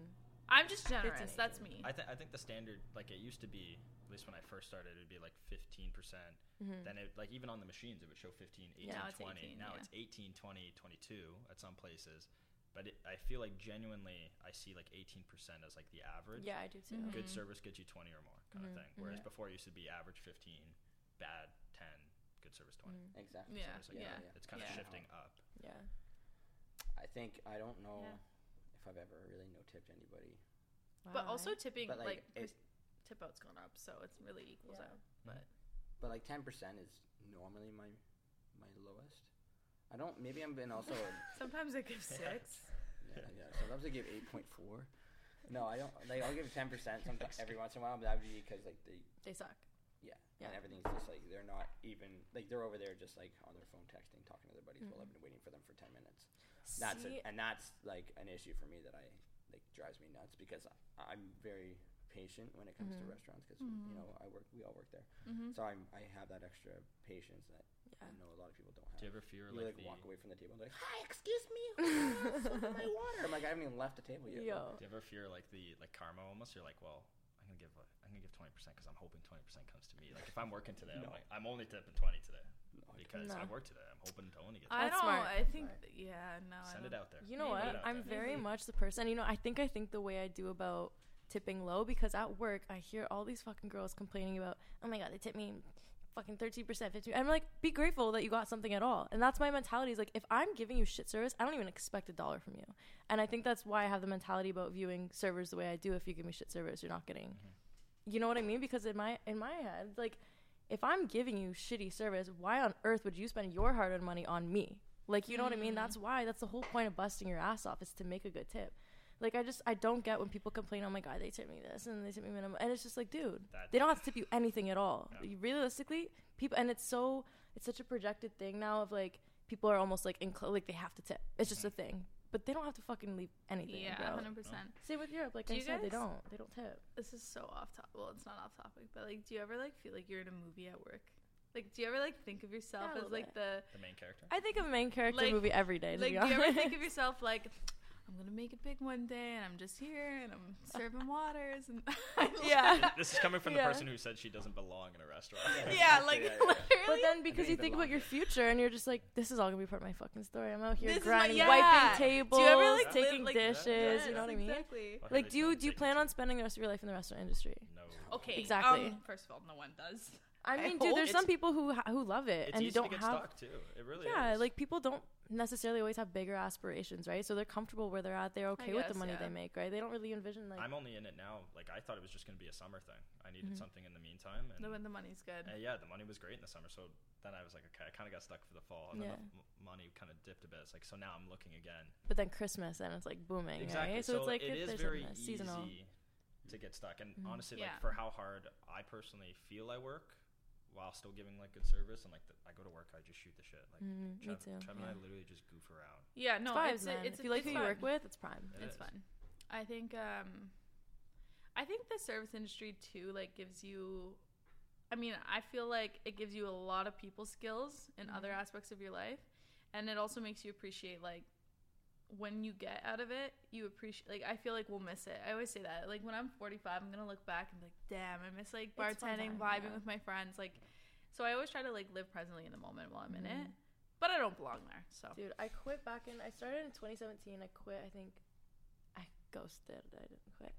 Speaker 1: I'm just generous.
Speaker 2: 15,
Speaker 1: That's me.
Speaker 3: I think I think the standard like it used to be at least when I first started it'd be like 15 percent. Then it like even on the machines it would show 15, 18,
Speaker 1: Now it's
Speaker 3: 20.
Speaker 1: 18,
Speaker 3: now
Speaker 1: yeah.
Speaker 3: it's 18, 20, 22 at some places. But it, I feel like genuinely I see like 18 percent as like the average.
Speaker 2: Yeah, I do too.
Speaker 3: good service gets you 20 or more kind
Speaker 2: Mm-hmm.
Speaker 3: of thing whereas before it used to be average 15 bad 10 good service 20
Speaker 2: Mm-hmm.
Speaker 4: Exactly.
Speaker 1: Yeah,
Speaker 3: Service
Speaker 1: yeah,
Speaker 3: like that. it's kind of
Speaker 1: Yeah.
Speaker 3: shifting up
Speaker 2: Yeah.
Speaker 4: I think I don't know
Speaker 1: Yeah.
Speaker 4: if I've ever really no tipped anybody.
Speaker 1: But
Speaker 2: Wow,
Speaker 1: also
Speaker 2: eh?
Speaker 1: tipping
Speaker 4: But,
Speaker 1: like,
Speaker 4: like, it-
Speaker 1: pers- tip out's gone up, so it's really equals
Speaker 2: Yeah.
Speaker 1: out. But
Speaker 4: But like ten percent is normally my my lowest. I don't. Maybe I'm been also.
Speaker 1: sometimes I give six.
Speaker 4: yeah, yeah, sometimes I give eight point four. No, I don't. Like I'll give ten percent sometimes every once in a while, but that would be because like they
Speaker 2: they suck.
Speaker 4: yeah,
Speaker 2: Yeah.
Speaker 4: and everything's just like they're
Speaker 1: Mm-hmm.
Speaker 4: not even like they're over there just like on their phone texting, talking to their buddies while I've been waiting for them for ten minutes. That's a,
Speaker 2: See-
Speaker 4: and that's like an issue for me that I like drives me nuts because I, I'm very patient when it comes
Speaker 2: Mhm.
Speaker 4: to restaurants because you know I work we all work there,
Speaker 1: Mm-hmm.
Speaker 4: so I'm I have that extra patience that I
Speaker 2: Yeah.
Speaker 4: know a lot of people don't
Speaker 3: Do you
Speaker 4: have.
Speaker 3: ever fear
Speaker 4: You
Speaker 3: like,
Speaker 4: like,
Speaker 3: the,
Speaker 4: walk away from the table and be like, "Hi, excuse me, who's got some of my water." I'm like, I haven't even left the table yet.
Speaker 2: Yo.
Speaker 3: Do you ever fear like the like karma almost? You're like, well, I'm gonna give like, I'm gonna give twenty percent because I'm hoping twenty percent comes to me. Like if I'm working today,
Speaker 4: No.
Speaker 3: I'm like I'm only tipping twenty today
Speaker 4: No, I
Speaker 3: because
Speaker 2: No.
Speaker 3: I worked today. I'm hoping to only get.
Speaker 1: I
Speaker 2: That's
Speaker 1: don't.
Speaker 2: smart.
Speaker 1: I think.
Speaker 4: Right.
Speaker 1: th- Yeah. No. I
Speaker 3: Send it
Speaker 1: don't-
Speaker 3: out there.
Speaker 2: You know
Speaker 1: Maybe.
Speaker 2: what? I'm
Speaker 3: Maybe.
Speaker 2: very much the person. You know, I think I think the way I do about tipping low because at work I hear all these fucking girls complaining about, oh my god, they tip me fucking thirteen percent, fifteen. I'm like, be grateful that you got something at all, and that's my mentality. Is like, if I'm giving you shit service, I don't even expect a dollar from you, and I think that's why I have the mentality about viewing servers the way I do. If you give me shit service, you're not getting.
Speaker 3: Mm-hmm.
Speaker 2: You know what I mean? Because in my in my head, like, if I'm giving you shitty service, why on earth would you spend your hard-earned money on me? Like, you know what I mean?
Speaker 1: Mm.
Speaker 2: That's why. That's the whole point of busting your ass off is to make a good tip. Like, I just I don't get when people complain. Oh my god, they tip me this and they tip me minimum, and it's just like, dude,
Speaker 3: That-
Speaker 2: they don't have to tip you anything at all.
Speaker 3: Yeah.
Speaker 2: Realistically, people, and it's so it's such a projected thing now of like people are almost like incl- like they have to tip. It's just a thing, but they don't have to fucking leave anything.
Speaker 1: Yeah.
Speaker 2: bro.
Speaker 1: Hundred percent.
Speaker 2: Same with Europe. Like
Speaker 1: Do
Speaker 2: I
Speaker 1: you
Speaker 2: said, they
Speaker 1: guys-
Speaker 2: don't they don't tip.
Speaker 1: This is so off topic. Well, it's not off topic, but like, do you ever like feel like you're in a movie at work? Like, do you ever like think of yourself
Speaker 2: Yeah, a
Speaker 1: as
Speaker 2: little
Speaker 1: like
Speaker 2: bit.
Speaker 1: the
Speaker 3: The main character.
Speaker 2: I think of a main character
Speaker 1: Like-
Speaker 2: movie every day. To
Speaker 1: like?
Speaker 2: be
Speaker 1: Do you ever
Speaker 2: honest.
Speaker 1: think of yourself like? I'm gonna make it big one day, and I'm just here, and I'm serving waters, and
Speaker 2: Yeah.
Speaker 3: this is coming from the
Speaker 2: Yeah.
Speaker 3: person who said she doesn't belong in a restaurant.
Speaker 1: yeah, like
Speaker 4: Yeah, yeah, yeah.
Speaker 1: literally.
Speaker 2: But then because
Speaker 4: think
Speaker 2: you
Speaker 4: the
Speaker 2: think about your
Speaker 4: longer-
Speaker 2: future and you're just like, this is all gonna be part of my fucking story. I'm out here
Speaker 1: This is my-
Speaker 2: grinding,
Speaker 1: yeah.
Speaker 2: wiping tables,
Speaker 1: do you ever like
Speaker 2: taking
Speaker 1: live, like,
Speaker 2: dishes.
Speaker 3: Yes,
Speaker 2: you know what I mean?
Speaker 1: Exactly.
Speaker 3: Why
Speaker 2: Like,
Speaker 3: they
Speaker 2: do you
Speaker 3: don't
Speaker 2: do you
Speaker 3: take
Speaker 2: plan
Speaker 3: it?
Speaker 2: on spending the rest of your life in the restaurant industry?
Speaker 3: No.
Speaker 1: Okay.
Speaker 2: Exactly.
Speaker 1: um, first of all, no one does.
Speaker 2: I
Speaker 1: I
Speaker 2: mean,
Speaker 1: hope
Speaker 2: dude, there's
Speaker 1: it's-
Speaker 2: some people who ha- who love it
Speaker 3: It's
Speaker 2: and
Speaker 3: easy
Speaker 2: don't
Speaker 3: to get
Speaker 2: have.
Speaker 3: stuck too. It really
Speaker 2: yeah,
Speaker 3: is.
Speaker 2: like people don't necessarily always have bigger aspirations, right? So they're comfortable where they're at. They're okay with the
Speaker 1: guess,
Speaker 2: money
Speaker 1: yeah.
Speaker 2: they make, right? They don't really envision like. Mm-hmm.
Speaker 3: I'm only in it now. Like I thought it was just gonna be a summer thing. I needed something in the meantime. And
Speaker 1: No, when the money's good.
Speaker 3: Uh, yeah, the money was great in the summer, so then I was like, okay, I kind of got stuck for the fall, and then
Speaker 2: Yeah.
Speaker 3: the m- money kind of dipped a bit. It's like, so now I'm looking again.
Speaker 2: but then Christmas and it's like booming,
Speaker 3: Exactly.
Speaker 2: right? So,
Speaker 3: So,
Speaker 2: it's like if
Speaker 3: it is
Speaker 2: there's
Speaker 3: very
Speaker 2: something that's
Speaker 3: easy
Speaker 2: seasonal. Mm-hmm.
Speaker 3: to get stuck. And honestly,
Speaker 1: Yeah.
Speaker 3: like for how hard I personally feel I work, while still giving like good service, and like the, I go to work, I just shoot the shit. Like
Speaker 2: Mm, me
Speaker 3: Trev,
Speaker 2: too,
Speaker 3: Trev
Speaker 2: yeah.
Speaker 3: and I literally just goof around.
Speaker 1: Yeah, no, it's
Speaker 2: It's vibes, man.
Speaker 1: a, it's
Speaker 2: if you like
Speaker 1: it's
Speaker 2: who you
Speaker 1: fun.
Speaker 2: work with, it's prime.
Speaker 3: It
Speaker 1: it's
Speaker 3: is.
Speaker 1: fun. I think um I think the service industry too like gives you I mean, I feel like it gives you a lot of people skills in other
Speaker 2: Mm-hmm.
Speaker 1: aspects of your life and it also makes you appreciate like when you get out of it, you appreciate like I feel like we'll miss it. I always say that. Like when I'm 45, I'm going to look back and be like, "Damn, I miss like
Speaker 2: It's fun
Speaker 1: bartending,
Speaker 2: time,
Speaker 1: vibing
Speaker 2: yeah.
Speaker 1: with my friends." Like so I always try to like live presently in the moment while I'm in
Speaker 2: Mm-hmm.
Speaker 1: it. But I don't belong there. So
Speaker 2: Dude, I quit back in. I started in 2017. I quit. I think I ghosted. I didn't quit.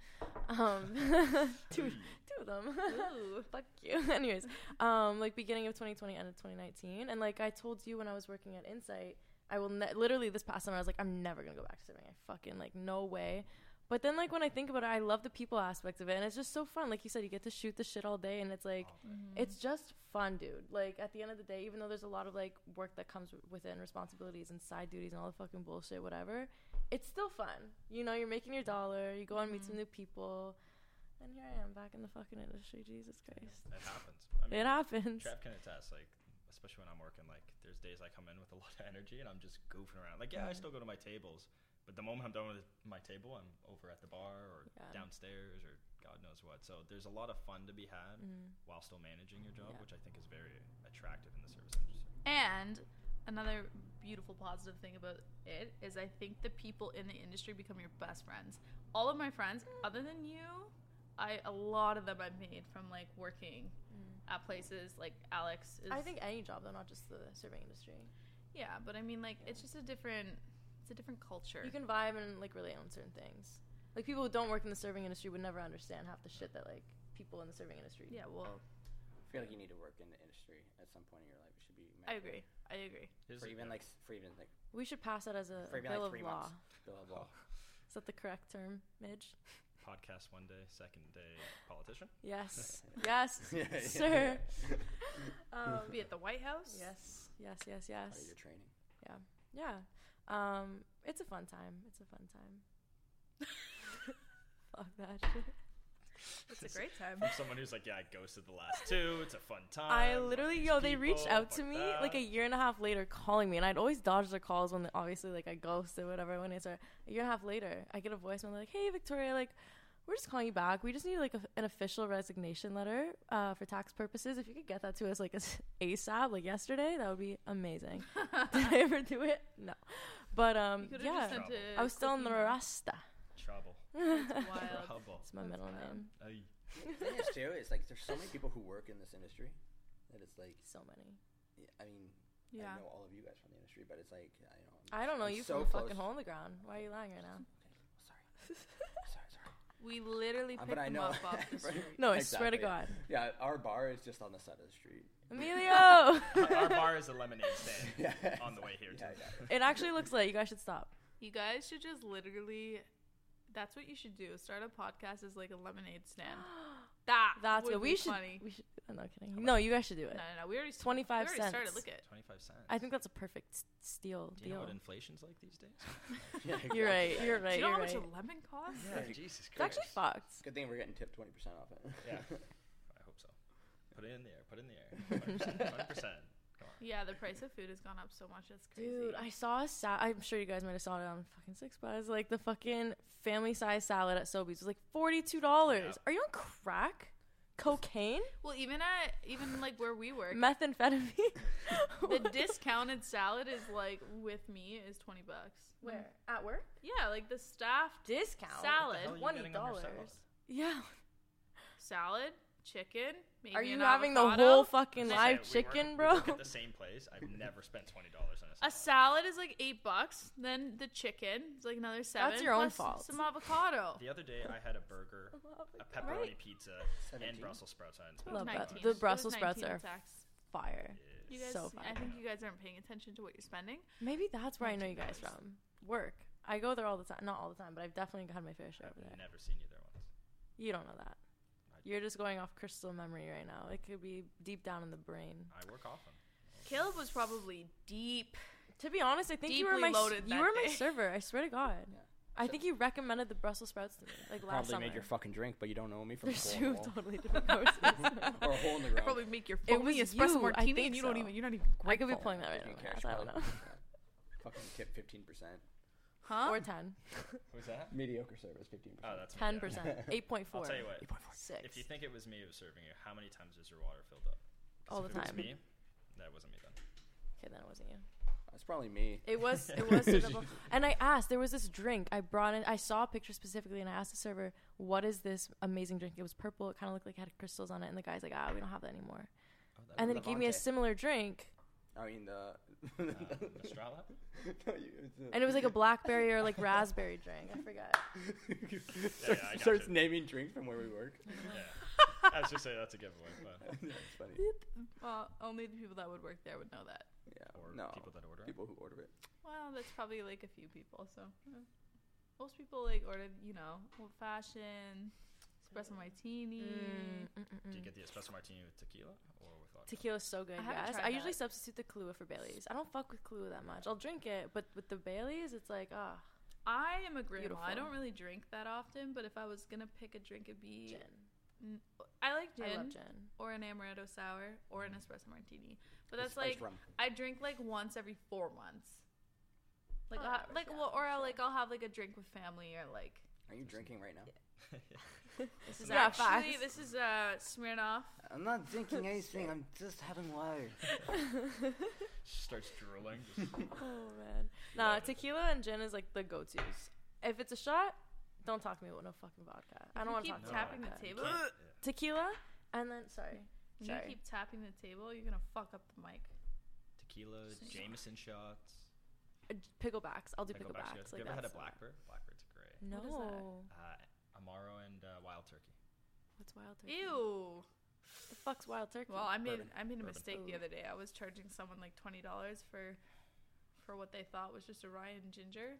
Speaker 2: Um, two, two of them.
Speaker 1: Ooh.
Speaker 2: Fuck you. Anyways, um, like beginning of 2020, end of 2019, and like I told you when I was working at Insight, I will ne- literally this past summer I was like, I'm never gonna go back to serving. I fucking like no way. But then like when I think about it, I love the people aspect of it, and it's just so fun. Like you said, you get to shoot the shit all day, and it's like
Speaker 1: Mm-hmm.
Speaker 2: it's just fun, dude. Like at the end of the day, even though there's a lot of like work that comes within responsibilities and side duties and all the fucking bullshit, whatever, it's still fun. You know, you're making your dollar. You go and meet some
Speaker 1: Mm-hmm.
Speaker 2: new people. And here I am back in the fucking industry. Jesus Christ.
Speaker 3: It happens. I mean,
Speaker 2: It happens.
Speaker 3: Trev can attest. Like especially when I'm working, like there's days I come in with a lot of energy and I'm just goofing around. Like yeah,
Speaker 2: Mm-hmm.
Speaker 3: I still go to my tables, but the moment I'm done with my table, I'm over at the bar or
Speaker 2: Yeah.
Speaker 3: downstairs or God knows what. So there's a lot of fun to be had
Speaker 2: Mm-hmm.
Speaker 3: while still managing your job,
Speaker 2: Mm. Yeah.
Speaker 3: which I think is very attractive in the service industry.
Speaker 1: And another beautiful positive thing about it is I think the people in the industry become your best friends. All of my friends, other than you, I a lot of them I made from like working at places like Alex is
Speaker 2: I think any job though, not just the serving industry.
Speaker 1: Yeah, but I mean like it's just a different it's a different culture.
Speaker 2: You can vibe and like relate on certain things. Like people who don't work in the serving industry would never understand half the shit that like people in the serving industry.
Speaker 1: yeah, well
Speaker 4: I feel like you need to work in the industry at some point in your life. It should be.
Speaker 1: I
Speaker 4: mandatory.
Speaker 1: agree. I agree.
Speaker 3: Here's
Speaker 4: For
Speaker 3: the-
Speaker 4: even like s- for even like
Speaker 2: We should pass that as a
Speaker 4: for even
Speaker 2: bill
Speaker 4: like three
Speaker 2: of law.
Speaker 4: months. Bill of law.
Speaker 2: Is that the correct term, Midge?
Speaker 3: podcast one day, second day politician.
Speaker 2: Yes. yes.
Speaker 4: Yeah, yeah, Mm.
Speaker 2: sir.
Speaker 4: yeah.
Speaker 2: Um,
Speaker 1: Be at the White House.
Speaker 2: yes. Yes. Yes.
Speaker 4: Part of
Speaker 2: Yes.
Speaker 4: your training.
Speaker 2: Yeah. Um, it's a fun time. It's a fun time. Fuck that shit.
Speaker 1: It's a great time.
Speaker 3: From someone who's like, yeah, I ghosted the last two. It's a fun time.
Speaker 2: I
Speaker 3: fuck
Speaker 2: literally,
Speaker 3: Ah, these
Speaker 2: yo, they reached
Speaker 3: people,
Speaker 2: out to
Speaker 3: fuck
Speaker 2: me
Speaker 3: that."
Speaker 2: like a year and a half later, calling me, and I'd always dodge their calls when they, obviously like I ghosted whatever. When it's a year and a half later, I get a voicemail like, "Hey, Victoria, like." We're just calling you back. We just need like a, an official resignation letter uh, for tax purposes. If you could get that to us like as ASAP, like yesterday, that would be amazing. Did I ever do it? No, but
Speaker 1: You
Speaker 2: um,
Speaker 1: could've
Speaker 2: yeah,
Speaker 1: just sent a
Speaker 2: I was still
Speaker 1: quick
Speaker 2: in the
Speaker 1: email.
Speaker 2: Rasta.
Speaker 3: trouble.
Speaker 1: It's wild.
Speaker 3: Trouble.
Speaker 2: It's my
Speaker 1: That's
Speaker 2: middle
Speaker 1: wild.
Speaker 2: name.
Speaker 3: Ay.
Speaker 4: The thing is, too, is like there's so many people who work in this industry that it's like,
Speaker 2: So many.
Speaker 4: y- I mean,
Speaker 1: Yeah.
Speaker 4: I know all of you guys from the industry, but it's like, I don't know.
Speaker 2: I don't know
Speaker 4: I'm
Speaker 2: you
Speaker 4: so
Speaker 2: from a
Speaker 4: close.
Speaker 2: fucking hole in the ground. Why are you lying right now?
Speaker 4: Sorry. sorry, sorry.
Speaker 1: We literally
Speaker 4: Uh,
Speaker 1: picked
Speaker 4: but I
Speaker 1: them
Speaker 4: know-
Speaker 1: up off the
Speaker 4: Right.
Speaker 1: street.
Speaker 2: No, I swear to
Speaker 4: Exactly.
Speaker 2: God,
Speaker 4: Yeah, our bar is just on the side of the street.
Speaker 2: Emilio.
Speaker 3: Our bar is a lemonade stand
Speaker 4: Yeah.
Speaker 3: on the way here
Speaker 4: Yeah,
Speaker 3: too.
Speaker 4: yeah.
Speaker 2: It actually looks like you guys should stop.
Speaker 1: You guys should just literally. That's what you should do. Start a podcast as like a lemonade stand. That
Speaker 2: That's
Speaker 1: would
Speaker 2: what we
Speaker 1: be
Speaker 2: should.
Speaker 1: Funny.
Speaker 2: We should. I'm not kidding. No, you guys should do
Speaker 1: No,
Speaker 2: it.
Speaker 1: no, no. We already s- we
Speaker 2: 25
Speaker 1: already
Speaker 2: cents.
Speaker 1: started. Look at.
Speaker 3: Twenty-five cents.
Speaker 2: I think that's a perfect s- steal
Speaker 3: Do you know
Speaker 2: deal.
Speaker 3: what inflation's like these days?
Speaker 4: Yeah, exactly.
Speaker 2: You're right.
Speaker 4: Yeah.
Speaker 2: You're
Speaker 1: Do
Speaker 2: right.
Speaker 1: you know
Speaker 2: You're
Speaker 1: how
Speaker 2: right.
Speaker 1: much a lemon costs?
Speaker 4: Yeah, you-
Speaker 3: Jesus
Speaker 2: It's actually fucked.
Speaker 4: Good thing we're getting tipped 20% off it.
Speaker 3: Yeah. I hope so. Put it in the air. Put it in the air. Twenty percent.
Speaker 1: Yeah, the price of food has gone up so much. It's crazy.
Speaker 2: Dude, I saw a salad. I'm sure you guys might have saw it on fucking Six Bucks. Like the fucking family size salad at Sobeys was like forty two dollars.
Speaker 3: Yeah.
Speaker 2: Are you on crack? Cocaine?
Speaker 1: well, even at even like where we work,
Speaker 2: Methamphetamine?
Speaker 1: the discounted salad is like with me is twenty bucks.
Speaker 2: At work?
Speaker 1: Yeah, like the staffed
Speaker 2: Discount.
Speaker 1: salad,
Speaker 3: hell are you
Speaker 2: Twenty
Speaker 3: getting on your
Speaker 2: dollars.
Speaker 3: salad?
Speaker 2: Yeah.
Speaker 1: salad, chicken. Maybe
Speaker 2: Are you
Speaker 1: an
Speaker 2: having the
Speaker 1: avocado.
Speaker 2: whole fucking
Speaker 3: Say,
Speaker 2: live
Speaker 3: we work-
Speaker 2: chicken,
Speaker 3: we
Speaker 2: bro?
Speaker 3: work at the same place. I've never spent twenty dollars on
Speaker 1: A
Speaker 3: a salad.
Speaker 1: salad is like eight bucks. Then the chicken is like another seven.
Speaker 2: your own
Speaker 1: plus
Speaker 2: fault.
Speaker 1: Some avocado.
Speaker 3: The other day, I had a burger, a pepperoni
Speaker 2: Right?
Speaker 3: pizza, and
Speaker 4: Seventeen?
Speaker 3: Brussels sprouts. I didn't spend
Speaker 2: Love
Speaker 3: $20.
Speaker 2: that.
Speaker 1: 19.
Speaker 2: The
Speaker 1: It was
Speaker 2: Brussels sprouts
Speaker 1: 19
Speaker 2: are-
Speaker 1: tax.
Speaker 2: Fire.
Speaker 1: You guys,
Speaker 2: so
Speaker 1: I
Speaker 2: fire.
Speaker 1: think you guys aren't paying attention to what you're spending.
Speaker 2: Maybe that's where I know you guys
Speaker 1: $19.
Speaker 2: from. Work. I go there all the time. Not all the time, but I've definitely had my fair share over
Speaker 3: I've
Speaker 2: there.
Speaker 3: never seen you there once.
Speaker 2: You don't know that. You're just going off crystal memory right now. It could be deep down in the brain.
Speaker 3: I work often.
Speaker 1: Caleb was probably deep.
Speaker 2: To be honest, I think you were
Speaker 1: Deeply
Speaker 2: my s-
Speaker 1: loaded
Speaker 2: you
Speaker 1: that
Speaker 2: were my
Speaker 1: day.
Speaker 2: server. I swear to God.
Speaker 4: Yeah.
Speaker 2: I
Speaker 4: So-
Speaker 2: think you recommended the Brussels sprouts to me like last
Speaker 4: Probably
Speaker 2: summer.
Speaker 4: made your fucking drink, but you don't know me from a
Speaker 2: There's
Speaker 4: hole
Speaker 2: two
Speaker 4: in the wall.
Speaker 2: totally different courses.
Speaker 4: or a hole in the ground.
Speaker 1: Probably make your
Speaker 2: It
Speaker 1: phony
Speaker 2: was
Speaker 1: espresso
Speaker 2: you, I
Speaker 1: martini,
Speaker 2: think
Speaker 1: and you don't
Speaker 2: so.
Speaker 1: even you're not even
Speaker 2: I could be
Speaker 1: grateful.
Speaker 2: playing that right
Speaker 4: Fucking
Speaker 2: now.
Speaker 4: cash
Speaker 2: I don't know.
Speaker 4: probably. Fucking tip 15%.
Speaker 1: Huh?
Speaker 2: Or ten.
Speaker 3: Who's that?
Speaker 4: Mediocre service, 15%.
Speaker 3: Oh, that's me, yeah.
Speaker 2: Ten percent. Eight point
Speaker 3: I'll
Speaker 2: four.
Speaker 3: tell you what.
Speaker 4: 8.4.
Speaker 2: Six.
Speaker 3: If you think it was me who was serving you, how many times is your water filled up? 'Cause
Speaker 2: All
Speaker 3: if
Speaker 2: the
Speaker 3: it was
Speaker 2: time.
Speaker 3: me, that wasn't me then.
Speaker 2: okay, then it wasn't you.
Speaker 4: That's probably me.
Speaker 2: It was it was suitable. And I asked, there was this drink I brought in I saw a picture specifically and I asked the server, What is this amazing drink? It was purple, it kinda looked like it had crystals on it, and the guy's like, Ah, we don't have that anymore.
Speaker 3: Oh, that
Speaker 2: and then he gave me a
Speaker 4: Levante.
Speaker 2: similar drink
Speaker 4: I mean,
Speaker 3: Uh,
Speaker 4: the.
Speaker 3: Um, Estrella?
Speaker 4: No, you- it's a-
Speaker 2: and it was like a blackberry or like raspberry drink. I forgot.
Speaker 4: starts,
Speaker 3: I got
Speaker 4: starts
Speaker 3: you.
Speaker 4: naming drinks from where we work.
Speaker 3: Yeah. I was just saying that's a giveaway. But,
Speaker 4: That's funny.
Speaker 1: Well, only the people that would work there would know that.
Speaker 4: Yeah.
Speaker 3: or
Speaker 4: no.
Speaker 3: people that order. it.
Speaker 4: People who order it.
Speaker 1: Well, that's probably like a few people. So eh. most people like ordered, you know, old fashioned
Speaker 2: Mm.
Speaker 1: espresso martini. mm,
Speaker 3: Do you get the espresso martini with tequila or with vodka?
Speaker 2: Tequila's mm. so good,
Speaker 1: I haven't
Speaker 2: guys.
Speaker 1: tried
Speaker 2: I usually
Speaker 1: that.
Speaker 2: substitute the Kahlua for Bailey's. I don't fuck with Kahlua that much. I'll drink it, but with the Bailey's, it's like ah,
Speaker 1: I am a grandma. I
Speaker 2: Beautiful.
Speaker 1: don't really drink that often, but if I was gonna pick a drink, it'd be
Speaker 2: gin.
Speaker 1: Mm, I like gin,
Speaker 2: I love gin.
Speaker 1: or an amaretto sour or an espresso martini, but
Speaker 4: It's
Speaker 1: that's
Speaker 4: spiced
Speaker 1: like
Speaker 4: rum.
Speaker 1: I drink like once every four months. Like
Speaker 2: On
Speaker 1: I,
Speaker 2: average,
Speaker 1: like
Speaker 2: yeah,
Speaker 1: well, or I'll,
Speaker 2: sure.
Speaker 1: like I'll have like a drink with family or like
Speaker 4: Are you drinking right now?
Speaker 1: this is
Speaker 2: Yeah,
Speaker 1: actually
Speaker 2: facts.
Speaker 1: this is uh Smirnoff.
Speaker 4: I'm not drinking anything. I'm just having water.
Speaker 3: She starts drooling. Just-
Speaker 2: Oh man, nah, tequila and gin is like the go-to's. If it's a shot, don't talk to me about no fucking vodka. I don't want to
Speaker 1: keep
Speaker 2: talk to
Speaker 1: tapping
Speaker 2: you
Speaker 1: the
Speaker 2: about vodka.
Speaker 1: table.
Speaker 3: Can't-
Speaker 2: Tequila, and then sorry,
Speaker 1: When
Speaker 2: sorry.
Speaker 1: you keep tapping the table, you're gonna fuck up the mic.
Speaker 3: Tequila,
Speaker 1: Same.
Speaker 3: Jameson shots.
Speaker 2: Uh, picklebacks. I'll do
Speaker 3: Picklebacks.
Speaker 2: picklebacks.
Speaker 3: you
Speaker 2: like Mm.
Speaker 3: ever had a
Speaker 2: that's-
Speaker 3: blackbird? Blackbird's great.
Speaker 2: No.
Speaker 1: What is that?
Speaker 3: Uh, Amaro and uh, wild turkey.
Speaker 2: What's wild turkey?
Speaker 1: Ew.
Speaker 2: The fuck's wild turkey?
Speaker 1: Well, I made
Speaker 3: Bourbon.
Speaker 1: I made a
Speaker 3: Bourbon.
Speaker 1: mistake the
Speaker 2: Ooh.
Speaker 1: other day. I was charging someone like twenty dollars for for what they thought was just a Ryan ginger,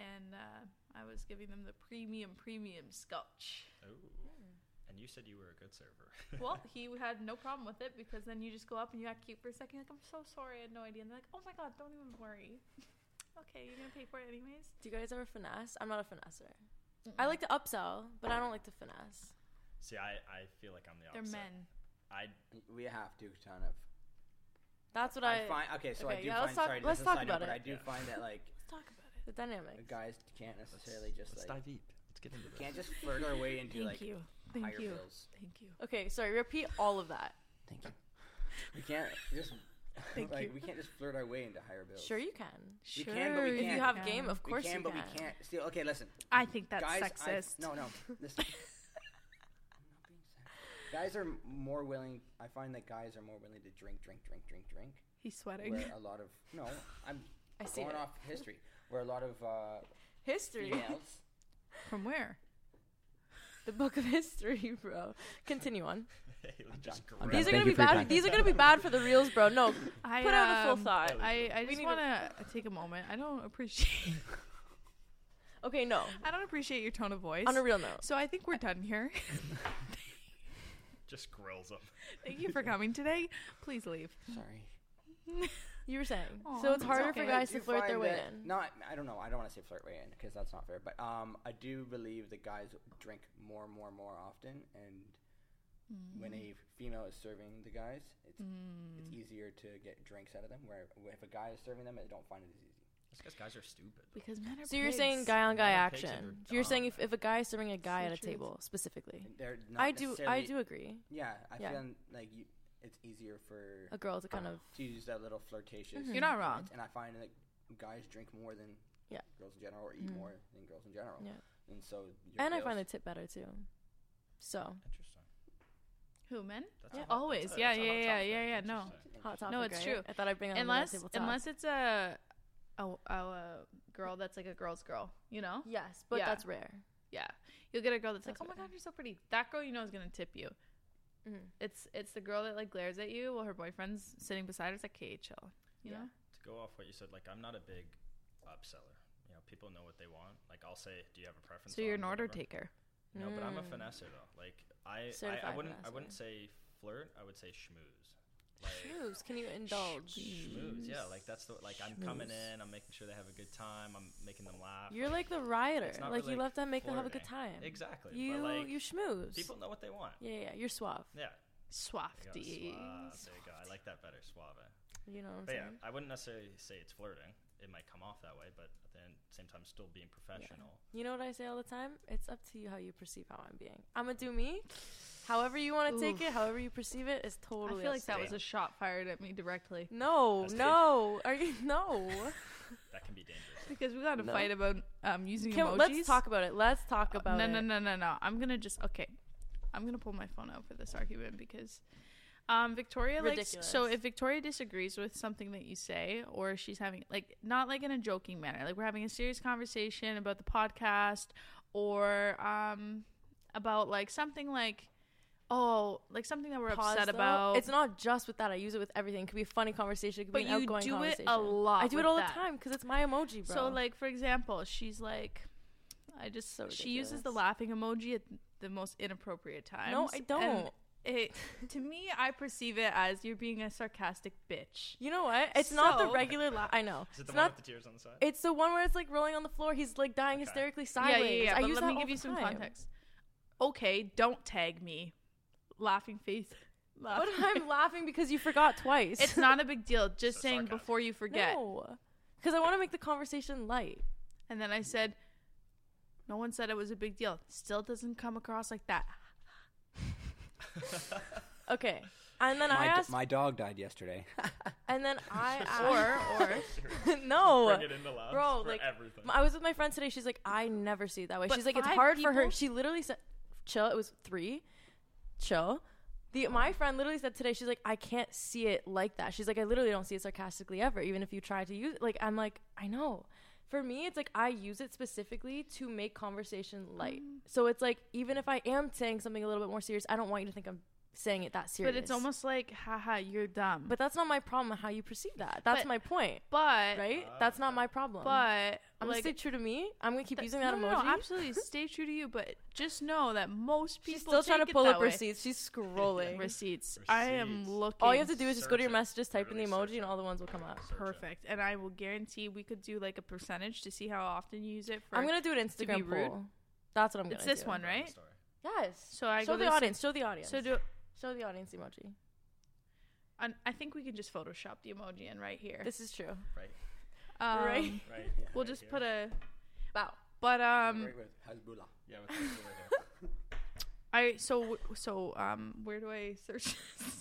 Speaker 1: and uh, I was giving them the premium premium scotch.
Speaker 3: Oh. And you said you were a good server.
Speaker 1: well, he had no problem with it because then you just go up and you act cute for a second, like I'm so sorry, I had no idea, and they're like, oh my god, don't even worry. okay, you're gonna pay for it anyways.
Speaker 2: Do you guys ever finesse? I'm not a finesser. I like to upsell, but I don't like to finesse.
Speaker 3: See, I, I feel like I'm the
Speaker 1: They're
Speaker 3: opposite.
Speaker 1: men.
Speaker 3: I
Speaker 4: We have to kind of.
Speaker 2: That's what I,
Speaker 4: find. Okay, so
Speaker 2: okay,
Speaker 4: I do
Speaker 2: yeah, let's
Speaker 4: find.
Speaker 2: talk-
Speaker 4: sorry, this
Speaker 2: let's
Speaker 4: is a
Speaker 2: talk
Speaker 4: side note,
Speaker 2: about
Speaker 4: but
Speaker 2: it.
Speaker 4: I do
Speaker 3: Yeah.
Speaker 4: find that like
Speaker 1: Let's talk about it.
Speaker 2: the dynamics.
Speaker 4: guys can't necessarily just
Speaker 3: let's
Speaker 4: like
Speaker 3: dive deep. Let's get into this.
Speaker 4: can't just flirt our way into
Speaker 1: Thank
Speaker 4: like
Speaker 1: you.
Speaker 4: higher
Speaker 1: Thank you.
Speaker 4: bills.
Speaker 1: Thank you.
Speaker 2: Okay, sorry. Repeat all of that.
Speaker 4: Thank you. We can't just
Speaker 1: Thank
Speaker 4: like
Speaker 1: you.
Speaker 4: we can't just flirt our way into higher bills.
Speaker 2: Sure, you can.
Speaker 4: We can, but we
Speaker 1: Sure
Speaker 2: If you
Speaker 4: can't.
Speaker 2: have
Speaker 1: can.
Speaker 2: game, of
Speaker 4: We
Speaker 2: course
Speaker 4: can,
Speaker 2: you
Speaker 4: but
Speaker 2: can.
Speaker 4: we can't. Still, okay. Listen,
Speaker 1: I think that's
Speaker 4: guys. I-
Speaker 1: sexist.
Speaker 4: no, no. Listen. I'm not being sexist. Guys are more willing. I find that guys are more willing to drink, drink, drink, drink, drink.
Speaker 1: He's sweating.
Speaker 4: Where a lot of no, I'm
Speaker 2: I see
Speaker 4: going
Speaker 2: it.
Speaker 4: off history. Where a lot of uh,
Speaker 2: History.
Speaker 4: females
Speaker 1: From where?
Speaker 2: The book of history, bro. Continue on.
Speaker 3: Haley just
Speaker 4: I'm
Speaker 2: These
Speaker 4: Thank
Speaker 2: are
Speaker 3: grabbed-
Speaker 2: gonna
Speaker 4: you
Speaker 2: be
Speaker 4: for your
Speaker 2: bad.
Speaker 4: time.
Speaker 2: These are gonna be bad for the reels, bro. No,
Speaker 1: I,
Speaker 2: put out a full
Speaker 1: um,
Speaker 2: thought.
Speaker 1: I, I just
Speaker 2: need to-
Speaker 1: want to take a moment. I don't appreciate.
Speaker 2: Okay, no.
Speaker 1: I don't appreciate your tone of voice.
Speaker 2: On a real note,
Speaker 1: so I think we're done here.
Speaker 3: just grills them.
Speaker 1: Thank you for coming today. Please leave.
Speaker 4: Sorry.
Speaker 2: you were saying.
Speaker 1: Aw,
Speaker 2: so it's
Speaker 1: it's
Speaker 2: harder
Speaker 1: okay.
Speaker 2: for
Speaker 1: I
Speaker 2: guys
Speaker 4: do
Speaker 2: to flirt their
Speaker 4: find
Speaker 2: way
Speaker 4: that-
Speaker 2: in.
Speaker 4: No, I, I don't know. I don't want to say flirt way in because that's not fair. But um, I do believe that guys drink more, more, more often, and
Speaker 2: Mm.
Speaker 4: when a female is serving the guys, it's it's
Speaker 1: Hmm.
Speaker 4: easier to get drinks out of them. Where if a guy is serving them, I don't find it as easy.
Speaker 3: Just 'cause guys are stupid.
Speaker 1: Because men are.
Speaker 2: So you're saying
Speaker 1: pigs.
Speaker 2: guy on guy
Speaker 3: Not a pig, so
Speaker 2: action.
Speaker 3: they're
Speaker 2: You're saying
Speaker 3: dumb.
Speaker 2: if, if a guy is serving a
Speaker 1: the
Speaker 2: guy at a
Speaker 1: truth.
Speaker 2: table specifically.
Speaker 4: And They're not
Speaker 2: I do I
Speaker 4: necessarily-
Speaker 2: do agree.
Speaker 4: Yeah, I
Speaker 2: Yeah.
Speaker 4: feel like you, it's easier for
Speaker 2: A Mm-hmm. girl to kind of
Speaker 4: to use that little flirtatious.
Speaker 1: You're not wrong.
Speaker 4: And I find that guys drink more than
Speaker 2: Yeah. Mm.
Speaker 4: girls in general, or eat more than girls in general.
Speaker 2: Yeah.
Speaker 4: And so your
Speaker 2: and I
Speaker 4: bills-
Speaker 2: find the tip better too. So
Speaker 3: Interesting.
Speaker 1: Who men?
Speaker 3: That's
Speaker 2: Yeah.
Speaker 3: a hot-
Speaker 1: Always.
Speaker 3: that's a-
Speaker 1: Yeah,
Speaker 3: that's a
Speaker 1: yeah,
Speaker 3: hot
Speaker 1: yeah,
Speaker 3: topic.
Speaker 1: yeah, yeah, no.
Speaker 3: Interesting.
Speaker 2: hot topic.
Speaker 1: No, it's
Speaker 2: right?
Speaker 1: true.
Speaker 2: I thought I'd bring it on
Speaker 1: Unless
Speaker 2: the tabletop.
Speaker 1: unless it's a a, a a girl that's like a girl's girl. You know?
Speaker 2: yes, but
Speaker 1: Yeah.
Speaker 2: that's rare.
Speaker 1: Yeah. You'll get a Mm-hmm. girl that's like, oh
Speaker 2: That's
Speaker 1: my
Speaker 2: what-
Speaker 1: god, you're so pretty. That girl you know is gonna tip you.
Speaker 2: Mhm.
Speaker 1: It's it's the girl that like glares at you while her boyfriend's sitting beside her. It's like KHL. You
Speaker 2: Yeah.
Speaker 1: know?
Speaker 3: to go off what you said, like I'm not a big upseller. You know, people know what they want. Like I'll say, "Do you have a preference?"
Speaker 1: So you're
Speaker 3: on
Speaker 1: an order
Speaker 3: whatever?"
Speaker 1: taker.
Speaker 3: No, but I'm a
Speaker 2: Mm.
Speaker 3: finesser though. Like I, I,
Speaker 2: Certified
Speaker 3: I wouldn't, I
Speaker 2: finesser.
Speaker 3: wouldn't say flirt. I would say schmooze. Like,
Speaker 2: Shoes, can you
Speaker 1: Oh,
Speaker 2: indulge?
Speaker 3: Schmooze, yeah, like that's the like I'm coming
Speaker 2: Schmooze.
Speaker 3: in, I'm making sure they have a good time, I'm making them laugh.
Speaker 2: You're like the rioter.
Speaker 3: It's
Speaker 2: Like
Speaker 3: not
Speaker 2: you
Speaker 3: really
Speaker 2: love to make them have a good time.
Speaker 3: flirting. exactly.
Speaker 2: You
Speaker 3: but like
Speaker 2: you schmooze.
Speaker 3: people know what they want.
Speaker 2: yeah, yeah, yeah, you're suave.
Speaker 3: Yeah, there you
Speaker 1: Swafty.
Speaker 3: go. Suave, there you go. I like that better, suave.
Speaker 2: You know what I'm
Speaker 3: But
Speaker 2: saying?
Speaker 3: yeah, I wouldn't necessarily say it's flirting. It might come off that way, but at the end- same time, still being professional.
Speaker 2: You know what I say all the time? It's up to you how you perceive how I'm being. I'm gonna do me. However you want to take it, however you perceive it is totally.
Speaker 1: I feel
Speaker 2: up
Speaker 1: like
Speaker 2: to
Speaker 1: that
Speaker 2: you.
Speaker 1: was a shot fired at me directly
Speaker 2: No,
Speaker 3: That's good.
Speaker 2: no, are you no?
Speaker 3: That can be dangerous.
Speaker 1: because we got to
Speaker 2: No.
Speaker 1: fight about um, using
Speaker 2: Can,
Speaker 1: emojis. Uh,
Speaker 2: let's talk about it. Let's talk about
Speaker 1: no,
Speaker 2: it.
Speaker 1: no, no, no, no. I'm gonna just okay. I'm gonna pull my phone out for this argument because um, Victoria likes. So
Speaker 2: Ridiculous.
Speaker 1: if Victoria disagrees with something that you say, or she's having like not like in a joking manner, like we're having a serious conversation about the podcast, or um, about like something like. Oh, like something that we're
Speaker 2: Pause,
Speaker 1: upset
Speaker 2: though.
Speaker 1: about.
Speaker 2: It's not just with that. I use it with everything. It could be a funny conversation. It could be
Speaker 1: But
Speaker 2: an
Speaker 1: you
Speaker 2: outgoing
Speaker 1: do it a
Speaker 2: conversation.
Speaker 1: lot
Speaker 2: I do it
Speaker 1: with
Speaker 2: all
Speaker 1: that.
Speaker 2: the time because it's my emoji, bro.
Speaker 1: So like for example, she's like I just
Speaker 2: So
Speaker 1: she uses the
Speaker 2: ridiculous.
Speaker 1: laughing emoji at the most inappropriate times.
Speaker 2: no, I
Speaker 1: and
Speaker 2: don't.
Speaker 1: It to me I perceive it as you're being a sarcastic bitch.
Speaker 2: You know what? It's not the
Speaker 1: So-
Speaker 2: regular laugh. I know.
Speaker 3: Is it
Speaker 2: it's
Speaker 3: the one
Speaker 2: not
Speaker 3: with the tears on the side?
Speaker 2: It's the one where it's like rolling on the floor. He's like dying
Speaker 3: Okay.
Speaker 2: hysterically sideways.
Speaker 1: Yeah, yeah, yeah.
Speaker 2: I
Speaker 1: but
Speaker 2: use
Speaker 1: let
Speaker 2: that
Speaker 1: me
Speaker 2: all
Speaker 1: give
Speaker 2: the
Speaker 1: you some
Speaker 2: time.
Speaker 1: context. Okay, don't tag me. Laughing face.
Speaker 2: But
Speaker 1: Laughing.
Speaker 2: I'm laughing because you forgot twice.
Speaker 1: it's not a big deal. Just
Speaker 3: So
Speaker 1: saying
Speaker 3: sarcastic.
Speaker 1: before you forget.
Speaker 2: No, because I want to make the conversation light.
Speaker 1: And then I said, no one said it was a big deal. Still doesn't come across like that.
Speaker 2: Okay, and then I
Speaker 4: My,
Speaker 2: asked,
Speaker 4: d- my dog died yesterday.
Speaker 2: and then I
Speaker 1: Or
Speaker 2: asked,
Speaker 1: or
Speaker 2: no,
Speaker 3: Bring it into labs
Speaker 2: bro,
Speaker 3: for
Speaker 2: like
Speaker 3: everything.
Speaker 2: I was with my friend today. She's like, I never see it that way.
Speaker 1: But
Speaker 2: She's like, it's
Speaker 1: five
Speaker 2: hard for her.
Speaker 1: people-
Speaker 2: She literally said, chill. It was three, chill. The, my friend literally said today, she's like, I can't see it like that. She's like, I literally don't see it sarcastically ever, even if you try to use it. Like, I'm like, I know. For me, it's like I use it specifically to make conversation light.
Speaker 1: Mm.
Speaker 2: So it's like, even if I am saying something a little bit more serious, I don't want you to think I'm saying it that serious.
Speaker 1: but it's almost like haha, you're dumb.
Speaker 2: But that's not my problem how you perceive that. That's
Speaker 1: But-
Speaker 2: my point,
Speaker 1: but
Speaker 2: right? that's not my problem.
Speaker 1: But
Speaker 2: I'm
Speaker 1: like,
Speaker 2: gonna stay true to me. I'm gonna keep
Speaker 1: th-
Speaker 2: using that
Speaker 1: no, no,
Speaker 2: emoji.
Speaker 1: No, absolutely, stay true to you. But just know that most people
Speaker 2: She's still
Speaker 1: take
Speaker 2: trying to
Speaker 1: it
Speaker 2: pull
Speaker 1: that
Speaker 2: up
Speaker 1: way.
Speaker 2: receipts. She's scrolling.
Speaker 1: Receipts. I am
Speaker 3: Receipts.
Speaker 1: looking.
Speaker 2: All you have to do is just go to your
Speaker 3: Search it.
Speaker 2: messages, type in the
Speaker 3: Literally
Speaker 2: emoji,
Speaker 3: search
Speaker 2: and all the ones will come up.
Speaker 3: Search it.
Speaker 1: perfect, and I will guarantee we could do like a percentage to see how often you use it. For
Speaker 2: I'm gonna do an
Speaker 1: to be
Speaker 2: Instagram
Speaker 1: rude.
Speaker 2: poll. That's what I'm gonna
Speaker 1: it's this
Speaker 2: do.
Speaker 1: one,
Speaker 3: Friend of the
Speaker 1: right?
Speaker 3: story.
Speaker 2: Yes.
Speaker 1: So I
Speaker 2: show
Speaker 1: go
Speaker 2: the
Speaker 1: to s-
Speaker 2: audience. Show the audience.
Speaker 1: So do
Speaker 2: show the audience emoji.
Speaker 1: and I think we can just Photoshop the emoji in right here.
Speaker 2: This is true.
Speaker 3: Right.
Speaker 1: um,
Speaker 2: right.
Speaker 3: Right.
Speaker 4: Yeah.
Speaker 1: We'll
Speaker 3: right
Speaker 1: just
Speaker 3: here.
Speaker 1: put a
Speaker 2: Wow.
Speaker 1: but um
Speaker 4: Right with Hezbollah.
Speaker 3: Yeah, with this over here.
Speaker 1: I so w- so um where do I search this?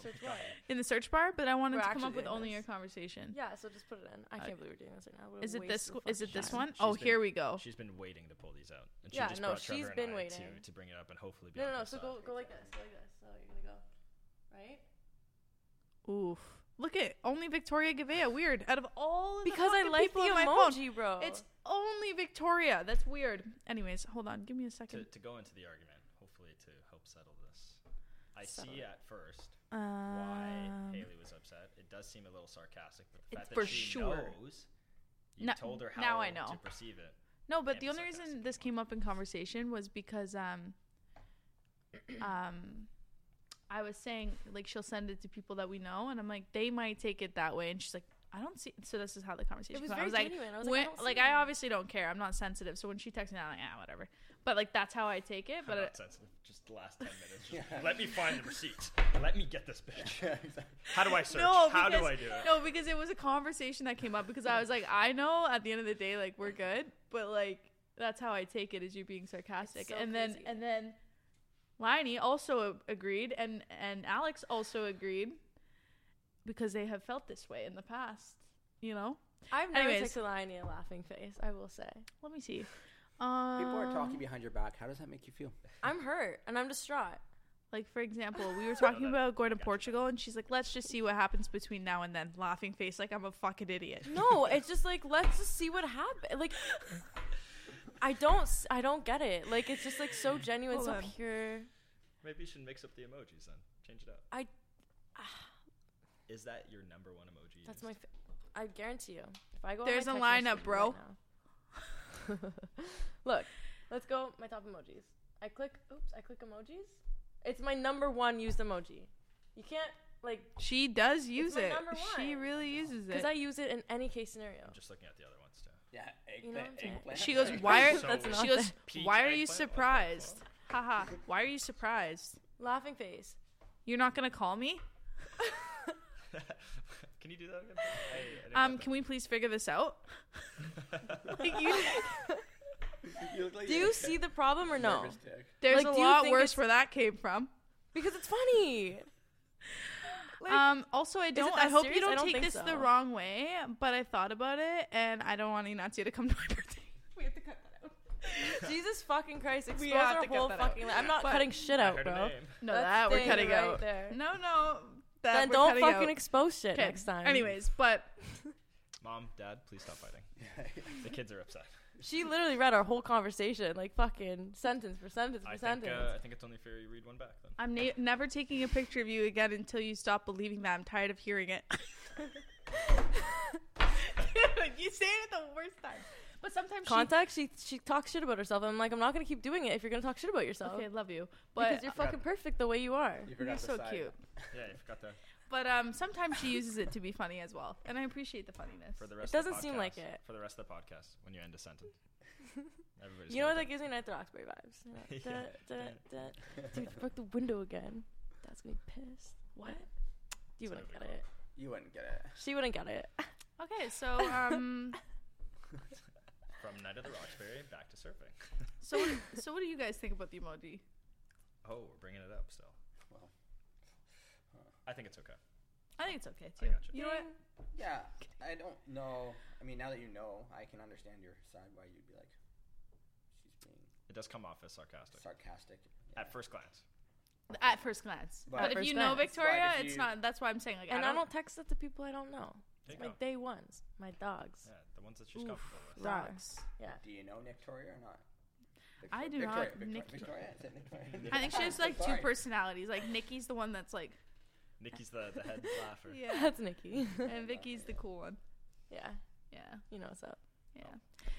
Speaker 2: Search what?
Speaker 1: in the search bar? But I wanted
Speaker 2: We're
Speaker 1: to come up
Speaker 2: actually
Speaker 1: with
Speaker 2: doing
Speaker 1: only
Speaker 2: this.
Speaker 1: your conversation.
Speaker 2: Yeah. So just put it in. I
Speaker 1: Okay.
Speaker 2: can't believe we're doing this right now. What a
Speaker 1: Uh, Is it
Speaker 2: waste
Speaker 1: this?
Speaker 2: of
Speaker 1: w- Is it
Speaker 2: fucking
Speaker 1: this
Speaker 2: time.
Speaker 1: one?
Speaker 3: She's
Speaker 1: Oh,
Speaker 3: been-
Speaker 1: here we go.
Speaker 3: She's been waiting to pull these out. And
Speaker 2: Yeah,
Speaker 3: she just
Speaker 2: no,
Speaker 3: brought
Speaker 2: she's
Speaker 3: Trevor
Speaker 2: been
Speaker 3: and I
Speaker 2: waiting.
Speaker 3: To, to bring it up and hopefully be
Speaker 2: No,
Speaker 3: on
Speaker 2: no, no.
Speaker 3: her
Speaker 2: So
Speaker 3: side.
Speaker 2: go, go like this. Go like this. So you're gonna go right.
Speaker 1: Oof. Look at only Victoria Gavea. Weird. Out of all of the
Speaker 2: Because I
Speaker 1: fucking
Speaker 2: like the
Speaker 1: people on my phone,
Speaker 2: emoji, bro.
Speaker 1: It's only Victoria. That's weird. Anyways, hold on. Give me a
Speaker 3: to,
Speaker 1: second.
Speaker 3: to go into the argument, hopefully to help settle this. I
Speaker 2: Settle
Speaker 3: see
Speaker 2: it.
Speaker 3: at first why
Speaker 1: Um,
Speaker 3: Haley was upset. It does seem a little sarcastic, but the
Speaker 1: It's
Speaker 3: fact that
Speaker 1: for
Speaker 3: she
Speaker 1: sure.
Speaker 3: knows, you
Speaker 1: No-
Speaker 3: told her how
Speaker 1: now I know.
Speaker 3: to perceive it.
Speaker 1: no, but
Speaker 3: can't
Speaker 1: the
Speaker 3: be
Speaker 1: only
Speaker 3: sarcastic
Speaker 1: reason this
Speaker 3: anymore.
Speaker 1: came up in conversation was because um, um, I was saying like she'll send it to people that we know, and I'm like they might take it that way, and she's like. I don't see. So this is how the conversation.
Speaker 2: It was
Speaker 1: went.
Speaker 2: very
Speaker 1: I was like,
Speaker 2: genuine. I was like, I
Speaker 1: when,
Speaker 2: don't see
Speaker 1: like
Speaker 2: it.
Speaker 1: I obviously don't care. I'm not sensitive. So when she texts me, I'm like, ah, whatever. But like that's how I take it. But uh,
Speaker 3: I'm
Speaker 1: it,
Speaker 3: not sensitive. Just the last ten minutes. Just
Speaker 4: Yeah.
Speaker 3: let me find the receipt. Let me get this bitch.
Speaker 4: Yeah, exactly.
Speaker 3: How do I search?
Speaker 1: No,
Speaker 3: how do
Speaker 1: because-
Speaker 3: I do it?
Speaker 1: No, because it was a conversation that came up because I was like, I know at the end of the day, like we're good, but like that's how I take it is you being sarcastic.
Speaker 2: It's so
Speaker 1: and then
Speaker 2: crazy.
Speaker 1: and then Liney also a- agreed and and Alex also agreed because they have felt this way in the past, you know?
Speaker 2: I've never
Speaker 1: Anyways.
Speaker 2: texted Lion a laughing face. I will say.
Speaker 1: Let me see. Um,
Speaker 4: People are talking behind your back. How does that make you feel?
Speaker 2: I'm hurt and I'm distraught.
Speaker 1: Like for example, we were talking
Speaker 3: that-
Speaker 1: about going to
Speaker 3: gotcha.
Speaker 1: Portugal, and she's like, "Let's just see what happens between now and then." Laughing face, like I'm a fucking idiot.
Speaker 2: No, it's just like let's just see what happens. Like I don't s- I don't get it. Like it's just like so genuine,
Speaker 1: Hold
Speaker 2: so
Speaker 1: on.
Speaker 2: pure.
Speaker 3: Maybe you should mix up the emojis then. Change it up.
Speaker 2: I-
Speaker 3: Is that your number one emoji?
Speaker 2: That's
Speaker 3: used?
Speaker 2: my f- I guarantee you. If I go on
Speaker 1: There's
Speaker 2: my
Speaker 1: a
Speaker 2: text
Speaker 1: lineup,
Speaker 2: message
Speaker 1: bro.
Speaker 2: right now- Look, let's go my top emojis. I click oops, I click emojis. It's my number one used emoji. You can't like
Speaker 1: She does use
Speaker 2: my
Speaker 1: it.
Speaker 2: number
Speaker 1: She
Speaker 2: one.
Speaker 1: really uses it.
Speaker 2: cuz I use it in any case scenario.
Speaker 3: I'm just looking at the other ones too.
Speaker 4: Yeah,
Speaker 2: You know
Speaker 4: eggplant.
Speaker 2: what I'm saying?
Speaker 4: eggplant.
Speaker 1: She goes, why are
Speaker 3: So
Speaker 2: That's
Speaker 1: she
Speaker 2: not
Speaker 1: goes,
Speaker 3: Peach
Speaker 1: why are you
Speaker 3: eggplant? What the
Speaker 1: surprised? Haha, why are you surprised?
Speaker 2: Laughing face.
Speaker 1: You're not gonna call me?
Speaker 3: can you do that again? I, I didn't
Speaker 1: Um,
Speaker 3: get
Speaker 1: can we please figure this out?
Speaker 2: Um,
Speaker 3: that.
Speaker 1: Like you,
Speaker 4: You look like
Speaker 2: Do
Speaker 4: you're
Speaker 2: you
Speaker 4: a
Speaker 2: see the problem or no?
Speaker 4: nervous tick.
Speaker 1: there's
Speaker 2: Like,
Speaker 1: a
Speaker 2: do you
Speaker 1: lot
Speaker 2: think
Speaker 1: worse
Speaker 2: it's-
Speaker 1: where that came from.
Speaker 2: Because it's funny. Like,
Speaker 1: Um, also, I don't. I
Speaker 2: that
Speaker 1: hope you
Speaker 2: serious?
Speaker 1: don't,
Speaker 2: I don't
Speaker 1: take
Speaker 2: think
Speaker 1: this the
Speaker 2: so.
Speaker 1: wrong way, but I thought about it, and I don't want Ignacio to come to my birthday. We have to cut that out.
Speaker 2: Jesus fucking Christ! Expose
Speaker 1: have
Speaker 2: our
Speaker 1: to cut
Speaker 2: whole
Speaker 1: that out.
Speaker 2: fucking. Li- I'm not
Speaker 1: But-
Speaker 2: cutting shit
Speaker 3: I
Speaker 2: out,
Speaker 3: heard a
Speaker 2: bro.
Speaker 3: name.
Speaker 1: no,
Speaker 2: That's
Speaker 1: that we're
Speaker 2: staying
Speaker 1: cutting
Speaker 2: right
Speaker 1: out.
Speaker 2: there.
Speaker 1: No, no, that
Speaker 2: Then
Speaker 1: we're
Speaker 2: don't
Speaker 1: cutting
Speaker 2: fucking
Speaker 1: out.
Speaker 2: expose shit
Speaker 1: 'Kay.
Speaker 2: next time.
Speaker 1: Anyways, but
Speaker 3: Mom, Dad, please stop fighting. The kids are upset.
Speaker 2: she literally read our whole conversation, like fucking sentence for sentence for
Speaker 3: I think,
Speaker 2: sentence.
Speaker 3: uh, I think it's only fair you read one back then.
Speaker 1: I'm na- never taking a picture of you again until you stop believing that. I'm tired of hearing it. Dude, you say it at the worst time. But sometimes
Speaker 2: Contact. She she talks shit about herself. I'm like, I'm not gonna keep doing it if you're gonna talk shit about
Speaker 1: She-
Speaker 2: yourself.
Speaker 1: okay, love you,
Speaker 2: because
Speaker 1: but
Speaker 2: you're
Speaker 3: I got
Speaker 2: fucking perfect the way you are.
Speaker 4: You
Speaker 1: you're
Speaker 4: forgot the
Speaker 1: so
Speaker 4: side.
Speaker 1: cute.
Speaker 3: Yeah, you forgot that.
Speaker 1: But um, sometimes she uses it to be funny as well, and I appreciate the funniness.
Speaker 3: For the rest of
Speaker 2: doesn't
Speaker 3: the podcast,
Speaker 2: seem like it.
Speaker 3: For the rest of the podcast, when you end a sentence. Everybody's
Speaker 2: You know what? That
Speaker 3: gonna
Speaker 2: gives me Night Roxbury vibes. You know,
Speaker 3: Yeah.
Speaker 2: duh, duh, duh. Dude, you broke the window again. That's gonna be pissed. What? You
Speaker 3: Sorry,
Speaker 2: wouldn't
Speaker 3: we
Speaker 2: get
Speaker 3: don't.
Speaker 2: it.
Speaker 4: You wouldn't get it.
Speaker 2: She wouldn't get it.
Speaker 1: Okay, so um,
Speaker 3: think from Night of the Roxbury back to surfing.
Speaker 1: so so what do you guys think about the emoji?
Speaker 3: Oh, we're bringing it up still.
Speaker 4: Well.
Speaker 3: I think it's okay.
Speaker 1: I think it's okay
Speaker 3: I
Speaker 1: too.
Speaker 3: gotcha.
Speaker 1: You know what?
Speaker 4: Yeah, I don't know. I mean, now that you know, I can understand your side why you'd be like, she's being
Speaker 3: It does come off as sarcastic
Speaker 4: sarcastic.
Speaker 3: at first glance.
Speaker 1: At first glance, but,
Speaker 4: But-
Speaker 1: if
Speaker 2: At
Speaker 1: you
Speaker 2: first
Speaker 1: know
Speaker 2: glance.
Speaker 1: Victoria,
Speaker 4: But if
Speaker 1: it's
Speaker 4: you-
Speaker 1: not. That's why I'm saying like
Speaker 2: And
Speaker 1: I don't.
Speaker 2: text it to people I don't know. It's
Speaker 3: There you
Speaker 2: my
Speaker 3: go.
Speaker 2: day ones, my dogs.
Speaker 3: Yeah, the ones that she's
Speaker 2: Oof.
Speaker 3: comfortable with.
Speaker 2: Rar.
Speaker 1: Dogs.
Speaker 4: Do you know Nictoria or not?
Speaker 1: I
Speaker 4: Victor-
Speaker 1: do
Speaker 4: Victoria,
Speaker 1: not.
Speaker 4: Victoria,
Speaker 1: Nick-
Speaker 4: Victoria? Is it Victoria?
Speaker 1: I think she has like two
Speaker 4: Sorry.
Speaker 1: personalities. Like Nikki's the one that's like
Speaker 3: Nikki's the, the head laugher.
Speaker 1: yeah,
Speaker 2: That's Nikki.
Speaker 1: and Vicky's the cool one.
Speaker 2: yeah,
Speaker 1: Yeah,
Speaker 2: you know what's up.
Speaker 1: yeah.
Speaker 3: Oh.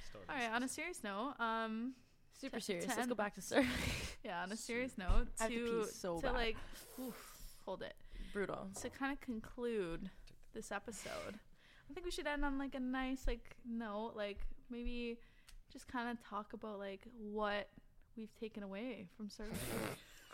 Speaker 3: Story
Speaker 1: All right.
Speaker 3: business.
Speaker 1: On a serious note, um,
Speaker 2: Super
Speaker 1: Ten-
Speaker 2: serious. Let's go
Speaker 1: ten.
Speaker 2: back to surf.
Speaker 1: yeah. On a serious note,
Speaker 2: I have to
Speaker 1: to
Speaker 2: pee so
Speaker 1: to
Speaker 2: bad.
Speaker 1: like, oof, hold it.
Speaker 2: Brutal.
Speaker 1: To kind of conclude this episode, I think we should end on like a nice like note. Like maybe just kind of talk about like what we've taken away from serving.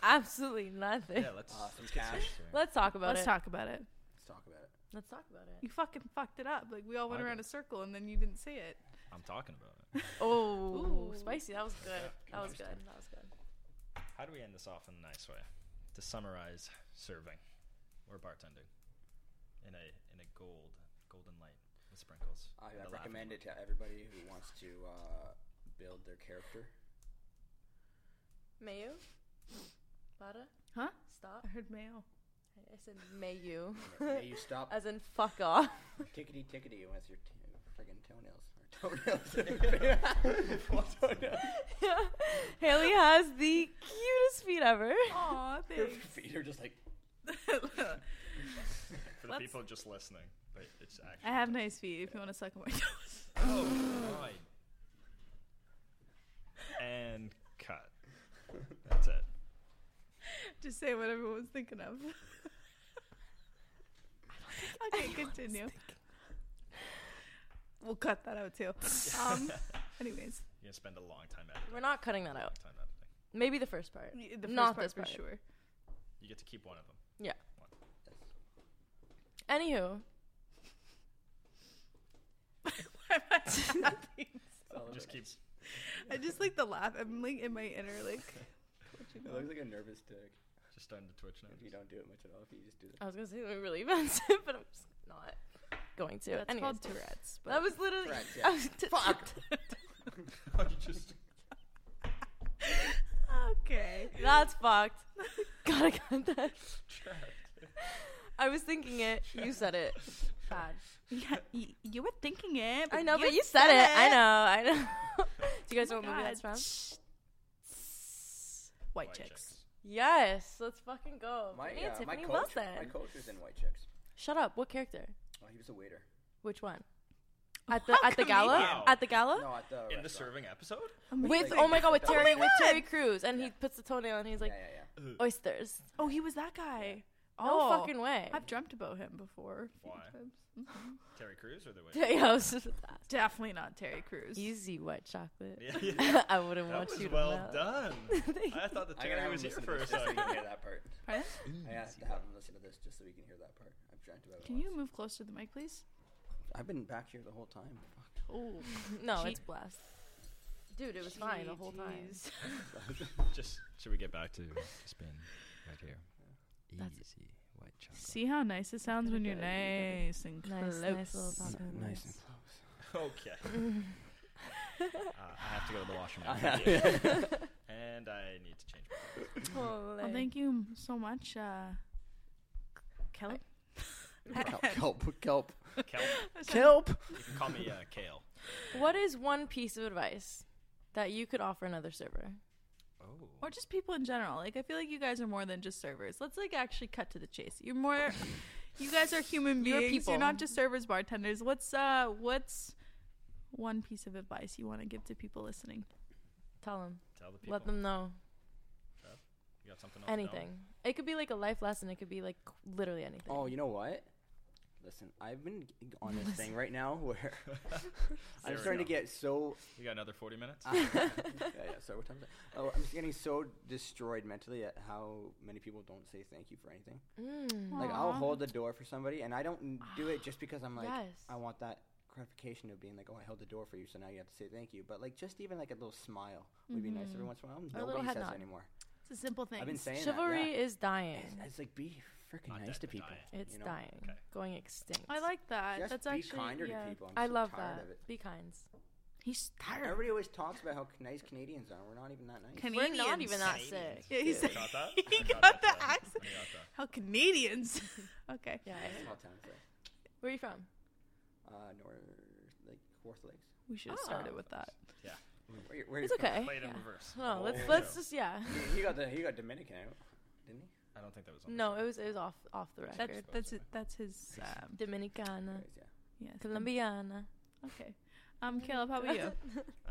Speaker 2: Absolutely nothing.
Speaker 3: Yeah, let's,
Speaker 4: Uh, some
Speaker 3: let's get
Speaker 4: cash.
Speaker 3: serious. here.
Speaker 2: Let's talk about
Speaker 1: Let's
Speaker 2: it.
Speaker 1: talk about it.
Speaker 4: Let's talk about it.
Speaker 2: Let's talk about it.
Speaker 1: You fucking fucked it up. Like we all went
Speaker 3: I
Speaker 1: around
Speaker 3: did.
Speaker 1: a circle and then you didn't say it.
Speaker 3: I'm talking about it.
Speaker 2: Oh,
Speaker 1: Ooh.
Speaker 2: spicy. That was good. That was good.
Speaker 4: Interesting.
Speaker 2: That was good.
Speaker 3: How do we end this off in a nice way? To summarize serving or bartending in a in a gold golden light with sprinkles.
Speaker 4: I,
Speaker 3: and
Speaker 4: I
Speaker 3: the laughing
Speaker 4: recommend it
Speaker 3: emoji.
Speaker 4: to everybody who wants to uh, build their character.
Speaker 2: May you? Butter?
Speaker 1: Huh?
Speaker 2: Stop.
Speaker 1: I heard mayo.
Speaker 2: I said may you.
Speaker 4: May you stop
Speaker 2: As in fuck off.
Speaker 4: tickety tickety with your t- friggin' toenails or toenails. Full toenails.
Speaker 2: Haley has the cutest feet ever.
Speaker 1: Aw,
Speaker 4: Your
Speaker 1: thanks.
Speaker 4: feet are just like.
Speaker 3: For the
Speaker 1: Let's-
Speaker 3: people just listening, but it's actually.
Speaker 1: I have nice feet. If you want to suck on my toes.
Speaker 3: Oh, right. And cut. That's it.
Speaker 1: Just say what everyone's thinking of. okay, continue. We'll cut that out too. Um, anyways,
Speaker 3: You're gonna spend a long time editing.
Speaker 2: We're not cutting that
Speaker 3: Long
Speaker 2: out.
Speaker 3: time editing.
Speaker 2: Maybe the first part.
Speaker 1: y- the first
Speaker 2: Not
Speaker 1: part
Speaker 2: this
Speaker 1: for
Speaker 2: part.
Speaker 1: sure.
Speaker 3: You get to keep one of them.
Speaker 2: Anywho,
Speaker 1: Why am I laughing?
Speaker 3: Just keep.
Speaker 1: I just like the laugh. I'm like in my inner like.
Speaker 4: It looks like a nervous tick
Speaker 3: Just starting to twitch now.
Speaker 4: if you don't do it much at all. If you just do
Speaker 2: I was gonna say something really offensive, but I'm just not going to.
Speaker 1: That's
Speaker 2: Anyways,
Speaker 1: called Tourette's. But
Speaker 2: that was literally.
Speaker 4: Tourette's,
Speaker 2: I was t-
Speaker 4: Fuck.
Speaker 3: you just.
Speaker 1: okay.
Speaker 2: That's fucked. Gotta cut that. I was thinking it. You said it. Bad.
Speaker 1: Yeah, y- you were thinking it.
Speaker 2: I know, but you said it. I know. I know. Do you guys
Speaker 1: Oh
Speaker 2: know what
Speaker 1: my
Speaker 2: movie that's
Speaker 1: God.
Speaker 2: from?
Speaker 1: White,
Speaker 3: White
Speaker 1: chicks.
Speaker 3: chicks.
Speaker 2: Yes. Let's fucking go.
Speaker 4: it. My,
Speaker 2: Me and Oh,
Speaker 4: uh, my
Speaker 2: Tiffany
Speaker 4: coach,
Speaker 2: Wilson.
Speaker 4: my coach was in White Chicks.
Speaker 2: Shut up. What character?
Speaker 4: Oh, he was a waiter.
Speaker 2: Which one? At the at the gala?
Speaker 3: comedian.
Speaker 2: At the gala?
Speaker 4: No, at the
Speaker 3: In the
Speaker 4: restaurant.
Speaker 3: serving episode?
Speaker 2: With
Speaker 4: Amazing.
Speaker 2: oh my god, with
Speaker 4: Oh my
Speaker 2: Terry with
Speaker 1: God.
Speaker 2: Terry Crews, and he puts the toenail and he's like
Speaker 4: yeah, yeah, yeah.
Speaker 2: oysters.
Speaker 1: Oh, he was that guy.
Speaker 2: No
Speaker 1: oh,
Speaker 2: fucking way.
Speaker 1: I've dreamt about him before. a few
Speaker 3: Why?
Speaker 1: times.
Speaker 3: Terry Crews or the way?
Speaker 2: Terry House is the best.
Speaker 1: Definitely not Terry Crews.
Speaker 2: Easy white chocolate.
Speaker 3: Yeah, yeah.
Speaker 2: I wouldn't
Speaker 3: That
Speaker 2: want
Speaker 3: was
Speaker 2: you to
Speaker 3: well
Speaker 2: melt.
Speaker 3: done.
Speaker 2: Thank
Speaker 3: I thought the
Speaker 4: I gotta
Speaker 3: Terry
Speaker 4: have
Speaker 3: was
Speaker 4: him
Speaker 3: here
Speaker 4: listen
Speaker 3: for
Speaker 4: to
Speaker 3: a
Speaker 4: this just so we
Speaker 3: second.
Speaker 4: can hear that part.
Speaker 1: Pardon?
Speaker 4: I have to have him listen to this just so we can hear that part. I've dreamt about it.
Speaker 1: Can
Speaker 4: once.
Speaker 1: you move closer to the mic, please?
Speaker 4: I've been back here the whole time. Fuck.
Speaker 1: Oh,
Speaker 2: no,
Speaker 1: She-
Speaker 2: it's blessed. Dude, it was fine the whole time.
Speaker 3: Just should we get back to just being right here?
Speaker 2: That's-
Speaker 3: Easy white chocolate.
Speaker 1: See how nice it sounds when you're
Speaker 2: Gotta get
Speaker 1: nice and
Speaker 2: Nice,
Speaker 1: close.
Speaker 2: nice little pop.
Speaker 4: nice and close.
Speaker 3: Okay. uh, I have to go to the washroom. now. and I need to change. My
Speaker 1: Well, thank you so much, uh, Kelly.
Speaker 4: Kelp, kelp,
Speaker 3: Kelp.
Speaker 4: kelp.
Speaker 3: You can call me uh, Kale.
Speaker 2: What is one piece of advice that you could offer another server?
Speaker 3: Oh.
Speaker 1: Or just people in general. Like I feel like you guys are more than just servers. Let's like actually cut to the chase. You're more. you guys are human
Speaker 2: You're
Speaker 1: beings. You're,
Speaker 2: people.
Speaker 1: not just servers, bartenders. What's uh, what's one piece of advice you want to give to people listening?
Speaker 2: Tell them.
Speaker 3: Tell the people.
Speaker 2: Let them know
Speaker 3: You got something else? No?
Speaker 2: anything. It could be like a life lesson. It could be like literally anything.
Speaker 4: Oh, you know what? Listen, I've been g- on this thing right now where
Speaker 3: There
Speaker 4: I'm
Speaker 3: we
Speaker 4: starting to
Speaker 3: go.
Speaker 4: get so.
Speaker 3: We got another 40 minutes?
Speaker 4: yeah, yeah. So what time is it? Oh, I'm just getting so destroyed mentally at how many people don't say thank you for anything.
Speaker 2: Mm.
Speaker 4: Like I'll
Speaker 1: Aw.
Speaker 4: hold the door for somebody, and I don't n- do it just because I'm like
Speaker 2: Yes.
Speaker 4: I want that gratification of being like, oh, I held the door for you, so now you have to say thank you. But like just even like a little smile would be nice every once in a while.
Speaker 2: Mm-hmm. little
Speaker 4: Nobody
Speaker 2: head
Speaker 4: says
Speaker 2: nod.
Speaker 4: it anymore.
Speaker 1: It's a simple thing.
Speaker 4: I've been saying
Speaker 2: Chivalry
Speaker 4: that.
Speaker 2: is
Speaker 4: Yeah.
Speaker 2: dying.
Speaker 4: It's, it's like be freaking
Speaker 3: Not
Speaker 4: nice
Speaker 3: dead,
Speaker 4: to
Speaker 3: but
Speaker 4: people.
Speaker 3: dying.
Speaker 2: It's
Speaker 4: you know?
Speaker 2: dying,
Speaker 3: Okay.
Speaker 2: going extinct.
Speaker 1: I like that.
Speaker 4: Just
Speaker 1: That's
Speaker 4: be
Speaker 1: actually
Speaker 4: kinder
Speaker 1: yeah.
Speaker 4: to people. I'm
Speaker 2: I
Speaker 4: so
Speaker 2: love
Speaker 4: tired
Speaker 2: that.
Speaker 4: of it.
Speaker 2: Be kind.
Speaker 1: He's tired.
Speaker 4: Everybody always talks about how c- nice Canadians are. We're not even that nice.
Speaker 2: We're not
Speaker 1: Canadians.
Speaker 2: even that sick.
Speaker 1: Yeah, he
Speaker 4: Yeah.
Speaker 1: said
Speaker 3: Got that?
Speaker 1: he
Speaker 3: I
Speaker 1: got the
Speaker 3: that.
Speaker 1: accent.
Speaker 3: I got that.
Speaker 1: How Canadians? okay.
Speaker 2: Yeah.
Speaker 4: Nice small town, so.
Speaker 2: Where are you from?
Speaker 4: Uh, north, like Fourth Lakes.
Speaker 1: We should have
Speaker 2: Oh.
Speaker 1: started with that.
Speaker 3: Hmm.
Speaker 4: Where, you- where
Speaker 2: It's
Speaker 4: you from?
Speaker 2: okay.
Speaker 3: Play it in
Speaker 2: Yeah.
Speaker 3: reverse.
Speaker 2: No, Eh?
Speaker 3: The
Speaker 2: Oh,
Speaker 3: Oh.
Speaker 2: let's
Speaker 3: whole
Speaker 2: let's
Speaker 3: show.
Speaker 2: just yeah.
Speaker 4: He- He got the he got Dominican out, didn't he?
Speaker 3: I don't think that was on the
Speaker 2: No,
Speaker 3: show.
Speaker 2: it was it was off off the record.
Speaker 1: That's
Speaker 3: Supposed
Speaker 1: that's
Speaker 3: to
Speaker 1: it, that's his um,
Speaker 2: Dominicana,
Speaker 4: Anyways, yeah.
Speaker 1: yes.
Speaker 2: Colombiana.
Speaker 1: Okay. Um, Caleb, how about you?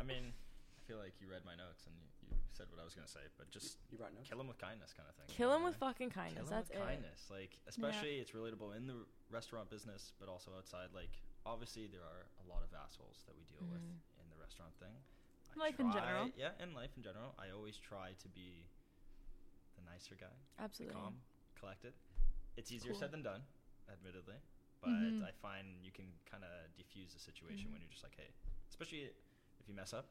Speaker 3: I mean, I feel like you read my notes and you, you said what I was going to say, but just
Speaker 4: You brought notes.
Speaker 3: kill him with kindness kind of thing. you
Speaker 2: Kill
Speaker 3: know
Speaker 2: him
Speaker 3: what I
Speaker 2: with fucking
Speaker 3: mean?
Speaker 2: kindness.
Speaker 3: Kill
Speaker 2: That's
Speaker 3: 'em with kindness. Like, especially it's relatable in the r- restaurant business, but also outside. Like, obviously there are a lot of assholes that we deal with in the restaurant thing,
Speaker 1: Life in
Speaker 3: try-
Speaker 1: general.
Speaker 3: Yeah, in life in general, I always try to be the nicer guy, the
Speaker 2: Absolutely.
Speaker 3: calm, collected. It's easier
Speaker 2: Cool.
Speaker 3: said than done, admittedly, but
Speaker 1: Mhm.
Speaker 3: I find you can kind of defuse the situation when you're just like, hey, especially if you mess up,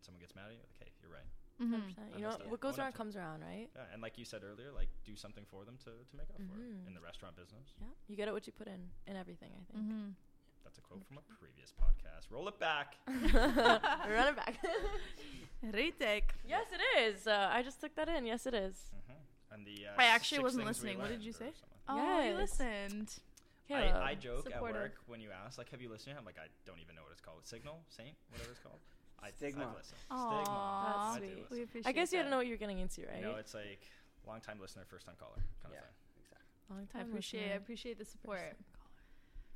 Speaker 3: someone gets mad at you. Like, hey, you're right.
Speaker 2: 100%.
Speaker 1: Mhm.
Speaker 2: Mm-hmm. You know,
Speaker 3: Understand.
Speaker 2: what goes
Speaker 3: Whatever.
Speaker 2: around comes around, right?
Speaker 3: Yeah, and like you said earlier, like do something for them to, to make up for
Speaker 2: Mhm.
Speaker 3: it in the restaurant business.
Speaker 2: Yeah. You get it what you put in, in everything, I think.
Speaker 1: Mhm.
Speaker 3: That's a quote from a previous podcast. Roll it back. Mm-hmm.
Speaker 2: Run it back.
Speaker 1: Retake.
Speaker 2: yes, it is. Uh, I just took that in. Yes, it is.
Speaker 3: hmm And the uh,
Speaker 1: I actually
Speaker 3: six
Speaker 1: wasn't
Speaker 3: things we
Speaker 1: listening. What did
Speaker 3: learned
Speaker 1: you
Speaker 3: or
Speaker 1: say?
Speaker 3: something.
Speaker 1: Oh, you
Speaker 2: Yes.
Speaker 1: listened.
Speaker 2: Caleb.
Speaker 3: I, I joke
Speaker 1: Supportive.
Speaker 3: at work when you ask, like, have you listened? I'm like, I don't even know what it's called. Signal, Saint, whatever it's called. I,
Speaker 4: Stigma.
Speaker 3: I've listened.
Speaker 1: Aw.
Speaker 3: Stigma.
Speaker 2: That's
Speaker 3: I do
Speaker 2: sweet.
Speaker 3: listen.
Speaker 1: We appreciate
Speaker 2: I guess you
Speaker 1: that.
Speaker 2: didn't know what you were getting into, right?
Speaker 3: You know, it's like long time listener, first time caller kind
Speaker 4: Yeah.
Speaker 3: of thing.
Speaker 4: Exactly.
Speaker 2: Long
Speaker 1: I
Speaker 2: time
Speaker 1: appreciate I
Speaker 2: listener.
Speaker 1: appreciate the support.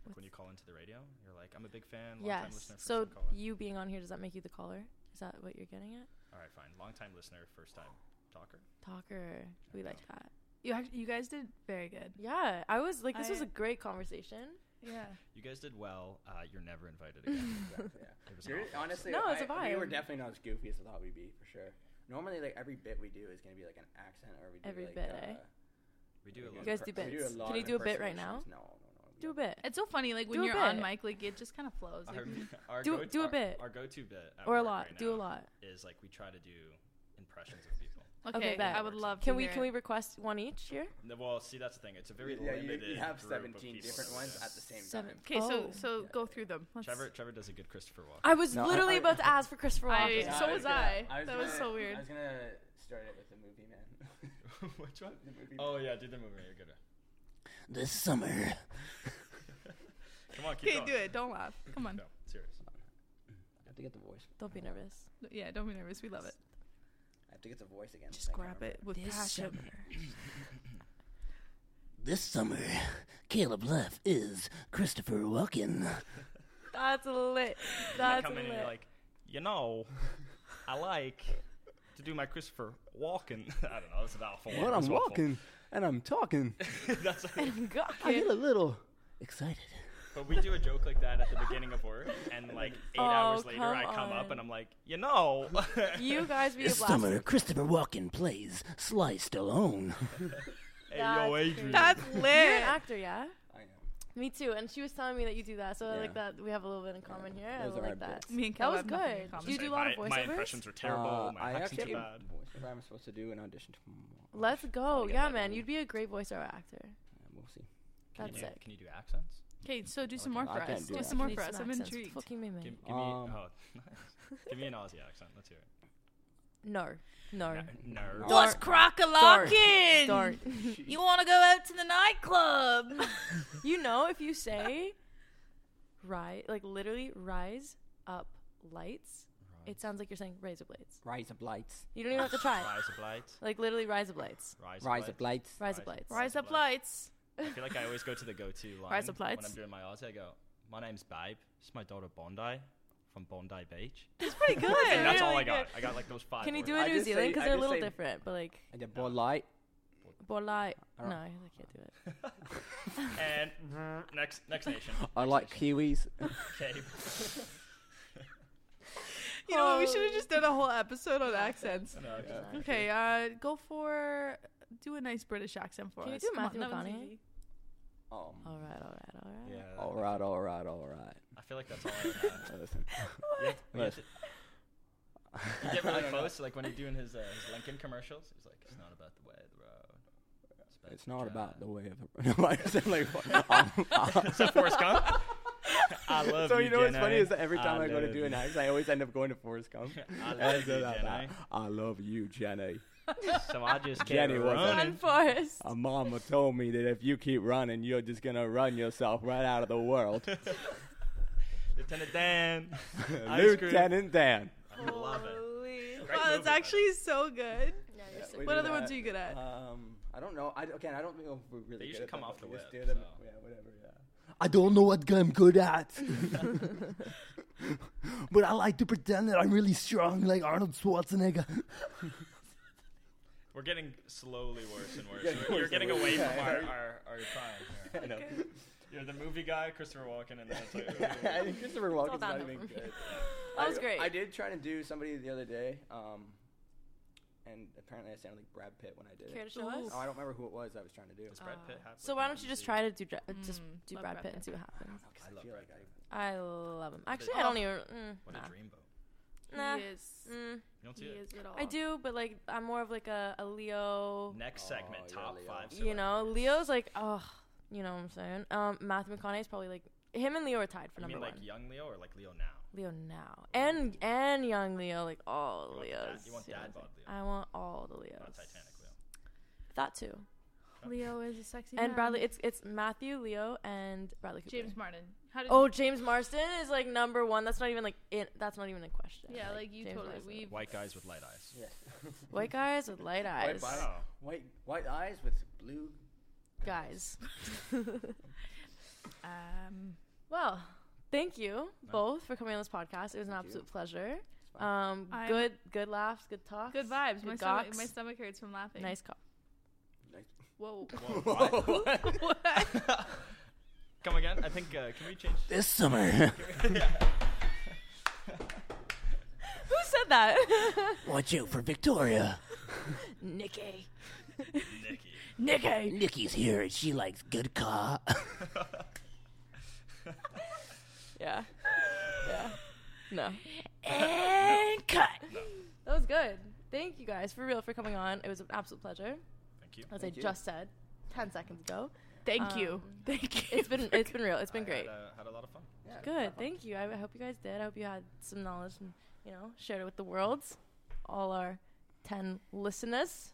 Speaker 3: Like when you call into the radio, you're like, I'm a big fan. Long time
Speaker 2: Yes.
Speaker 3: listener, first
Speaker 2: So
Speaker 3: time caller.
Speaker 2: you being on here, does that make you the caller? Is that what you're getting at?
Speaker 3: All right, fine. Long time listener, first time talker.
Speaker 2: Talker. We like that.
Speaker 1: You act- you guys did very good.
Speaker 2: Yeah. I was like, this was
Speaker 1: I-
Speaker 2: a great conversation.
Speaker 1: Yeah.
Speaker 3: You guys did well. Uh, you're never invited again.
Speaker 4: exactly yeah.
Speaker 3: it was an
Speaker 4: You're,
Speaker 3: awful
Speaker 4: honestly,
Speaker 2: No, it's a
Speaker 4: I- We were
Speaker 2: vibe.
Speaker 4: definitely not as goofy as I thought we'd be for sure. Normally, like every bit we do is gonna be like an accent, or we do
Speaker 2: Every
Speaker 4: like,
Speaker 2: bit,
Speaker 4: uh,
Speaker 2: eh?
Speaker 3: episode. We do a
Speaker 4: we
Speaker 3: lot.
Speaker 2: You guys
Speaker 3: of
Speaker 2: do
Speaker 4: we
Speaker 3: prep-
Speaker 2: bits.
Speaker 4: a lot
Speaker 2: Can you
Speaker 4: of
Speaker 2: do a bit right now?
Speaker 4: impersonations. No, no, no. we
Speaker 2: Do a
Speaker 4: don't.
Speaker 2: bit.
Speaker 1: It's so funny, like when
Speaker 2: Do a
Speaker 1: you're on
Speaker 2: bit.
Speaker 1: mic, like it just kinda flows. Like,
Speaker 3: Our,
Speaker 1: you-
Speaker 3: our
Speaker 2: Do-
Speaker 3: go-
Speaker 2: do a
Speaker 3: our-
Speaker 2: bit.
Speaker 3: Our go-to bit. at
Speaker 2: Or a
Speaker 3: work
Speaker 2: lot.
Speaker 3: right
Speaker 2: Do a
Speaker 3: now
Speaker 2: lot.
Speaker 3: Is like we try to do impressions of people.
Speaker 1: okay,
Speaker 2: bet.
Speaker 1: I would love
Speaker 2: Can
Speaker 1: to
Speaker 2: we
Speaker 1: hear
Speaker 2: can
Speaker 1: it.
Speaker 2: we request one each here?
Speaker 3: No, Well, see, that's the thing. It's a very
Speaker 4: yeah, you,
Speaker 3: limited.
Speaker 4: you have
Speaker 3: group of
Speaker 4: 17
Speaker 3: people
Speaker 4: different
Speaker 3: that
Speaker 4: ones
Speaker 3: do
Speaker 4: at the same
Speaker 2: Seven.
Speaker 4: time.
Speaker 1: Okay, so
Speaker 2: Oh.
Speaker 1: so go through them.
Speaker 3: this.
Speaker 1: Let's-
Speaker 3: Trevor, Trevor does a good Christopher Walken.
Speaker 2: I was
Speaker 4: No,
Speaker 2: literally
Speaker 4: I-
Speaker 2: about to ask for Christopher
Speaker 1: I-
Speaker 2: Walken.
Speaker 1: so was
Speaker 4: gonna-
Speaker 1: I. That
Speaker 4: gonna-
Speaker 1: was so weird.
Speaker 4: I was gonna start it with the movie, man.
Speaker 3: Which one?
Speaker 4: the movie.
Speaker 3: Oh yeah, do the movie. You're good.
Speaker 4: This summer.
Speaker 3: Come on, keep
Speaker 1: Okay,
Speaker 3: going.
Speaker 1: do it. Don't laugh. Come on.
Speaker 3: No, serious.
Speaker 4: I have to get the voice.
Speaker 2: Don't be nervous.
Speaker 1: Yeah, don't be nervous. We love it.
Speaker 4: I have to get the voice again.
Speaker 1: Just grab it with passion.
Speaker 4: This summer, Caleb Leff is Christopher Walken.
Speaker 2: That's lit.
Speaker 3: I
Speaker 2: That's
Speaker 3: come in
Speaker 2: lit.
Speaker 3: and you're like, you know, I like to do my Christopher Walken. I don't know. That's an awful. one. That's awful.
Speaker 4: and I'm talking.
Speaker 3: that's.
Speaker 2: God.
Speaker 4: a little excited.
Speaker 3: But we do a joke like that at the beginning of work, and like eight
Speaker 2: Oh,
Speaker 3: hours later,
Speaker 2: come
Speaker 3: I come
Speaker 2: on.
Speaker 3: up and I'm like, you know,
Speaker 2: You guys be a blast.
Speaker 4: Christopher Walken plays Sly Stallone.
Speaker 3: hey
Speaker 2: That's
Speaker 3: yo, Adrian.
Speaker 1: That's
Speaker 2: You're an
Speaker 1: lit.
Speaker 2: actor, yeah?
Speaker 4: I am.
Speaker 2: Me too. And she was telling me that you do that, so I
Speaker 4: Yeah.
Speaker 2: like that we have a little bit in common here. I
Speaker 4: Those are our
Speaker 2: like that.
Speaker 4: bits.
Speaker 1: Me and
Speaker 2: That
Speaker 1: Kel
Speaker 2: was
Speaker 1: have nothing in
Speaker 2: good.
Speaker 1: common.
Speaker 2: Do you do a lot of
Speaker 3: my, my
Speaker 2: voiceovers?
Speaker 3: impressions are terrible.
Speaker 4: Uh,
Speaker 3: my
Speaker 4: I
Speaker 3: accents
Speaker 4: actually
Speaker 3: are bad.
Speaker 4: voiceover I'm supposed to do an audition tomorrow.
Speaker 2: Let's go.
Speaker 4: get
Speaker 2: Yeah,
Speaker 4: that
Speaker 2: man.
Speaker 4: in.
Speaker 2: You'd be a great voiceover actor.
Speaker 4: Uh, we'll see.
Speaker 3: Can
Speaker 2: That's
Speaker 3: you do-
Speaker 2: sick.
Speaker 3: Can you do accents?
Speaker 1: Okay, so do some
Speaker 3: Okay.
Speaker 1: more for
Speaker 4: I can't
Speaker 1: us.
Speaker 4: do
Speaker 1: Do
Speaker 4: that.
Speaker 1: some more
Speaker 2: Need
Speaker 1: for
Speaker 2: some
Speaker 1: us. I'm
Speaker 2: accents.
Speaker 1: intrigued.
Speaker 2: Fucking me, man.
Speaker 3: Give, give
Speaker 4: Um,
Speaker 3: me oh, nice. give me an Aussie accent. Let's hear it.
Speaker 2: No. No.
Speaker 3: No,
Speaker 4: No.
Speaker 3: no.
Speaker 4: Dark.
Speaker 1: crocodile
Speaker 2: Start.
Speaker 1: You want to go out to the nightclub?
Speaker 2: you know, if you say rise, like literally rise up lights, it sounds like you're saying razor blades.
Speaker 4: Rise of Lights.
Speaker 2: You don't even have to try it.
Speaker 3: Rise of light.
Speaker 2: Like literally rise up lights.
Speaker 3: Rise, of
Speaker 4: Rise of
Speaker 3: light.
Speaker 4: Lights.
Speaker 2: Rise up
Speaker 3: Rise.
Speaker 2: lights.
Speaker 1: Rise up
Speaker 3: Lights.
Speaker 1: lights.
Speaker 3: I feel like I always go to the go-to line
Speaker 1: Rise of
Speaker 3: when
Speaker 1: lights.
Speaker 3: I'm doing my Aussie. I go, "My name's Babe. It's my daughter Bondi from Bondi Beach."
Speaker 1: It's pretty good.
Speaker 3: And that's all
Speaker 2: really
Speaker 3: I got.
Speaker 2: good.
Speaker 3: I got like those five.
Speaker 2: Can you
Speaker 3: words.
Speaker 2: do it
Speaker 4: I
Speaker 2: in New
Speaker 4: just
Speaker 2: Zealand?
Speaker 4: say-
Speaker 2: Because
Speaker 4: I
Speaker 2: they're a
Speaker 4: just
Speaker 2: little
Speaker 4: say-
Speaker 2: different, but like
Speaker 4: And the Bud Light.
Speaker 2: Borlai.
Speaker 4: I
Speaker 2: No,
Speaker 4: don't-
Speaker 2: I can't do it.
Speaker 3: And mm-hmm, next, next nation.
Speaker 4: I like Kiwis.
Speaker 3: Okay.
Speaker 1: You know what? We should have just done a whole episode on accents. Okay, uh, go for do a nice British accent for
Speaker 2: Can you
Speaker 1: us.
Speaker 2: do
Speaker 1: Come on,
Speaker 2: Matthew
Speaker 1: that one's
Speaker 2: McConaughey?
Speaker 1: easy.
Speaker 4: um,
Speaker 2: All right, all right, all right.
Speaker 3: Yeah.
Speaker 4: all right, all right, all right.
Speaker 3: I feel like that's all I have.
Speaker 4: Uh, listen.
Speaker 3: You have to- you have to- you
Speaker 4: Listen.
Speaker 3: get really close, like when he's doing his, uh, his Lincoln commercials. He's like, "It's not about the way of the road. about
Speaker 4: It's
Speaker 3: the drive."
Speaker 4: not about the way of. No, I said like. um, uh,
Speaker 3: Is that Forrest Gump? I love
Speaker 4: so
Speaker 3: you.
Speaker 4: you know what's
Speaker 3: Jenna.
Speaker 4: funny is that every time I, go to
Speaker 3: love
Speaker 4: do an
Speaker 3: you.
Speaker 4: act, I always end up going to Forrest Gump.
Speaker 3: I
Speaker 4: And I
Speaker 3: love
Speaker 4: said
Speaker 3: you,
Speaker 4: out loud,
Speaker 3: Jenny.
Speaker 4: I love you, Jenny.
Speaker 3: So I just kept
Speaker 4: Jenny was
Speaker 3: running.
Speaker 2: Run, Forrest.
Speaker 4: A mama told me that if you keep running, you're just gonna run yourself right out of the world.
Speaker 3: Lieutenant Dan. Ice cream.
Speaker 4: Lieutenant Dan.
Speaker 3: I love it.
Speaker 1: Holy-
Speaker 3: Great
Speaker 1: Wow, that's
Speaker 3: movie.
Speaker 1: actually so good.
Speaker 4: We
Speaker 1: What
Speaker 4: do
Speaker 1: other ones
Speaker 4: that.
Speaker 1: are you good at?
Speaker 4: Um, I don't know. I, again, I don't know if we're really.
Speaker 3: They
Speaker 4: good
Speaker 3: usually
Speaker 4: at
Speaker 3: come
Speaker 4: them,
Speaker 3: off the
Speaker 4: but we just
Speaker 3: whip,
Speaker 4: do them.
Speaker 3: so.
Speaker 4: Yeah, whatever. Yeah. I don't know what I'm good at, but I like to pretend that I'm really strong, like Arnold Schwarzenegger.
Speaker 3: We're getting slowly worse and worse.
Speaker 4: Getting
Speaker 3: You're
Speaker 4: worse
Speaker 3: getting
Speaker 4: and
Speaker 3: away
Speaker 4: worse.
Speaker 3: from
Speaker 4: Yeah,
Speaker 3: our,
Speaker 4: yeah.
Speaker 3: our, our prime. here.
Speaker 4: I know.
Speaker 3: You're You're the movie guy, Christopher Walken, and then it's like,
Speaker 4: I think Christopher Walken's not
Speaker 2: downhill
Speaker 4: even
Speaker 2: from here.
Speaker 4: good.
Speaker 2: That
Speaker 4: I-
Speaker 2: was great.
Speaker 4: I did try to do somebody the other day, um, and apparently I sounded like Brad Pitt when I did
Speaker 2: Care
Speaker 4: it.
Speaker 2: to show
Speaker 1: Ooh.
Speaker 2: us?
Speaker 4: Oh, I don't remember who it was I was trying to do.
Speaker 3: Does Brad Pitt
Speaker 1: Uh,
Speaker 3: have?
Speaker 2: So
Speaker 3: like,
Speaker 2: why
Speaker 3: an
Speaker 2: don't you just
Speaker 3: easy-
Speaker 2: try to do dra- uh, just
Speaker 1: Mm,
Speaker 2: do
Speaker 1: love
Speaker 2: Brad
Speaker 1: Brad
Speaker 2: Pitt and
Speaker 1: Pitt.
Speaker 2: see what happens?
Speaker 4: Because
Speaker 3: I
Speaker 4: I,
Speaker 3: love
Speaker 4: feel
Speaker 3: Brad
Speaker 4: like I,
Speaker 3: Pitt.
Speaker 2: I love him. Actually, I
Speaker 3: Well,
Speaker 2: don't even. Mm,
Speaker 3: What
Speaker 2: nah.
Speaker 3: a dreamboat.
Speaker 2: Nah.
Speaker 1: He is.
Speaker 2: Mm,
Speaker 3: You don't see
Speaker 1: He
Speaker 3: it.
Speaker 1: is it all.
Speaker 2: I do, but like I'm more of like a, a Leo.
Speaker 3: Next
Speaker 4: Oh,
Speaker 3: segment,
Speaker 4: yeah,
Speaker 3: top
Speaker 4: Leo.
Speaker 3: five.
Speaker 2: You know,
Speaker 3: celebrities.
Speaker 2: Leo's like oh, you know what I'm saying. Um, Matthew McConaughey's probably like him and Leo are tied for
Speaker 3: You
Speaker 2: number
Speaker 3: mean
Speaker 2: one.
Speaker 3: like young Leo or like Leo now?
Speaker 2: Leo now and and young Leo, like all
Speaker 3: You want the dad-
Speaker 2: Leos.
Speaker 3: you want
Speaker 2: you know
Speaker 3: dad
Speaker 2: what I'm
Speaker 3: bod
Speaker 2: saying?
Speaker 3: Leo.
Speaker 2: I want all the Leos.
Speaker 3: Not Titanic Leo.
Speaker 2: That too.
Speaker 1: Leo is a sexy.
Speaker 2: And
Speaker 1: man.
Speaker 2: Bradley, it's it's Matthew, Leo, and Bradley Cooper.
Speaker 1: James Martin. How did
Speaker 2: Oh,
Speaker 1: you-
Speaker 2: James Marston is like number one. That's not even like in, that's not even a question.
Speaker 1: yeah, like you
Speaker 2: James
Speaker 1: totally.
Speaker 2: Marsden.
Speaker 1: We
Speaker 3: White guys with light eyes.
Speaker 4: yes.
Speaker 2: white guys with light eyes.
Speaker 4: Eyes.
Speaker 3: Wow.
Speaker 4: White white eyes with blue.
Speaker 2: guys.
Speaker 1: um.
Speaker 2: well, thank you
Speaker 3: No.
Speaker 2: both for coming on this podcast. It was an
Speaker 4: Thank
Speaker 2: absolute
Speaker 4: you.
Speaker 2: pleasure.
Speaker 4: It's fine.
Speaker 2: Um,
Speaker 1: I'm-
Speaker 2: good good laughs, good talks,
Speaker 1: Good vibes. My
Speaker 2: good
Speaker 1: stomach,
Speaker 2: gawks.
Speaker 1: my stomach hurts from laughing.
Speaker 2: nice call.
Speaker 4: Nice.
Speaker 1: Whoa.
Speaker 3: Whoa,
Speaker 2: um,
Speaker 3: what?
Speaker 1: What?
Speaker 3: Come again? I think. Uh, can we change?
Speaker 4: This summer,
Speaker 2: Who said that?
Speaker 4: watch out for Victoria.
Speaker 2: Nikki.
Speaker 3: Nikki.
Speaker 2: Nikki.
Speaker 4: Nikki's here and she likes good car.
Speaker 2: Yeah. Yeah. No. Eh.
Speaker 1: and cut.
Speaker 2: That was good. Thank you guys for real for coming on. It was an absolute pleasure.
Speaker 3: Thank you.
Speaker 2: As
Speaker 4: Thank
Speaker 2: I
Speaker 4: you.
Speaker 2: just said 10 seconds ago.
Speaker 1: Thank
Speaker 2: Um,
Speaker 1: you. Thank you.
Speaker 2: It's been it's been real. It's been
Speaker 3: I
Speaker 2: great.
Speaker 3: Had, uh, had a lot of fun.
Speaker 2: Good. Thank you. I, I hope you guys did. I hope you had some knowledge and, you know, shared it with the world. All our 10 listeners.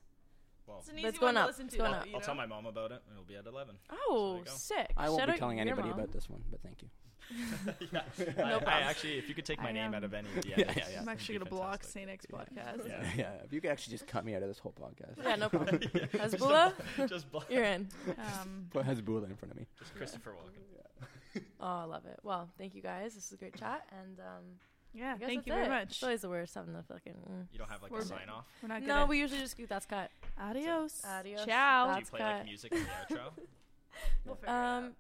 Speaker 3: Well,
Speaker 1: It's an easy
Speaker 2: Let's go
Speaker 1: one
Speaker 2: on up.
Speaker 1: to listen
Speaker 2: Let's
Speaker 1: to.
Speaker 2: go on
Speaker 3: I'll,
Speaker 2: up.
Speaker 1: you
Speaker 3: I'll
Speaker 1: know?
Speaker 3: tell my mom about it, and it'll be at eleven.
Speaker 2: Oh,
Speaker 3: you go.
Speaker 2: sick.
Speaker 4: I won't
Speaker 2: Shout
Speaker 4: be
Speaker 2: out
Speaker 4: telling
Speaker 2: your
Speaker 4: anybody
Speaker 2: mom.
Speaker 4: about this one, but thank you.
Speaker 3: yeah. I, I
Speaker 2: problem.
Speaker 3: actually, if you could take my
Speaker 1: I
Speaker 3: name
Speaker 1: am-
Speaker 3: out of any, DMs,
Speaker 4: Yeah, yeah, yeah.
Speaker 1: I'm actually
Speaker 3: it'd
Speaker 1: gonna
Speaker 3: be
Speaker 1: block
Speaker 3: fantastic.
Speaker 1: Saint X podcast.
Speaker 3: Yeah.
Speaker 4: Yeah. if you could actually just cut me out of this whole podcast.
Speaker 2: Yeah, no problem.
Speaker 3: Yeah, just
Speaker 2: Hezbollah?
Speaker 3: block- Just block.
Speaker 2: You're in.
Speaker 1: Um,
Speaker 4: Put Hezbollah in front of me.
Speaker 3: Just Christopher Walken.
Speaker 2: Oh, I love it. Well, thank you guys. This is a great chat. And um,
Speaker 1: yeah.
Speaker 2: I guess
Speaker 1: Thank
Speaker 2: that's
Speaker 1: you very
Speaker 2: it.
Speaker 1: much.
Speaker 2: It's always the worst having the fucking. Mm.
Speaker 3: You don't have like
Speaker 1: We're-
Speaker 3: a sign off.
Speaker 1: We're not
Speaker 2: No,
Speaker 1: gonna.
Speaker 2: we usually just do that's cut.
Speaker 1: Adios.
Speaker 2: Adios.
Speaker 1: Ciao.
Speaker 3: Do you
Speaker 2: That's
Speaker 3: play
Speaker 2: cut.
Speaker 3: like music in the outro?
Speaker 1: We'll figure it out.
Speaker 2: Um,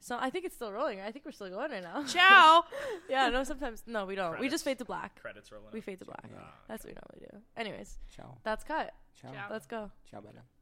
Speaker 2: so I think it's still rolling. Right? I think we're still going right now.
Speaker 1: Ciao.
Speaker 2: yeah, no, sometimes no, we don't. We just
Speaker 3: Credits.
Speaker 2: fade to black.
Speaker 3: Credits rolling.
Speaker 2: We
Speaker 3: up.
Speaker 2: fade to black.
Speaker 3: Ah,
Speaker 2: That's what we normally do. Anyways,
Speaker 4: Ciao.
Speaker 2: that's cut.
Speaker 4: Ciao.
Speaker 1: Ciao.
Speaker 2: Let's go.
Speaker 4: Ciao, bella.